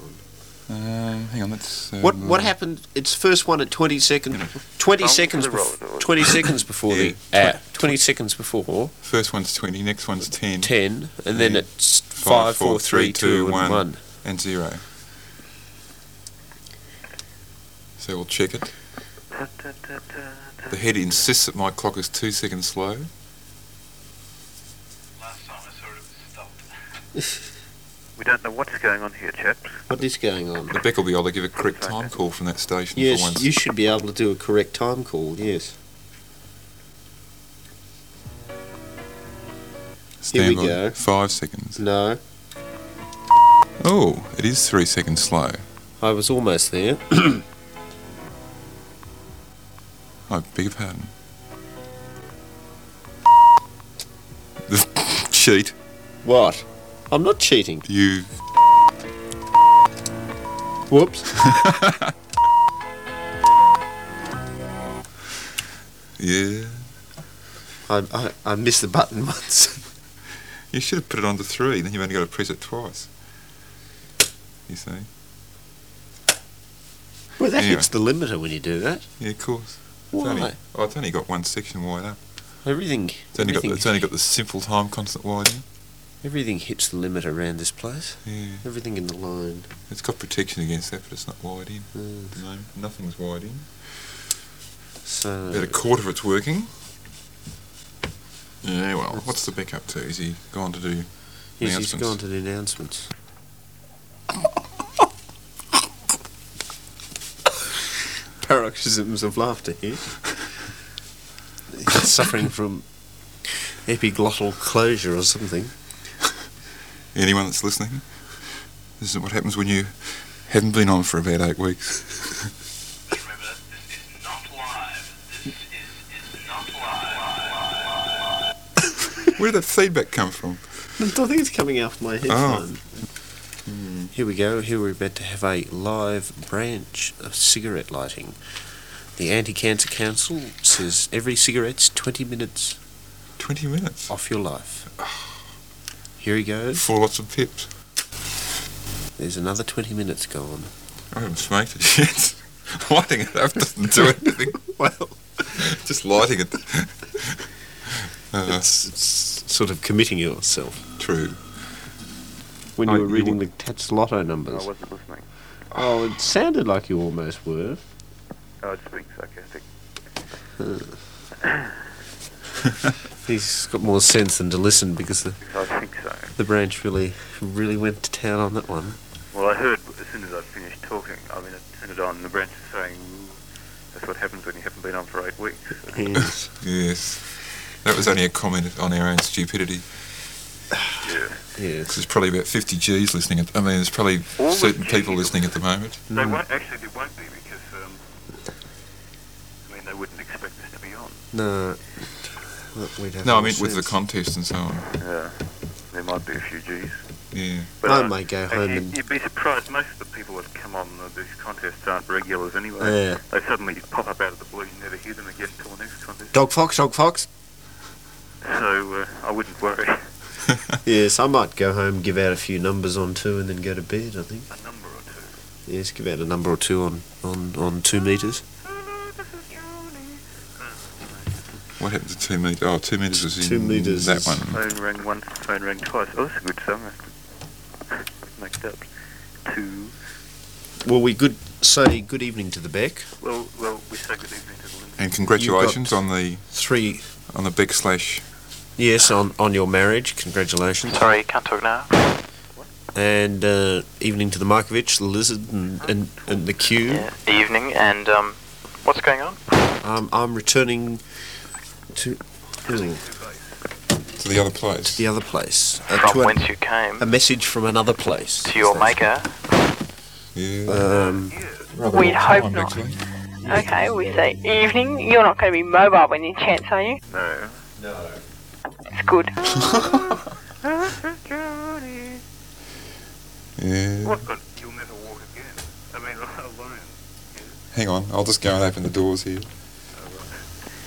Speaker 4: on.
Speaker 5: Um, hang on, let's. Uh,
Speaker 4: What what
Speaker 5: happened?
Speaker 4: happened? It's first one at 20 seconds. 20
Speaker 8: Bump to
Speaker 4: seconds.
Speaker 8: the
Speaker 4: Bef-
Speaker 8: road.
Speaker 4: 20 seconds before
Speaker 5: Yeah.
Speaker 4: the. Uh, 20 seconds before
Speaker 5: First one's twenty, next one's ten,
Speaker 4: 10, and then
Speaker 5: Yeah.
Speaker 4: it's five, four, three, two, and 1.
Speaker 5: and zero. So we'll check it.
Speaker 8: Da, da, da, da,
Speaker 5: The head insists that my clock is two seconds slow.
Speaker 6: Last time I saw it, it was stopped.
Speaker 8: We don't know what's going on here, chaps.
Speaker 4: What is going on?
Speaker 5: The Beck will be able to give a correct time call from that station for
Speaker 4: Yes,
Speaker 5: once.
Speaker 4: you should be able to do a correct time call, yes. here
Speaker 5: Stand
Speaker 4: we
Speaker 5: by.
Speaker 4: go.
Speaker 5: Five seconds.
Speaker 4: No,
Speaker 5: Oh, it is three seconds slow.
Speaker 4: I was almost there.
Speaker 5: I beg your pardon. Cheat.
Speaker 4: What? I'm not cheating.
Speaker 5: You.
Speaker 4: Whoops.
Speaker 5: Yeah.
Speaker 4: I, I, I missed the button once.
Speaker 5: You should have put it on to three, then you've only got to press it twice. You see?
Speaker 4: well, that
Speaker 5: Anyway.
Speaker 4: hits the limiter when you do that.
Speaker 5: Yeah, of course. It's
Speaker 4: Why?
Speaker 5: only, oh, it's only got one section wide up.
Speaker 4: Everything.
Speaker 5: It's only, got the,
Speaker 4: everything,
Speaker 5: it's only got the simple time constant wide in.
Speaker 4: everything hits the limit around this place.
Speaker 5: Yeah.
Speaker 4: Everything in the line.
Speaker 5: It's got protection against that, but it's not wide in.
Speaker 4: Mm.
Speaker 5: At the moment. Nothing's wide in. About
Speaker 4: So
Speaker 5: a quarter of it's working. Yeah, well, what's the Beck up to? Is he gone to do
Speaker 4: yes, he's
Speaker 5: announcements?
Speaker 4: gone to the announcements. Paroxysms of laughter here. He's suffering from epiglottal closure or something.
Speaker 5: Anyone that's listening, this is what happens when you haven't been on for about eight weeks.
Speaker 6: Remember, this is not live. This is, is not live.
Speaker 5: Where did that feedback come from?
Speaker 4: I think it's coming out of my headphone. Hmm, Here we go. Here we're about to have a live branch of cigarette lighting. The Anti Cancer Council says every cigarette's 20 minutes
Speaker 5: 20 minutes.
Speaker 4: off your life. Here he goes.
Speaker 5: Four lots of pips.
Speaker 4: There's another 20 minutes gone.
Speaker 5: I haven't smoked it yet. lighting it up doesn't do anything.
Speaker 4: Well,
Speaker 5: Just lighting it. Uh,
Speaker 4: it's, it's sort of committing yourself.
Speaker 5: true.
Speaker 4: When
Speaker 5: I-
Speaker 4: you were
Speaker 5: you
Speaker 4: reading the Tats Lotto
Speaker 8: I
Speaker 4: numbers.
Speaker 8: wasn't listening.
Speaker 4: Oh, it sounded like you almost were.
Speaker 8: I was just being sarcastic.
Speaker 4: He's got more sense than to listen because the,
Speaker 8: I think so.
Speaker 4: the branch really really went to town on that one.
Speaker 8: Well, I heard as soon as I finished talking, I mean, I turned it on, and the branch was saying, that's what happens when you haven't been on for eight weeks.
Speaker 4: Yes.
Speaker 5: Yes. That was only a comment on our own stupidity.
Speaker 8: yeah.
Speaker 4: yes.
Speaker 5: Because there's probably about 50 G's listening. At, I mean, there's probably
Speaker 8: All the
Speaker 5: certain
Speaker 8: Gs.
Speaker 5: people listening at the moment.
Speaker 8: They
Speaker 4: Mm.
Speaker 8: won't, actually, they won't be because, um, I mean, they wouldn't expect this to be on.
Speaker 4: No. Look, we'd have
Speaker 5: No, I
Speaker 4: more
Speaker 5: mean with the
Speaker 4: sense.
Speaker 5: contest and so on.
Speaker 8: Yeah. There might be a few G's.
Speaker 5: Yeah.
Speaker 4: I
Speaker 8: uh,
Speaker 4: may go home
Speaker 8: Actually,
Speaker 4: and
Speaker 8: you'd be surprised. Most of the people that come on the, these contests aren't regulars anyway.
Speaker 4: Oh, yeah.
Speaker 8: They suddenly pop up out of the blue. You never hear them again until the next contest.
Speaker 4: Dog fox, dog fox.
Speaker 8: So uh, I wouldn't worry. A
Speaker 4: Yes, I might go home, give out a few numbers on two, and then go to bed. I think.
Speaker 8: number or two.
Speaker 4: Yes, give out a number or two on on on two meters.
Speaker 8: Hello, this is Johnny.
Speaker 5: What happened to two meters? Oh, two meters is in
Speaker 4: Two metres
Speaker 5: that
Speaker 4: is-
Speaker 5: one.
Speaker 8: Phone rang once, phone rang twice. Oh, that's a good song. Mixed up. Two.
Speaker 4: Well, we good say good evening to the Beck.
Speaker 8: Well, well, we say good evening to the Lindsay.
Speaker 5: And congratulations on the
Speaker 4: Three.
Speaker 5: on the Beck slash.
Speaker 4: Yes, on on your marriage. Congratulations.
Speaker 6: Sorry, you can't talk now.
Speaker 4: And uh, evening to the Markovich, the lizard, and and, and the Q.
Speaker 6: Yeah. Evening, and um, what's going on?
Speaker 4: Um, I'm returning to ooh,
Speaker 5: to the other place.
Speaker 4: the other place. Uh,
Speaker 6: From
Speaker 4: to a,
Speaker 6: whence you came
Speaker 4: a message from another place.
Speaker 6: to your maker.
Speaker 5: Yeah.
Speaker 4: Um,
Speaker 5: rather
Speaker 3: We'd hope
Speaker 5: odd time,
Speaker 3: not.
Speaker 5: actually.
Speaker 3: Okay, we say evening. You're not going to be mobile when you chance, are you?
Speaker 8: No.
Speaker 3: It's good.
Speaker 8: Johnny.
Speaker 5: Yeah.
Speaker 8: What good? You'll never walk again. I mean, alone.
Speaker 5: Hang on, I'll just go and open the doors here.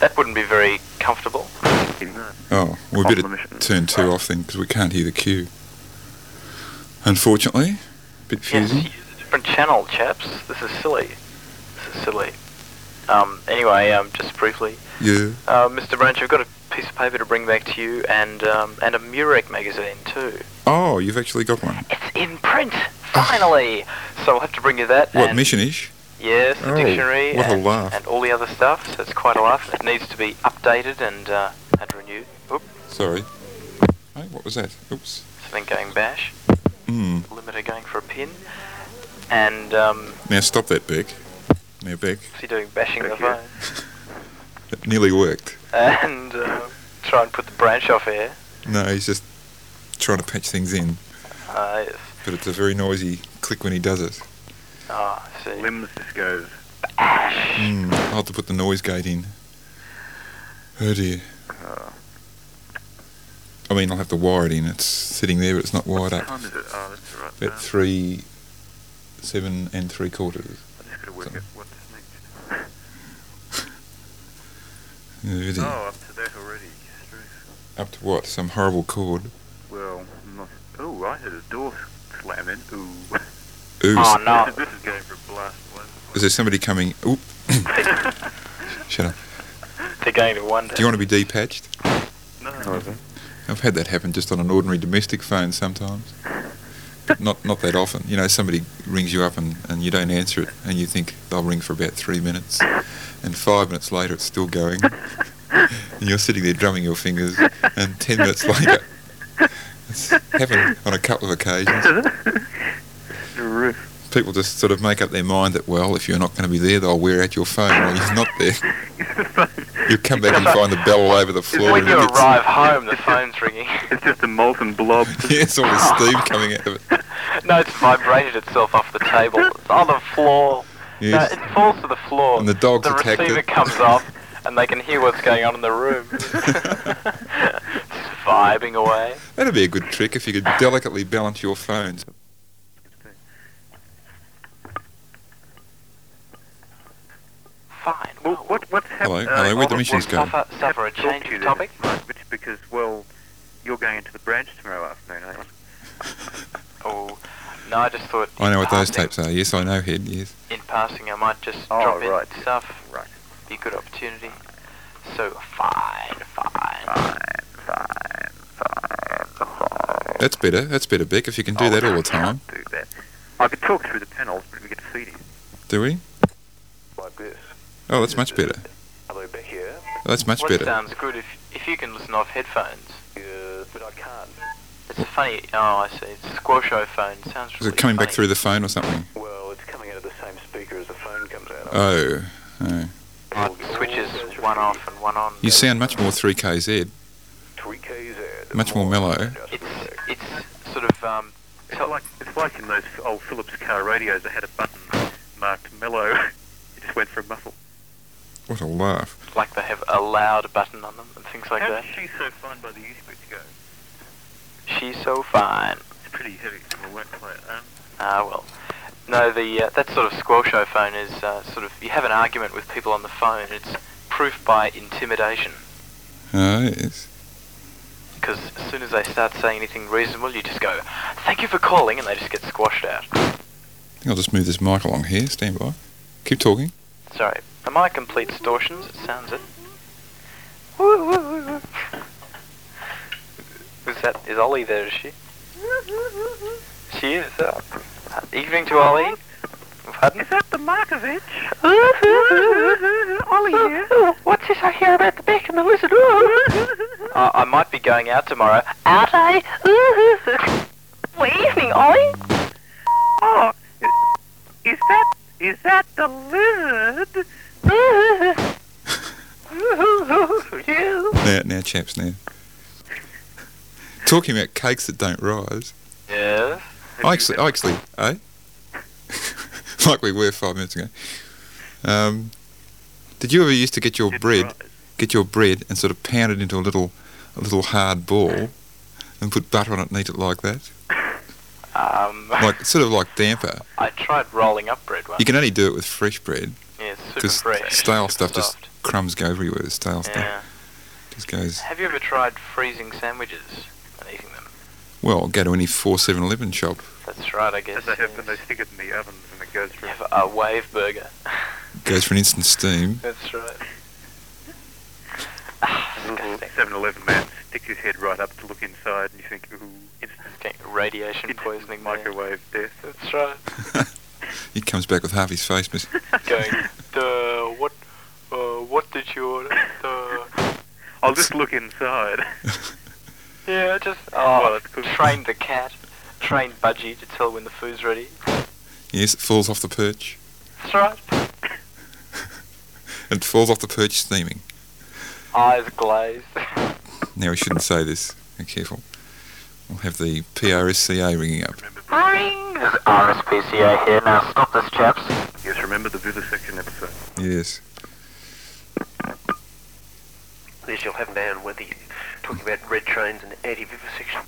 Speaker 6: That wouldn't be very comfortable.
Speaker 8: No.
Speaker 5: Oh, we
Speaker 8: Off the
Speaker 5: better
Speaker 8: mission.
Speaker 5: turn two off then because we can't hear the cue. Unfortunately, bit
Speaker 6: Yes,
Speaker 5: fusing.
Speaker 6: use a different channel, chaps. This is silly. This is silly. Um, anyway, um, just briefly,
Speaker 5: Yeah.
Speaker 6: uh, Mr. Branch, I've got a piece of paper to bring back to you, and um, and a Murek magazine too.
Speaker 5: Oh, you've actually got one.
Speaker 6: It's in print, finally. so I'll have to bring you that.
Speaker 5: Oh. What
Speaker 6: and-
Speaker 5: missionish?
Speaker 6: Yes, the
Speaker 5: Oh,
Speaker 6: dictionary
Speaker 5: what a
Speaker 6: and,
Speaker 5: laugh.
Speaker 6: and all the other stuff. So it's quite a laugh. It needs to be updated and uh, and renewed. Oop,
Speaker 5: Sorry. Hey, what was that? Oops.
Speaker 6: something going bash.
Speaker 5: Hmm.
Speaker 6: Limiter going for a pin. And um,
Speaker 5: Now stop that, Beck. Now, Beck,
Speaker 6: what's he doing? Bashing the
Speaker 8: Thank you.
Speaker 6: phone.
Speaker 5: it nearly worked.
Speaker 6: and uh, try and put the branch off air.
Speaker 5: No, he's just trying to patch things in,
Speaker 6: Uh, yes.
Speaker 5: but it's a very noisy click when he does it.
Speaker 6: Ah, I see.
Speaker 8: Limbs just goes.
Speaker 5: Hmm. I'll have to put the noise gate in. Oh dear.
Speaker 8: uh,
Speaker 5: I mean, I'll have to wire it in. It's sitting there, but it's not wired
Speaker 8: What
Speaker 5: up.
Speaker 8: time is it? Oh, that's all right.
Speaker 5: About
Speaker 8: Um,
Speaker 5: three, seven and three quarters.
Speaker 8: I just got to work out what's next.
Speaker 5: Oh, dear.
Speaker 8: Oh, up to that already. Stress.
Speaker 5: Up to what? Some horrible chord.
Speaker 8: Well, not. Oh, I heard a door slam in. Ooh.
Speaker 5: Ooh,
Speaker 6: Oh, no.
Speaker 8: This, is, this is going for a blast. blast,
Speaker 5: is there somebody coming? Oop. Shut up.
Speaker 6: They're going to wonder.
Speaker 5: Do you want to be depatched?
Speaker 8: blast. No.
Speaker 5: I've had that happen just on an ordinary domestic phone sometimes. But not not that often. You know, somebody rings you up and, and you don't answer it and you think they'll ring for about three minutes and five minutes later it's still going. and you're sitting there drumming your fingers and ten minutes later it's happened on a couple of occasions. People just sort of make up their mind that well, if you're not going to be there, they'll wear out your phone while you're not there. You'll come back and find the bell all over the floor.
Speaker 6: when
Speaker 5: and
Speaker 6: you
Speaker 5: it's-
Speaker 6: arrive home, the phone's ringing.
Speaker 8: It's just a molten blob.
Speaker 5: Yeah, it's all the steam coming out of it.
Speaker 6: no, it's vibrated itself off the table. It's on the floor.
Speaker 5: Yes.
Speaker 6: No, it falls to the floor.
Speaker 5: And the dog's attacked
Speaker 6: receiver
Speaker 5: it.
Speaker 6: comes off, and they can hear what's going on in the room. Just vibing away.
Speaker 5: That'd be a good trick if you could delicately balance your phones.
Speaker 6: Fine.
Speaker 8: Well,
Speaker 6: Well,
Speaker 8: what, what's Uh, happened?
Speaker 5: Hello, hello, where'd the missions go?
Speaker 6: suffer, suffer a change of topic.
Speaker 8: Which because well, you're going into the branch tomorrow afternoon, eh? aren't you?
Speaker 6: Oh, no, I just thought.
Speaker 5: I know
Speaker 6: in
Speaker 5: what those
Speaker 6: passing-
Speaker 5: tapes are. Yes, I know, Head, yes.
Speaker 6: In passing, I might just
Speaker 8: Oh,
Speaker 6: drop
Speaker 8: right,
Speaker 6: in
Speaker 8: yeah.
Speaker 6: stuff.
Speaker 8: Right.
Speaker 6: Be a good opportunity. So fine, fine.
Speaker 8: Fine, fine, fine.
Speaker 5: That's better. That's better, Beck, if you can do
Speaker 8: Oh,
Speaker 5: that all
Speaker 8: I
Speaker 5: the time.
Speaker 8: can't Do that. I could talk through the panels, but we get feed in
Speaker 5: Do we?
Speaker 8: like this.
Speaker 5: Oh, that's much better.
Speaker 8: Hello, back here.
Speaker 5: That's much
Speaker 6: what
Speaker 5: better.
Speaker 6: sounds good if, if you can listen off headphones.
Speaker 8: Uh, but I can't.
Speaker 6: It's a funny. Oh, I see. It's a squasho phone. Sounds
Speaker 5: Is
Speaker 6: really
Speaker 5: it coming back
Speaker 6: funny.
Speaker 5: through the phone or something?
Speaker 8: Well, it's coming out of the same speaker as the phone comes out of.
Speaker 5: Oh, oh.
Speaker 6: Right, it switches one off and one on.
Speaker 5: You sound much more 3KZ. Much more mellow.
Speaker 6: It's it's sort of um.
Speaker 8: It's like, it's like in those old Philips car radios that had a button marked mellow. it just went for a muffle.
Speaker 5: What a laugh.
Speaker 6: like they have a loud button on them and things like
Speaker 8: How
Speaker 6: that.
Speaker 8: did she so fine by the youth bit to go?
Speaker 6: She's so fine.
Speaker 8: It's pretty heavy, so we won't play it. Um,
Speaker 6: Ah, well. No, the uh, that sort of squall show phone is uh, sort of you have an argument with people on the phone. It's proof by intimidation
Speaker 5: Oh, yes.
Speaker 6: because as soon as they start saying anything reasonable, you just go, "Thank you for calling," and they just get squashed out.
Speaker 5: I think I'll just move this mic along here. Stand by. Keep talking.
Speaker 6: Sorry, am I complete distortions? It sounds it. Woo, woo, woo, woo. Is that is Ollie there? Is she? She is. Uh, evening to Ollie. Pardon?
Speaker 3: Is that the Markovic? Ollie here. What's this I hear about the Beck and the Lizard?
Speaker 6: I, Uh, I might be going out tomorrow.
Speaker 3: Out I. Well, evening, Ollie.
Speaker 8: oh, is that is that the lizard?
Speaker 3: you.
Speaker 5: Now, now chaps, now. Talking about cakes that don't rise.
Speaker 6: Yes.
Speaker 5: I actually, I actually, eh? like we were five minutes ago. Um, did you ever used to get your bread, get your bread, and sort of pound it into a little, a little hard ball, and put butter on it and eat it like that,
Speaker 6: Um,
Speaker 5: like sort of like damper?
Speaker 6: I tried rolling up bread once.
Speaker 5: You can only do it with fresh bread
Speaker 6: yeah, super
Speaker 5: because
Speaker 6: fresh.
Speaker 5: stale
Speaker 6: super
Speaker 5: stuff just
Speaker 6: soft.
Speaker 5: crumbs go everywhere. The stale stuff
Speaker 6: Yeah.
Speaker 5: just goes.
Speaker 6: Have you ever tried freezing sandwiches and eating them?
Speaker 5: Well, go to any four Seven Eleven shop.
Speaker 6: That's right, I guess.
Speaker 8: As they have
Speaker 6: yes.
Speaker 8: when they stick it in the ovens and it goes through.
Speaker 6: Have a wave burger.
Speaker 5: Goes for an instant steam.
Speaker 6: That's right. Ah, disgusting.
Speaker 8: 7-Eleven man sticks his head right up to look inside, and you think, ooh, instant,
Speaker 6: Okay, radiation
Speaker 8: instant
Speaker 6: poisoning there.
Speaker 8: Mm-hmm. microwave death.
Speaker 6: That's right.
Speaker 5: He comes back with half his face missing.
Speaker 6: Going, duh, what, uh, what did you order? Duh.
Speaker 8: I'll just look inside.
Speaker 6: Yeah, just,
Speaker 8: Well,
Speaker 6: oh,
Speaker 8: it's cooked.
Speaker 6: train the cat, train Budgie to tell when the food's ready.
Speaker 5: Yes, it falls off the perch.
Speaker 6: That's right.
Speaker 5: It falls off the perch steaming.
Speaker 6: Eyes glazed.
Speaker 5: Now we shouldn't say this. Be careful. We'll have the PRSCA ringing up.
Speaker 6: Ring! There's RSPCA here. Now stop this, chaps.
Speaker 8: Yes, remember the vivisection episode.
Speaker 5: Yes.
Speaker 10: Yes, you'll have man with you. Talking about red trains and anti-vivisection.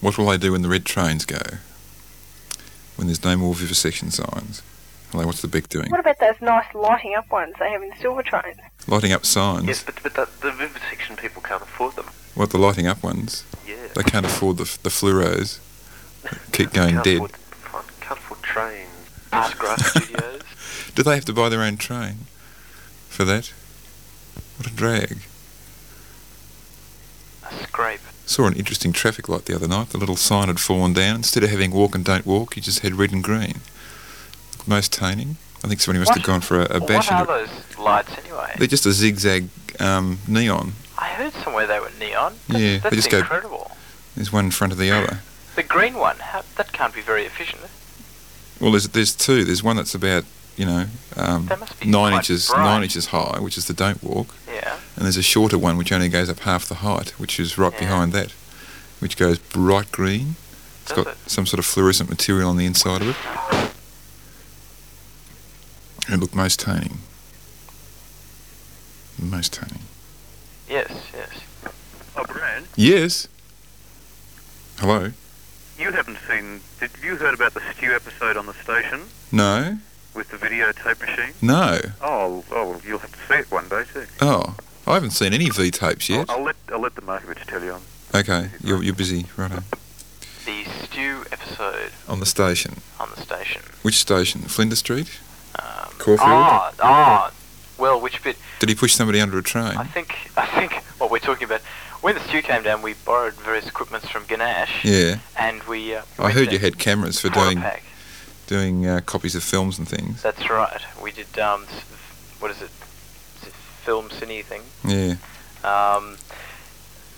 Speaker 5: What will they do when the red trains go? When there's no more vivisection signs? Hello, what's the Beck doing?
Speaker 3: What about those nice lighting up ones they have in silver trains?
Speaker 5: Lighting up signs.
Speaker 10: Yes, but, but the, the vivisection people can't afford them.
Speaker 5: What, the lighting up ones?
Speaker 10: Yeah.
Speaker 5: They can't afford the, f- the fluoros.
Speaker 10: Can't
Speaker 5: Keep going dead.
Speaker 10: afford- Can't afford trains.
Speaker 8: Ah,
Speaker 6: Art Grass Studios.
Speaker 5: Do they have to buy their own train for that? What a drag.
Speaker 6: A scrape.
Speaker 5: Saw an interesting traffic light the other night. The little sign had fallen down. Instead of having walk and don't walk, you just had red and green. Most taning. I think somebody must
Speaker 6: What-
Speaker 5: have gone for a, a bash.
Speaker 6: What are
Speaker 5: Into it.
Speaker 6: those lights anyway?
Speaker 5: They're just a zigzag um, neon.
Speaker 6: I heard somewhere they were neon. That's,
Speaker 5: Yeah, they
Speaker 6: that's
Speaker 5: just go-
Speaker 6: incredible.
Speaker 5: There's one in front of the other.
Speaker 6: The green one, how, that can't be very efficient.
Speaker 5: Well, there's there's two. There's one that's about you know um,
Speaker 6: They must be
Speaker 5: nine
Speaker 6: quite
Speaker 5: inches
Speaker 6: bright.
Speaker 5: nine inches high, which is the don't walk,
Speaker 6: Yeah.
Speaker 5: and there's a shorter one which only goes up half the height, which is right
Speaker 6: Yeah.
Speaker 5: behind that, which goes bright green. It's
Speaker 6: Does
Speaker 5: got
Speaker 6: it?
Speaker 5: some sort of fluorescent material on the inside of it. It looked most taning. Most taning.
Speaker 6: Yes, yes.
Speaker 8: Oh, Brad,
Speaker 5: Yes. Hello.
Speaker 8: you haven't seen... Did you heard about the stew episode on the station
Speaker 5: No.
Speaker 8: with the videotape machine?
Speaker 5: No.
Speaker 8: Oh, oh, you'll have to see it one day, too.
Speaker 5: Oh, I haven't seen any V tapes yet.
Speaker 6: Oh,
Speaker 8: I'll, I'll let I'll let the Markovic tell you.
Speaker 5: Okay, you're, you're busy, right?
Speaker 6: The stew episode
Speaker 5: On the station.
Speaker 6: on the station.
Speaker 5: Which station? Flinders Street.
Speaker 6: Um,
Speaker 5: Caulfield?
Speaker 6: Ah, ah. Well, which bit?
Speaker 5: Did he push somebody under a
Speaker 6: I
Speaker 5: train?
Speaker 6: think I think what we're talking about. When the stew came down, we borrowed various equipments from Ganache,
Speaker 5: Yeah,
Speaker 6: and we. Uh,
Speaker 5: I
Speaker 6: went
Speaker 5: heard
Speaker 6: to
Speaker 5: you had cameras for
Speaker 6: Horror
Speaker 5: doing
Speaker 6: Pack.
Speaker 5: doing uh, copies of films and things.
Speaker 6: That's right. We did um, s- what is it? Is it film cine thing.
Speaker 5: Yeah.
Speaker 6: Um,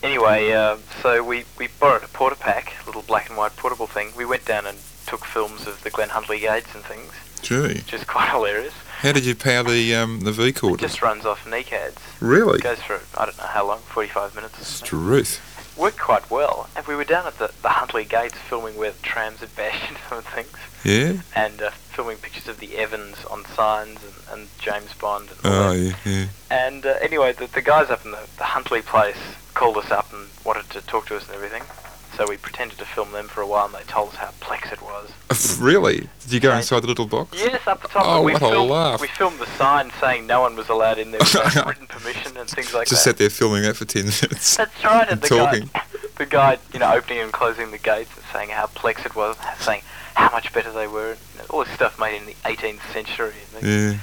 Speaker 6: anyway, uh, so we, we borrowed a porter pack, a little black and white portable thing. We went down and took films of the Glenn Hundley Gates and things,
Speaker 5: Gee.
Speaker 6: which is quite hilarious.
Speaker 5: How did you power the um, the V
Speaker 6: It
Speaker 5: cord?
Speaker 6: just runs off NECADs.
Speaker 5: Really?
Speaker 6: Goes for, I don't know how long, 45 minutes. or something.
Speaker 5: Truth.
Speaker 6: Worked quite well. And we were down at the, the Huntley Gates filming where the trams had bashed into some things.
Speaker 5: Yeah.
Speaker 6: And uh, filming pictures of the Evans on signs and, and James Bond. And, all
Speaker 5: Oh
Speaker 6: that.
Speaker 5: yeah. yeah.
Speaker 6: and uh, anyway, the, the guys up in the, the Huntley place called us up and wanted to talk to us and everything. So we pretended to film them for a while and they told us how plex it was.
Speaker 5: really? Did you go inside the little box?
Speaker 6: Yes, up the top.
Speaker 5: Oh,
Speaker 6: but we
Speaker 5: what a
Speaker 6: filmed,
Speaker 5: laugh.
Speaker 6: We filmed the sign saying no one was allowed in there without written permission and things like
Speaker 5: just
Speaker 6: that.
Speaker 5: sat there filming that for ten minutes.
Speaker 6: That's right, and the
Speaker 5: talking.
Speaker 6: guy, the guy, you know, opening and closing the gates and saying how plex it was, saying how much better they were, and you know, all this stuff made in the 18th century. And then-
Speaker 5: Yeah.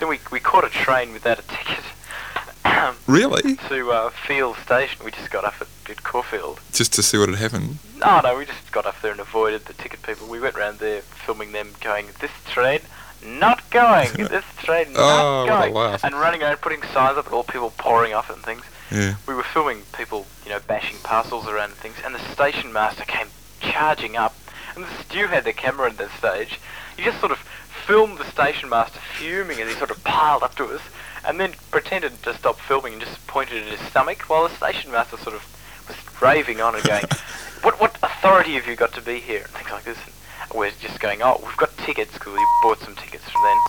Speaker 6: Then we, we caught a train without a ticket. Um,
Speaker 5: Really?
Speaker 6: To uh, Field Station. We just got off at, at Caulfield.
Speaker 5: Just to see what had happened.
Speaker 6: No, no, we just got off there and avoided the ticket people. We went round there filming them going, this train not going, this train not
Speaker 5: Oh, what a
Speaker 6: going.
Speaker 5: laugh.
Speaker 6: And running around putting signs up with all people pouring off and things.
Speaker 5: Yeah.
Speaker 6: We were filming people, you know, bashing parcels around and things, and the station master came charging up, and the stew had the camera in the stage. He just sort of filmed the station master fuming as he sort of piled up to us, and then pretended to stop filming and just pointed at his stomach, while the station master sort of was raving on and going, "What what authority have you got to be here?" and things like this. And we're just going, "Oh, we've got tickets because we bought some tickets from then."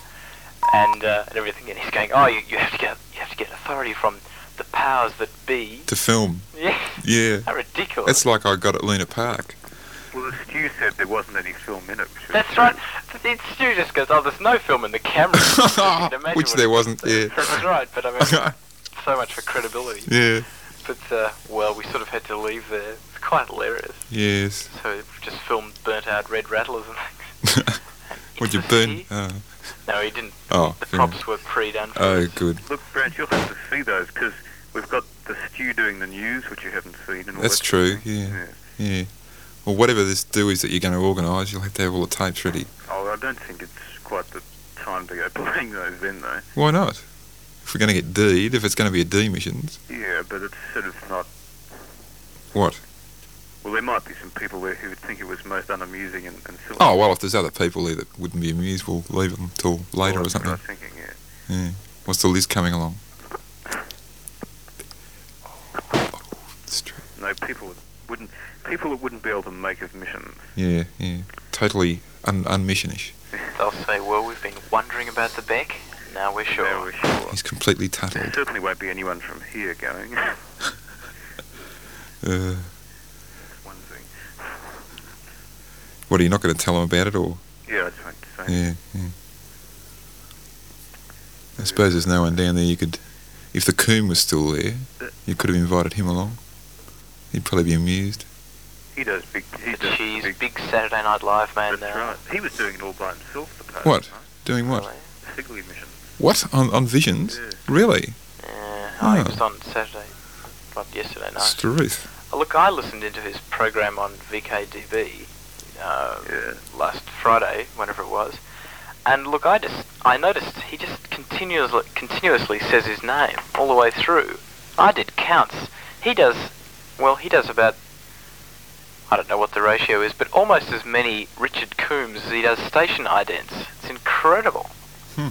Speaker 6: And, uh, and everything, and he's going, oh, you, you have to get you have to get authority from the powers that be.
Speaker 5: To film.
Speaker 6: Yeah.
Speaker 5: Yeah.
Speaker 6: How ridiculous.
Speaker 5: That's like I got at Luna Park.
Speaker 8: Well, the stew said there wasn't any film in it. Which was
Speaker 6: That's right. It's Stu just goes, oh, there's no film in the camera. You can imagine
Speaker 5: Which
Speaker 6: what
Speaker 5: there
Speaker 6: it-
Speaker 5: wasn't, yeah.
Speaker 6: That's right, but I mean, so much for credibility.
Speaker 5: Yeah.
Speaker 6: But, uh, well, we sort of had to leave there. It's quite hilarious.
Speaker 5: Yes.
Speaker 6: So we just filmed burnt out red rattlers and things.
Speaker 5: Would you burn? Oh.
Speaker 6: No, he didn't.
Speaker 5: Oh,
Speaker 6: the
Speaker 5: fair
Speaker 6: props were pre-done. For
Speaker 5: Oh,
Speaker 6: us.
Speaker 5: good.
Speaker 8: Look, Brad, you'll have to see those because we've got the stew doing the news, which you haven't seen. And all
Speaker 5: That's
Speaker 8: that sort of
Speaker 5: true.
Speaker 8: thing.
Speaker 5: Yeah. Yeah. Well, whatever this do is that you're going to organise, you'll have to have all the tapes ready.
Speaker 8: Oh, I don't think it's quite the time to go playing those then, though.
Speaker 5: Why not? If we're going to get D'd, if it's going to be a D missions,
Speaker 8: Yeah, but it's sort of not.
Speaker 5: what?
Speaker 8: Well, there might be some people there who would think it was most unamusing and, and silly.
Speaker 5: Oh, well, if there's other people there that wouldn't be amused, we'll leave them till later
Speaker 8: Well,
Speaker 5: or
Speaker 8: that's what I
Speaker 5: something.
Speaker 8: was thinking, yeah.
Speaker 5: Yeah. What's the Liz coming along?
Speaker 8: No, people would- wouldn't. People that wouldn't be able to make of missions.
Speaker 5: Yeah, yeah. Totally un- unmissionish.
Speaker 6: They'll say, well, we've been wondering about the Beck. Now we're sure.
Speaker 8: Now we're sure.
Speaker 5: He's completely
Speaker 8: There
Speaker 5: tuttled.
Speaker 8: certainly won't be anyone from here going.
Speaker 5: Uh,
Speaker 8: One thing.
Speaker 5: what, are you not going to tell him about it or?
Speaker 8: Yeah, I just won't say.
Speaker 5: Yeah, yeah. I suppose there's no one down there you could. If the coon was still there, you could have invited him along. He'd probably be amused.
Speaker 8: He does big. He
Speaker 6: But
Speaker 8: does
Speaker 6: she's
Speaker 8: big.
Speaker 6: big Saturday Night Live man
Speaker 8: That's
Speaker 6: now.
Speaker 8: right. He was doing it all by himself. The past
Speaker 5: What?
Speaker 8: night.
Speaker 5: Doing what?
Speaker 6: Really?
Speaker 8: Sigley mission.
Speaker 5: What? On, on Visions?
Speaker 8: Yeah.
Speaker 5: Really?
Speaker 6: Yeah, oh, he
Speaker 5: Oh.
Speaker 6: was on Saturday, not yesterday night.
Speaker 5: Struth.
Speaker 6: Oh, Look, I listened into his program on VKDB uh,
Speaker 8: Yeah.
Speaker 6: last Friday, whenever it was, and look, I just I noticed he just continuously continuously says his name all the way through. I did counts. He does well. He does about I don't know what the ratio is, but almost as many Richard Coombs as he does station idents. It's incredible.
Speaker 5: Hmm.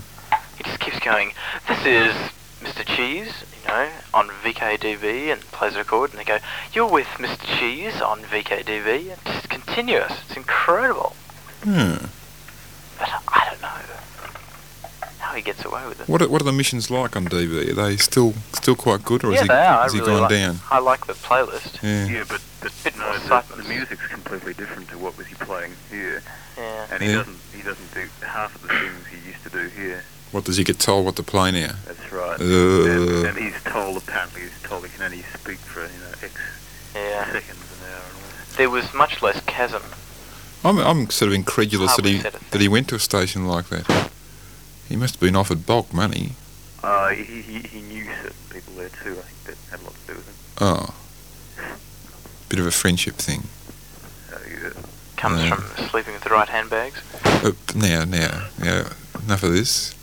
Speaker 6: He just keeps going. This is Mr. Cheese, you know, on VKDV and plays a record, and they go, "You're with Mr. Cheese on VKDV." It's just continuous. It's incredible.
Speaker 5: Hmm.
Speaker 6: But I don't know how he gets away with it.
Speaker 5: What are, what are the missions like on DV? Are they still still quite good, or
Speaker 6: yeah,
Speaker 5: is he,
Speaker 6: they are.
Speaker 5: has
Speaker 6: I
Speaker 5: he
Speaker 6: really
Speaker 5: gone
Speaker 6: like,
Speaker 5: down?
Speaker 6: I like the playlist.
Speaker 5: Yeah.
Speaker 8: Yeah, but, but
Speaker 6: Bit more
Speaker 8: no, the,
Speaker 6: excitement.
Speaker 8: the music's completely different to what was he playing here,
Speaker 6: Yeah.
Speaker 8: and he
Speaker 5: Yeah.
Speaker 8: doesn't he doesn't do half of the things he used to do here.
Speaker 5: What does he get told what to play now?
Speaker 8: That's
Speaker 5: Ugh.
Speaker 8: right. And, and he's told apparently he's told he can only speak for you know X
Speaker 6: Yeah.
Speaker 8: seconds an hour. And all that.
Speaker 6: There was much less chasm.
Speaker 5: I'm, I'm sort of incredulous that
Speaker 6: Hardly
Speaker 5: he
Speaker 6: Oh, said it.
Speaker 5: that he went to a station like that. He must have been offered bulk money.
Speaker 8: Uh, he, he he knew certain people there too. I think that had a lot to do with him.
Speaker 5: Oh, bit of a friendship thing.
Speaker 8: So, yeah.
Speaker 6: Comes
Speaker 5: Yeah.
Speaker 6: from sleeping with the right handbags.
Speaker 5: Uh, now, now, now, enough of this.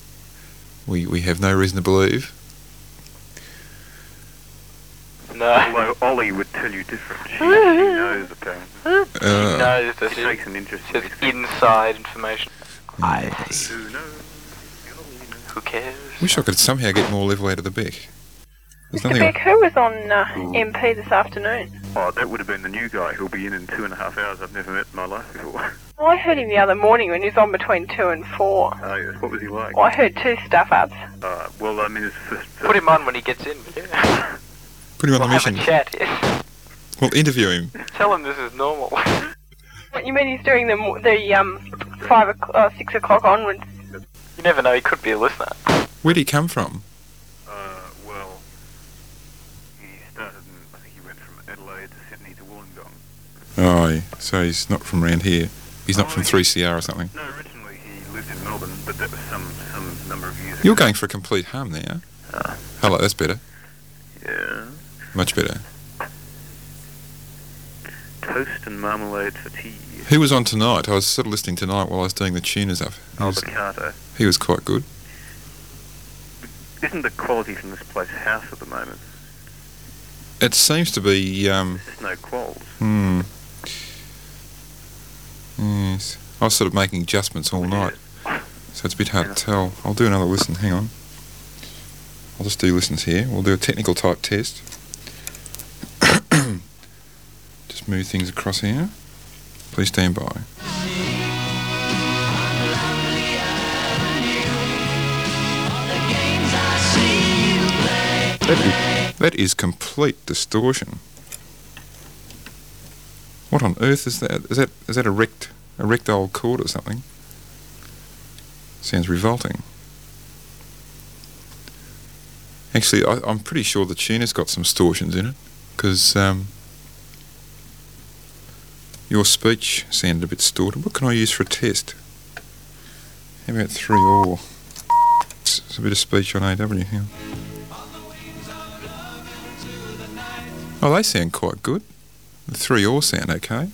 Speaker 5: We we have no reason to believe
Speaker 6: No.
Speaker 8: Although Ollie would tell you different. She, she knows apparently.
Speaker 5: Uh,
Speaker 6: no, it's
Speaker 8: She takes an interest in
Speaker 6: just
Speaker 8: these things.
Speaker 6: inside information.
Speaker 5: I
Speaker 8: Who knows?
Speaker 6: Who cares?
Speaker 5: wish I could somehow get more level out of the Beck. There's
Speaker 3: Mr.
Speaker 5: nothing.
Speaker 3: Beck, who was on uh, MP this afternoon?
Speaker 8: Oh, that would have been the new guy who'll be in in two and a half hours. I've never met in my life before.
Speaker 3: Well, I heard him the other morning when he was on between two and four.
Speaker 8: Oh, yes. What was he like?
Speaker 3: Well, I heard two stuff ups.
Speaker 8: Uh, well, I mean, his first.
Speaker 6: Put him on when he gets in. But yeah.
Speaker 5: Put him on the
Speaker 6: We'll have a
Speaker 5: mission.
Speaker 6: chat. yes.
Speaker 5: We'll interview him.
Speaker 6: Tell him this is normal.
Speaker 3: What you mean he's doing the mo- the um five o'clock, uh, six o'clock onwards?
Speaker 6: you never know. He could be a listener.
Speaker 5: Where'd he come from?
Speaker 8: Uh, well, he started, in, I think he went from Adelaide to Sydney to Wollongong.
Speaker 5: Oh, yeah. so he's not from around here. He's not from 3CR or something.
Speaker 8: No, originally he lived in Melbourne, but that was some, some number of years
Speaker 5: You're
Speaker 8: ago.
Speaker 5: going for a complete hum there. Hello, that's better.
Speaker 8: Yeah.
Speaker 5: Much better.
Speaker 8: Toast and marmalade for tea.
Speaker 5: Who was on tonight? I was sort of listening tonight while I was doing the tuners up. He was,
Speaker 8: Avocado.
Speaker 5: he was quite good.
Speaker 8: Isn't the quality from this place house at the moment?
Speaker 5: It seems to be. Um,
Speaker 8: There's no quals.
Speaker 5: hmm. Yes. I was sort of making adjustments all night, so it's a bit hard to tell. I'll do another listen. Hang on. I'll just do listens here. We'll do a technical type test. just move things across here. Please stand by. That is, that is complete distortion. What on earth is that? Is that is that a rect a rectile chord or something? Sounds revolting. Actually, I, I'm pretty sure the tuner's got some distortions in it, because um, your speech sounded a bit distorted. What can I use for a test? How about three or? It's it's a bit of speech on AW here. Oh, they sound quite good. The three all sound okay.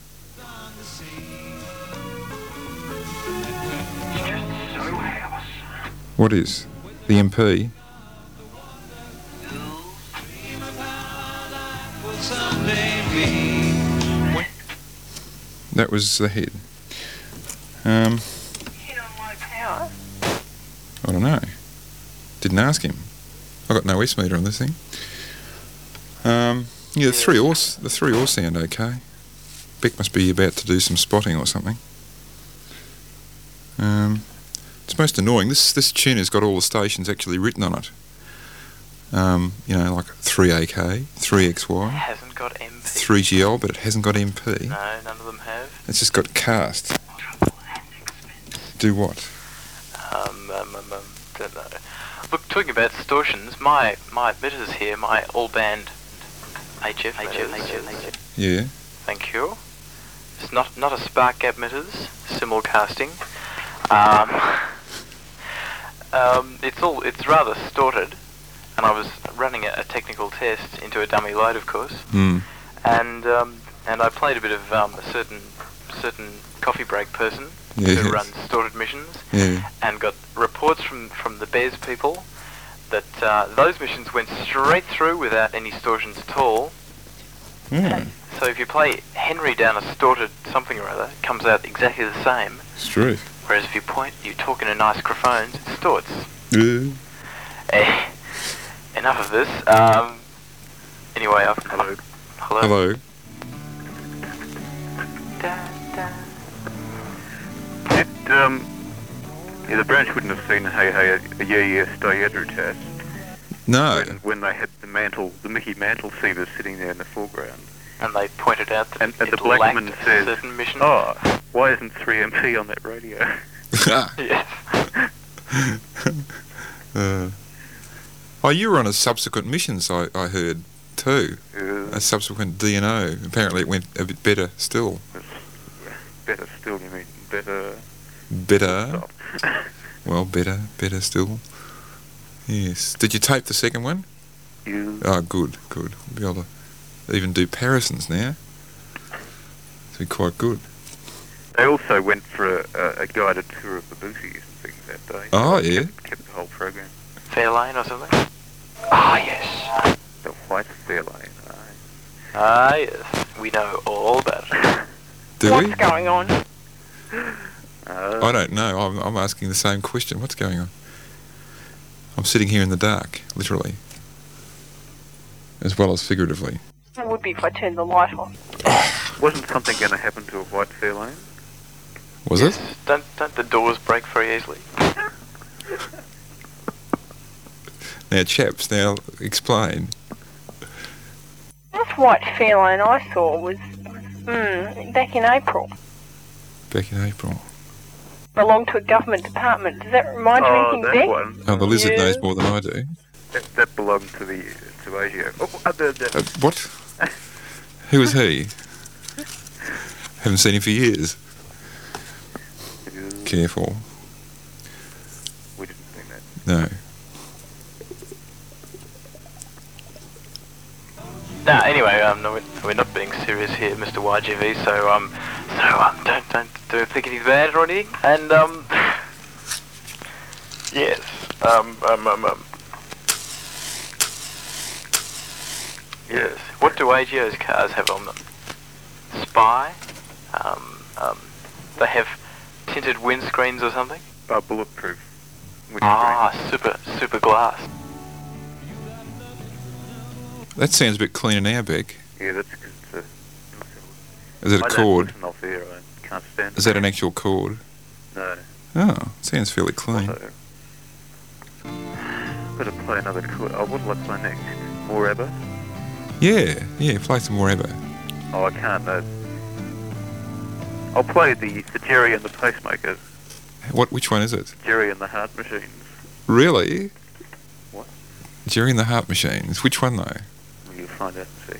Speaker 5: What is? The MP? That was the head. Um,
Speaker 3: Hit on low power.
Speaker 5: I don't know. Didn't ask him. I got no S meter on this thing. Um, yeah, the three all s- the three all sound okay. Beck must be about to do some spotting or something. Um, it's most annoying. This this tuner's got all the stations actually written on it. Um, you know, like three AK, three XY,
Speaker 6: Hasn't got MP.
Speaker 5: three GL, but it hasn't got MP.
Speaker 6: No, none of them have.
Speaker 5: It's just got cast. Do what?
Speaker 6: Um, um, um, um, don't know. Look, talking about distortions, my my emitters here, my all band HF, HF, HF, HF.
Speaker 5: Yeah.
Speaker 6: Thank you. It's not not a spark gap emitters, simulcasting. Um, um, it's all it's rather distorted, and I was running a, a technical test into a dummy load, of course.
Speaker 5: Hmm.
Speaker 6: and um, and I played a bit of um, a certain certain coffee break person
Speaker 5: Yes.
Speaker 6: who runs distorted missions,
Speaker 5: Yeah.
Speaker 6: and got reports from from the Bears people that uh, those missions went straight through without any distortions at all.
Speaker 5: Yeah.
Speaker 6: So if you play Henry down a distorted something or other, it comes out exactly the same.
Speaker 5: It's true.
Speaker 6: Whereas if you point, you talk in a nice microphone, it distorts.
Speaker 5: Yeah.
Speaker 6: Eh, enough of this. Um, anyway, I've hello. Hello.
Speaker 5: Hello.
Speaker 6: Da, da.
Speaker 8: Did, um, yeah, the branch wouldn't have seen Hey Hey a Yeah Yeah Stay advertised
Speaker 5: No.
Speaker 8: when, when they had the mantle, the Mickey Mantle Seaver sitting there in the foreground.
Speaker 6: and they pointed out that
Speaker 8: And- and
Speaker 6: it
Speaker 8: the black
Speaker 6: lacked
Speaker 8: man
Speaker 6: a
Speaker 8: says,
Speaker 6: certain mission.
Speaker 8: Oh, why isn't 3MP on that radio?
Speaker 5: Ah.
Speaker 6: Yes.
Speaker 5: Uh, oh, you were on a subsequent missions, I, I heard, too.
Speaker 8: Uh,
Speaker 5: A subsequent DNO. Apparently it went a bit better still.
Speaker 8: better still, you mean better
Speaker 5: Better.
Speaker 8: stop.
Speaker 5: Well, better. Better still. Yes. Did you tape the second one?
Speaker 8: You
Speaker 5: Oh, good, good. We'll be able to even do parisons now. It's been quite good.
Speaker 8: They also went for a, a, a guided tour of the booties and things that day.
Speaker 5: Oh, yeah.
Speaker 8: Kept the whole program.
Speaker 6: Fairlane or something. Ah, yes.
Speaker 8: The White Fairlane. Uh,
Speaker 6: Ah, yes. We know all about it.
Speaker 5: Do
Speaker 3: What's
Speaker 5: we?
Speaker 3: going on?
Speaker 5: I don't know. I'm, I'm asking the same question. What's going on? I'm sitting here in the dark, literally, as well as figuratively.
Speaker 3: It would be if I turned the light off.
Speaker 8: Wasn't something going to happen to a white feline?
Speaker 5: Was it?
Speaker 6: Don't, don't the doors break very easily?
Speaker 5: Now, chaps, now explain.
Speaker 3: This white feline I saw was mm, back in April.
Speaker 5: Back in April.
Speaker 3: Belonged to a government department. Does that remind you
Speaker 8: oh,
Speaker 3: anything,
Speaker 8: that
Speaker 3: Dick?
Speaker 8: one.
Speaker 5: Oh, the lizard
Speaker 3: Yeah.
Speaker 5: knows more than I do.
Speaker 8: That, that belonged to the to ASIO. Oh, uh, the, the,
Speaker 5: Uh, what? Who was he? Haven't seen him for years. Careful.
Speaker 8: we didn't think that.
Speaker 5: No.
Speaker 6: Nah, anyway, um, no, we're, we're not being serious here, Mr. YGV, so, um, so, um, don't, don't, don't think anything bad or anything, and, um, yes, um, um, um, um, yes, what do AGO's cars have on them? Spy? Um, um, they have tinted windscreens or something?
Speaker 8: Oh, bulletproof. Which
Speaker 6: Ah, super, super glass.
Speaker 5: That sounds a bit cleaner now, Beck.
Speaker 8: Yeah, that's because it's a.
Speaker 5: Is it
Speaker 8: I
Speaker 5: a
Speaker 8: don't
Speaker 5: cord?
Speaker 8: listen off air, I can't stand
Speaker 5: Is that an actual cord?
Speaker 8: No.
Speaker 5: Oh, sounds fairly clean.
Speaker 8: So, gotta play another chord. Oh, what will I play next? More ABBA?
Speaker 5: Yeah, yeah, play some more ABBA.
Speaker 8: Oh, I can't. Uh, I'll play the, the Jerry and the Pacemaker,
Speaker 5: What? Which one is it?
Speaker 8: Jerry and the Heart Machines.
Speaker 5: Really?
Speaker 8: What?
Speaker 5: Jerry and the Heart Machines. Which one though?
Speaker 8: You'll find out in a sec.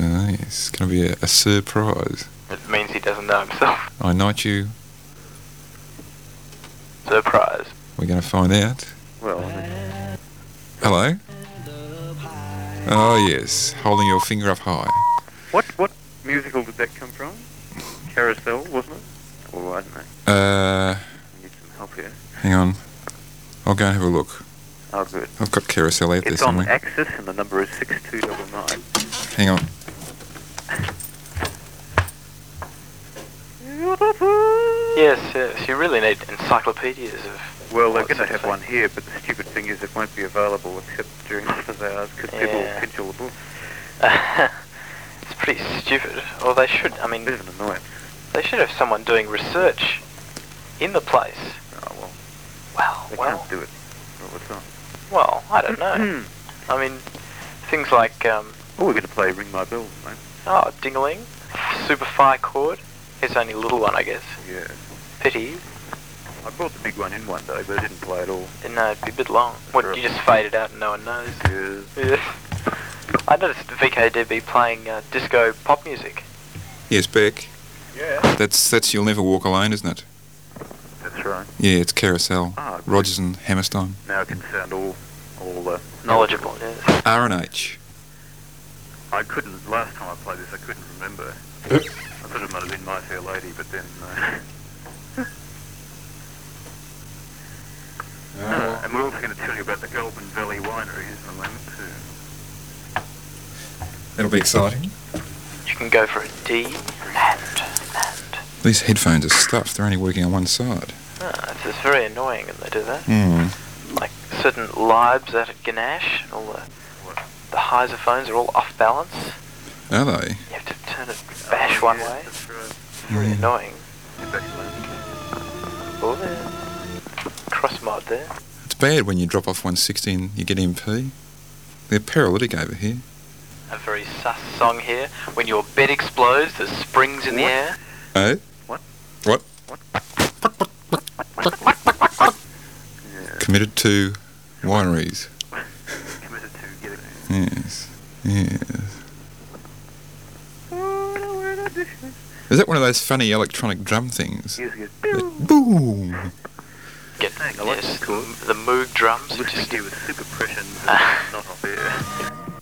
Speaker 5: Oh, yes, it's going to be a, a surprise.
Speaker 6: It means he doesn't know himself.
Speaker 5: I knight you.
Speaker 6: Surprise.
Speaker 5: We're going to find out.
Speaker 8: Well, uh,
Speaker 5: Hello. Oh yes, holding your finger up high.
Speaker 8: what what musical did that come from? Carousel, wasn't it? Or I don't know.
Speaker 5: Uh,
Speaker 8: I need some help here.
Speaker 5: hang on. I'll go and have a look.
Speaker 8: Oh, good.
Speaker 5: I've got carousel out there
Speaker 8: It's on
Speaker 5: somewhere.
Speaker 8: Axis, and the number is six two double nine.
Speaker 5: Hang on.
Speaker 6: Yes, yes, you really need encyclopedias of.
Speaker 8: Well, they're
Speaker 6: What's
Speaker 8: going to
Speaker 6: that
Speaker 8: have
Speaker 6: thing?
Speaker 8: one here, but the stupid thing is it won't be available except during office hours because people will
Speaker 6: Yeah.
Speaker 8: pinch all the books.
Speaker 6: it's pretty stupid. Or they should, I mean,
Speaker 8: Bit of an annoyance.
Speaker 6: they should have someone doing research in the place.
Speaker 8: Oh well,
Speaker 6: Well,
Speaker 8: they
Speaker 6: well,
Speaker 8: can't do it all the time.
Speaker 6: well, I don't know. I mean, things like, um,
Speaker 8: Hmm. Oh, we're going to play Ring My Bell, mate.
Speaker 6: oh, dingling, super fire chord. It's only a little one, I guess.
Speaker 8: Yeah.
Speaker 6: Pity,
Speaker 8: I brought the big one in one day, but I didn't play it all.
Speaker 6: and no, it'd be a bit long. What, you just fade it out and no one knows?
Speaker 8: Yes.
Speaker 6: Yes. I noticed VKDB playing uh, disco pop music.
Speaker 5: Yes, Beck.
Speaker 8: Yeah.
Speaker 5: That's that's you'll never walk alone, isn't it?
Speaker 8: That's right.
Speaker 5: Yeah, it's carousel.
Speaker 8: Ah, good.
Speaker 5: Rogers and Hammerstein.
Speaker 8: Now I can sound all, all. Uh,
Speaker 6: Knowledgeable, yes.
Speaker 5: R and H.
Speaker 8: I couldn't. Last time I played this, I couldn't remember. I thought it might have been My Fair Lady, but then. Uh, Uh, and we're also going to tell you about the Goulburn Valley wineries in a moment too.
Speaker 5: That'll be exciting.
Speaker 6: You can go for a D and and.
Speaker 5: These headphones are stuffed. They're only working on one side.
Speaker 6: Ah, it's, it's very annoying when they do that.
Speaker 5: Hmm.
Speaker 6: Like certain libes out at Ganache, and all the the hyzer phones are all off balance.
Speaker 5: Are they?
Speaker 6: You have to turn it bash one way.
Speaker 8: Oh, That's right.
Speaker 6: Very annoying.
Speaker 8: Get back to that.
Speaker 6: Oh, there. Cross mod there.
Speaker 5: It's bad when you drop off 160 and you get MP. They're paralytic over here.
Speaker 6: A very sus song here. When your bed explodes, there's springs in the air.
Speaker 5: Eh?
Speaker 8: What?
Speaker 5: What?
Speaker 8: Yeah,
Speaker 5: Committed to wineries.
Speaker 8: committed to getting.
Speaker 5: Yes. Yes. Is that one of those funny electronic drum things?
Speaker 8: Yes, yes.
Speaker 5: Boom!
Speaker 6: Get
Speaker 8: Dang, I like
Speaker 6: yes,
Speaker 8: this chord.
Speaker 6: the Moog drums.
Speaker 8: Listening
Speaker 6: Just
Speaker 8: to you with super pressure, and not off air.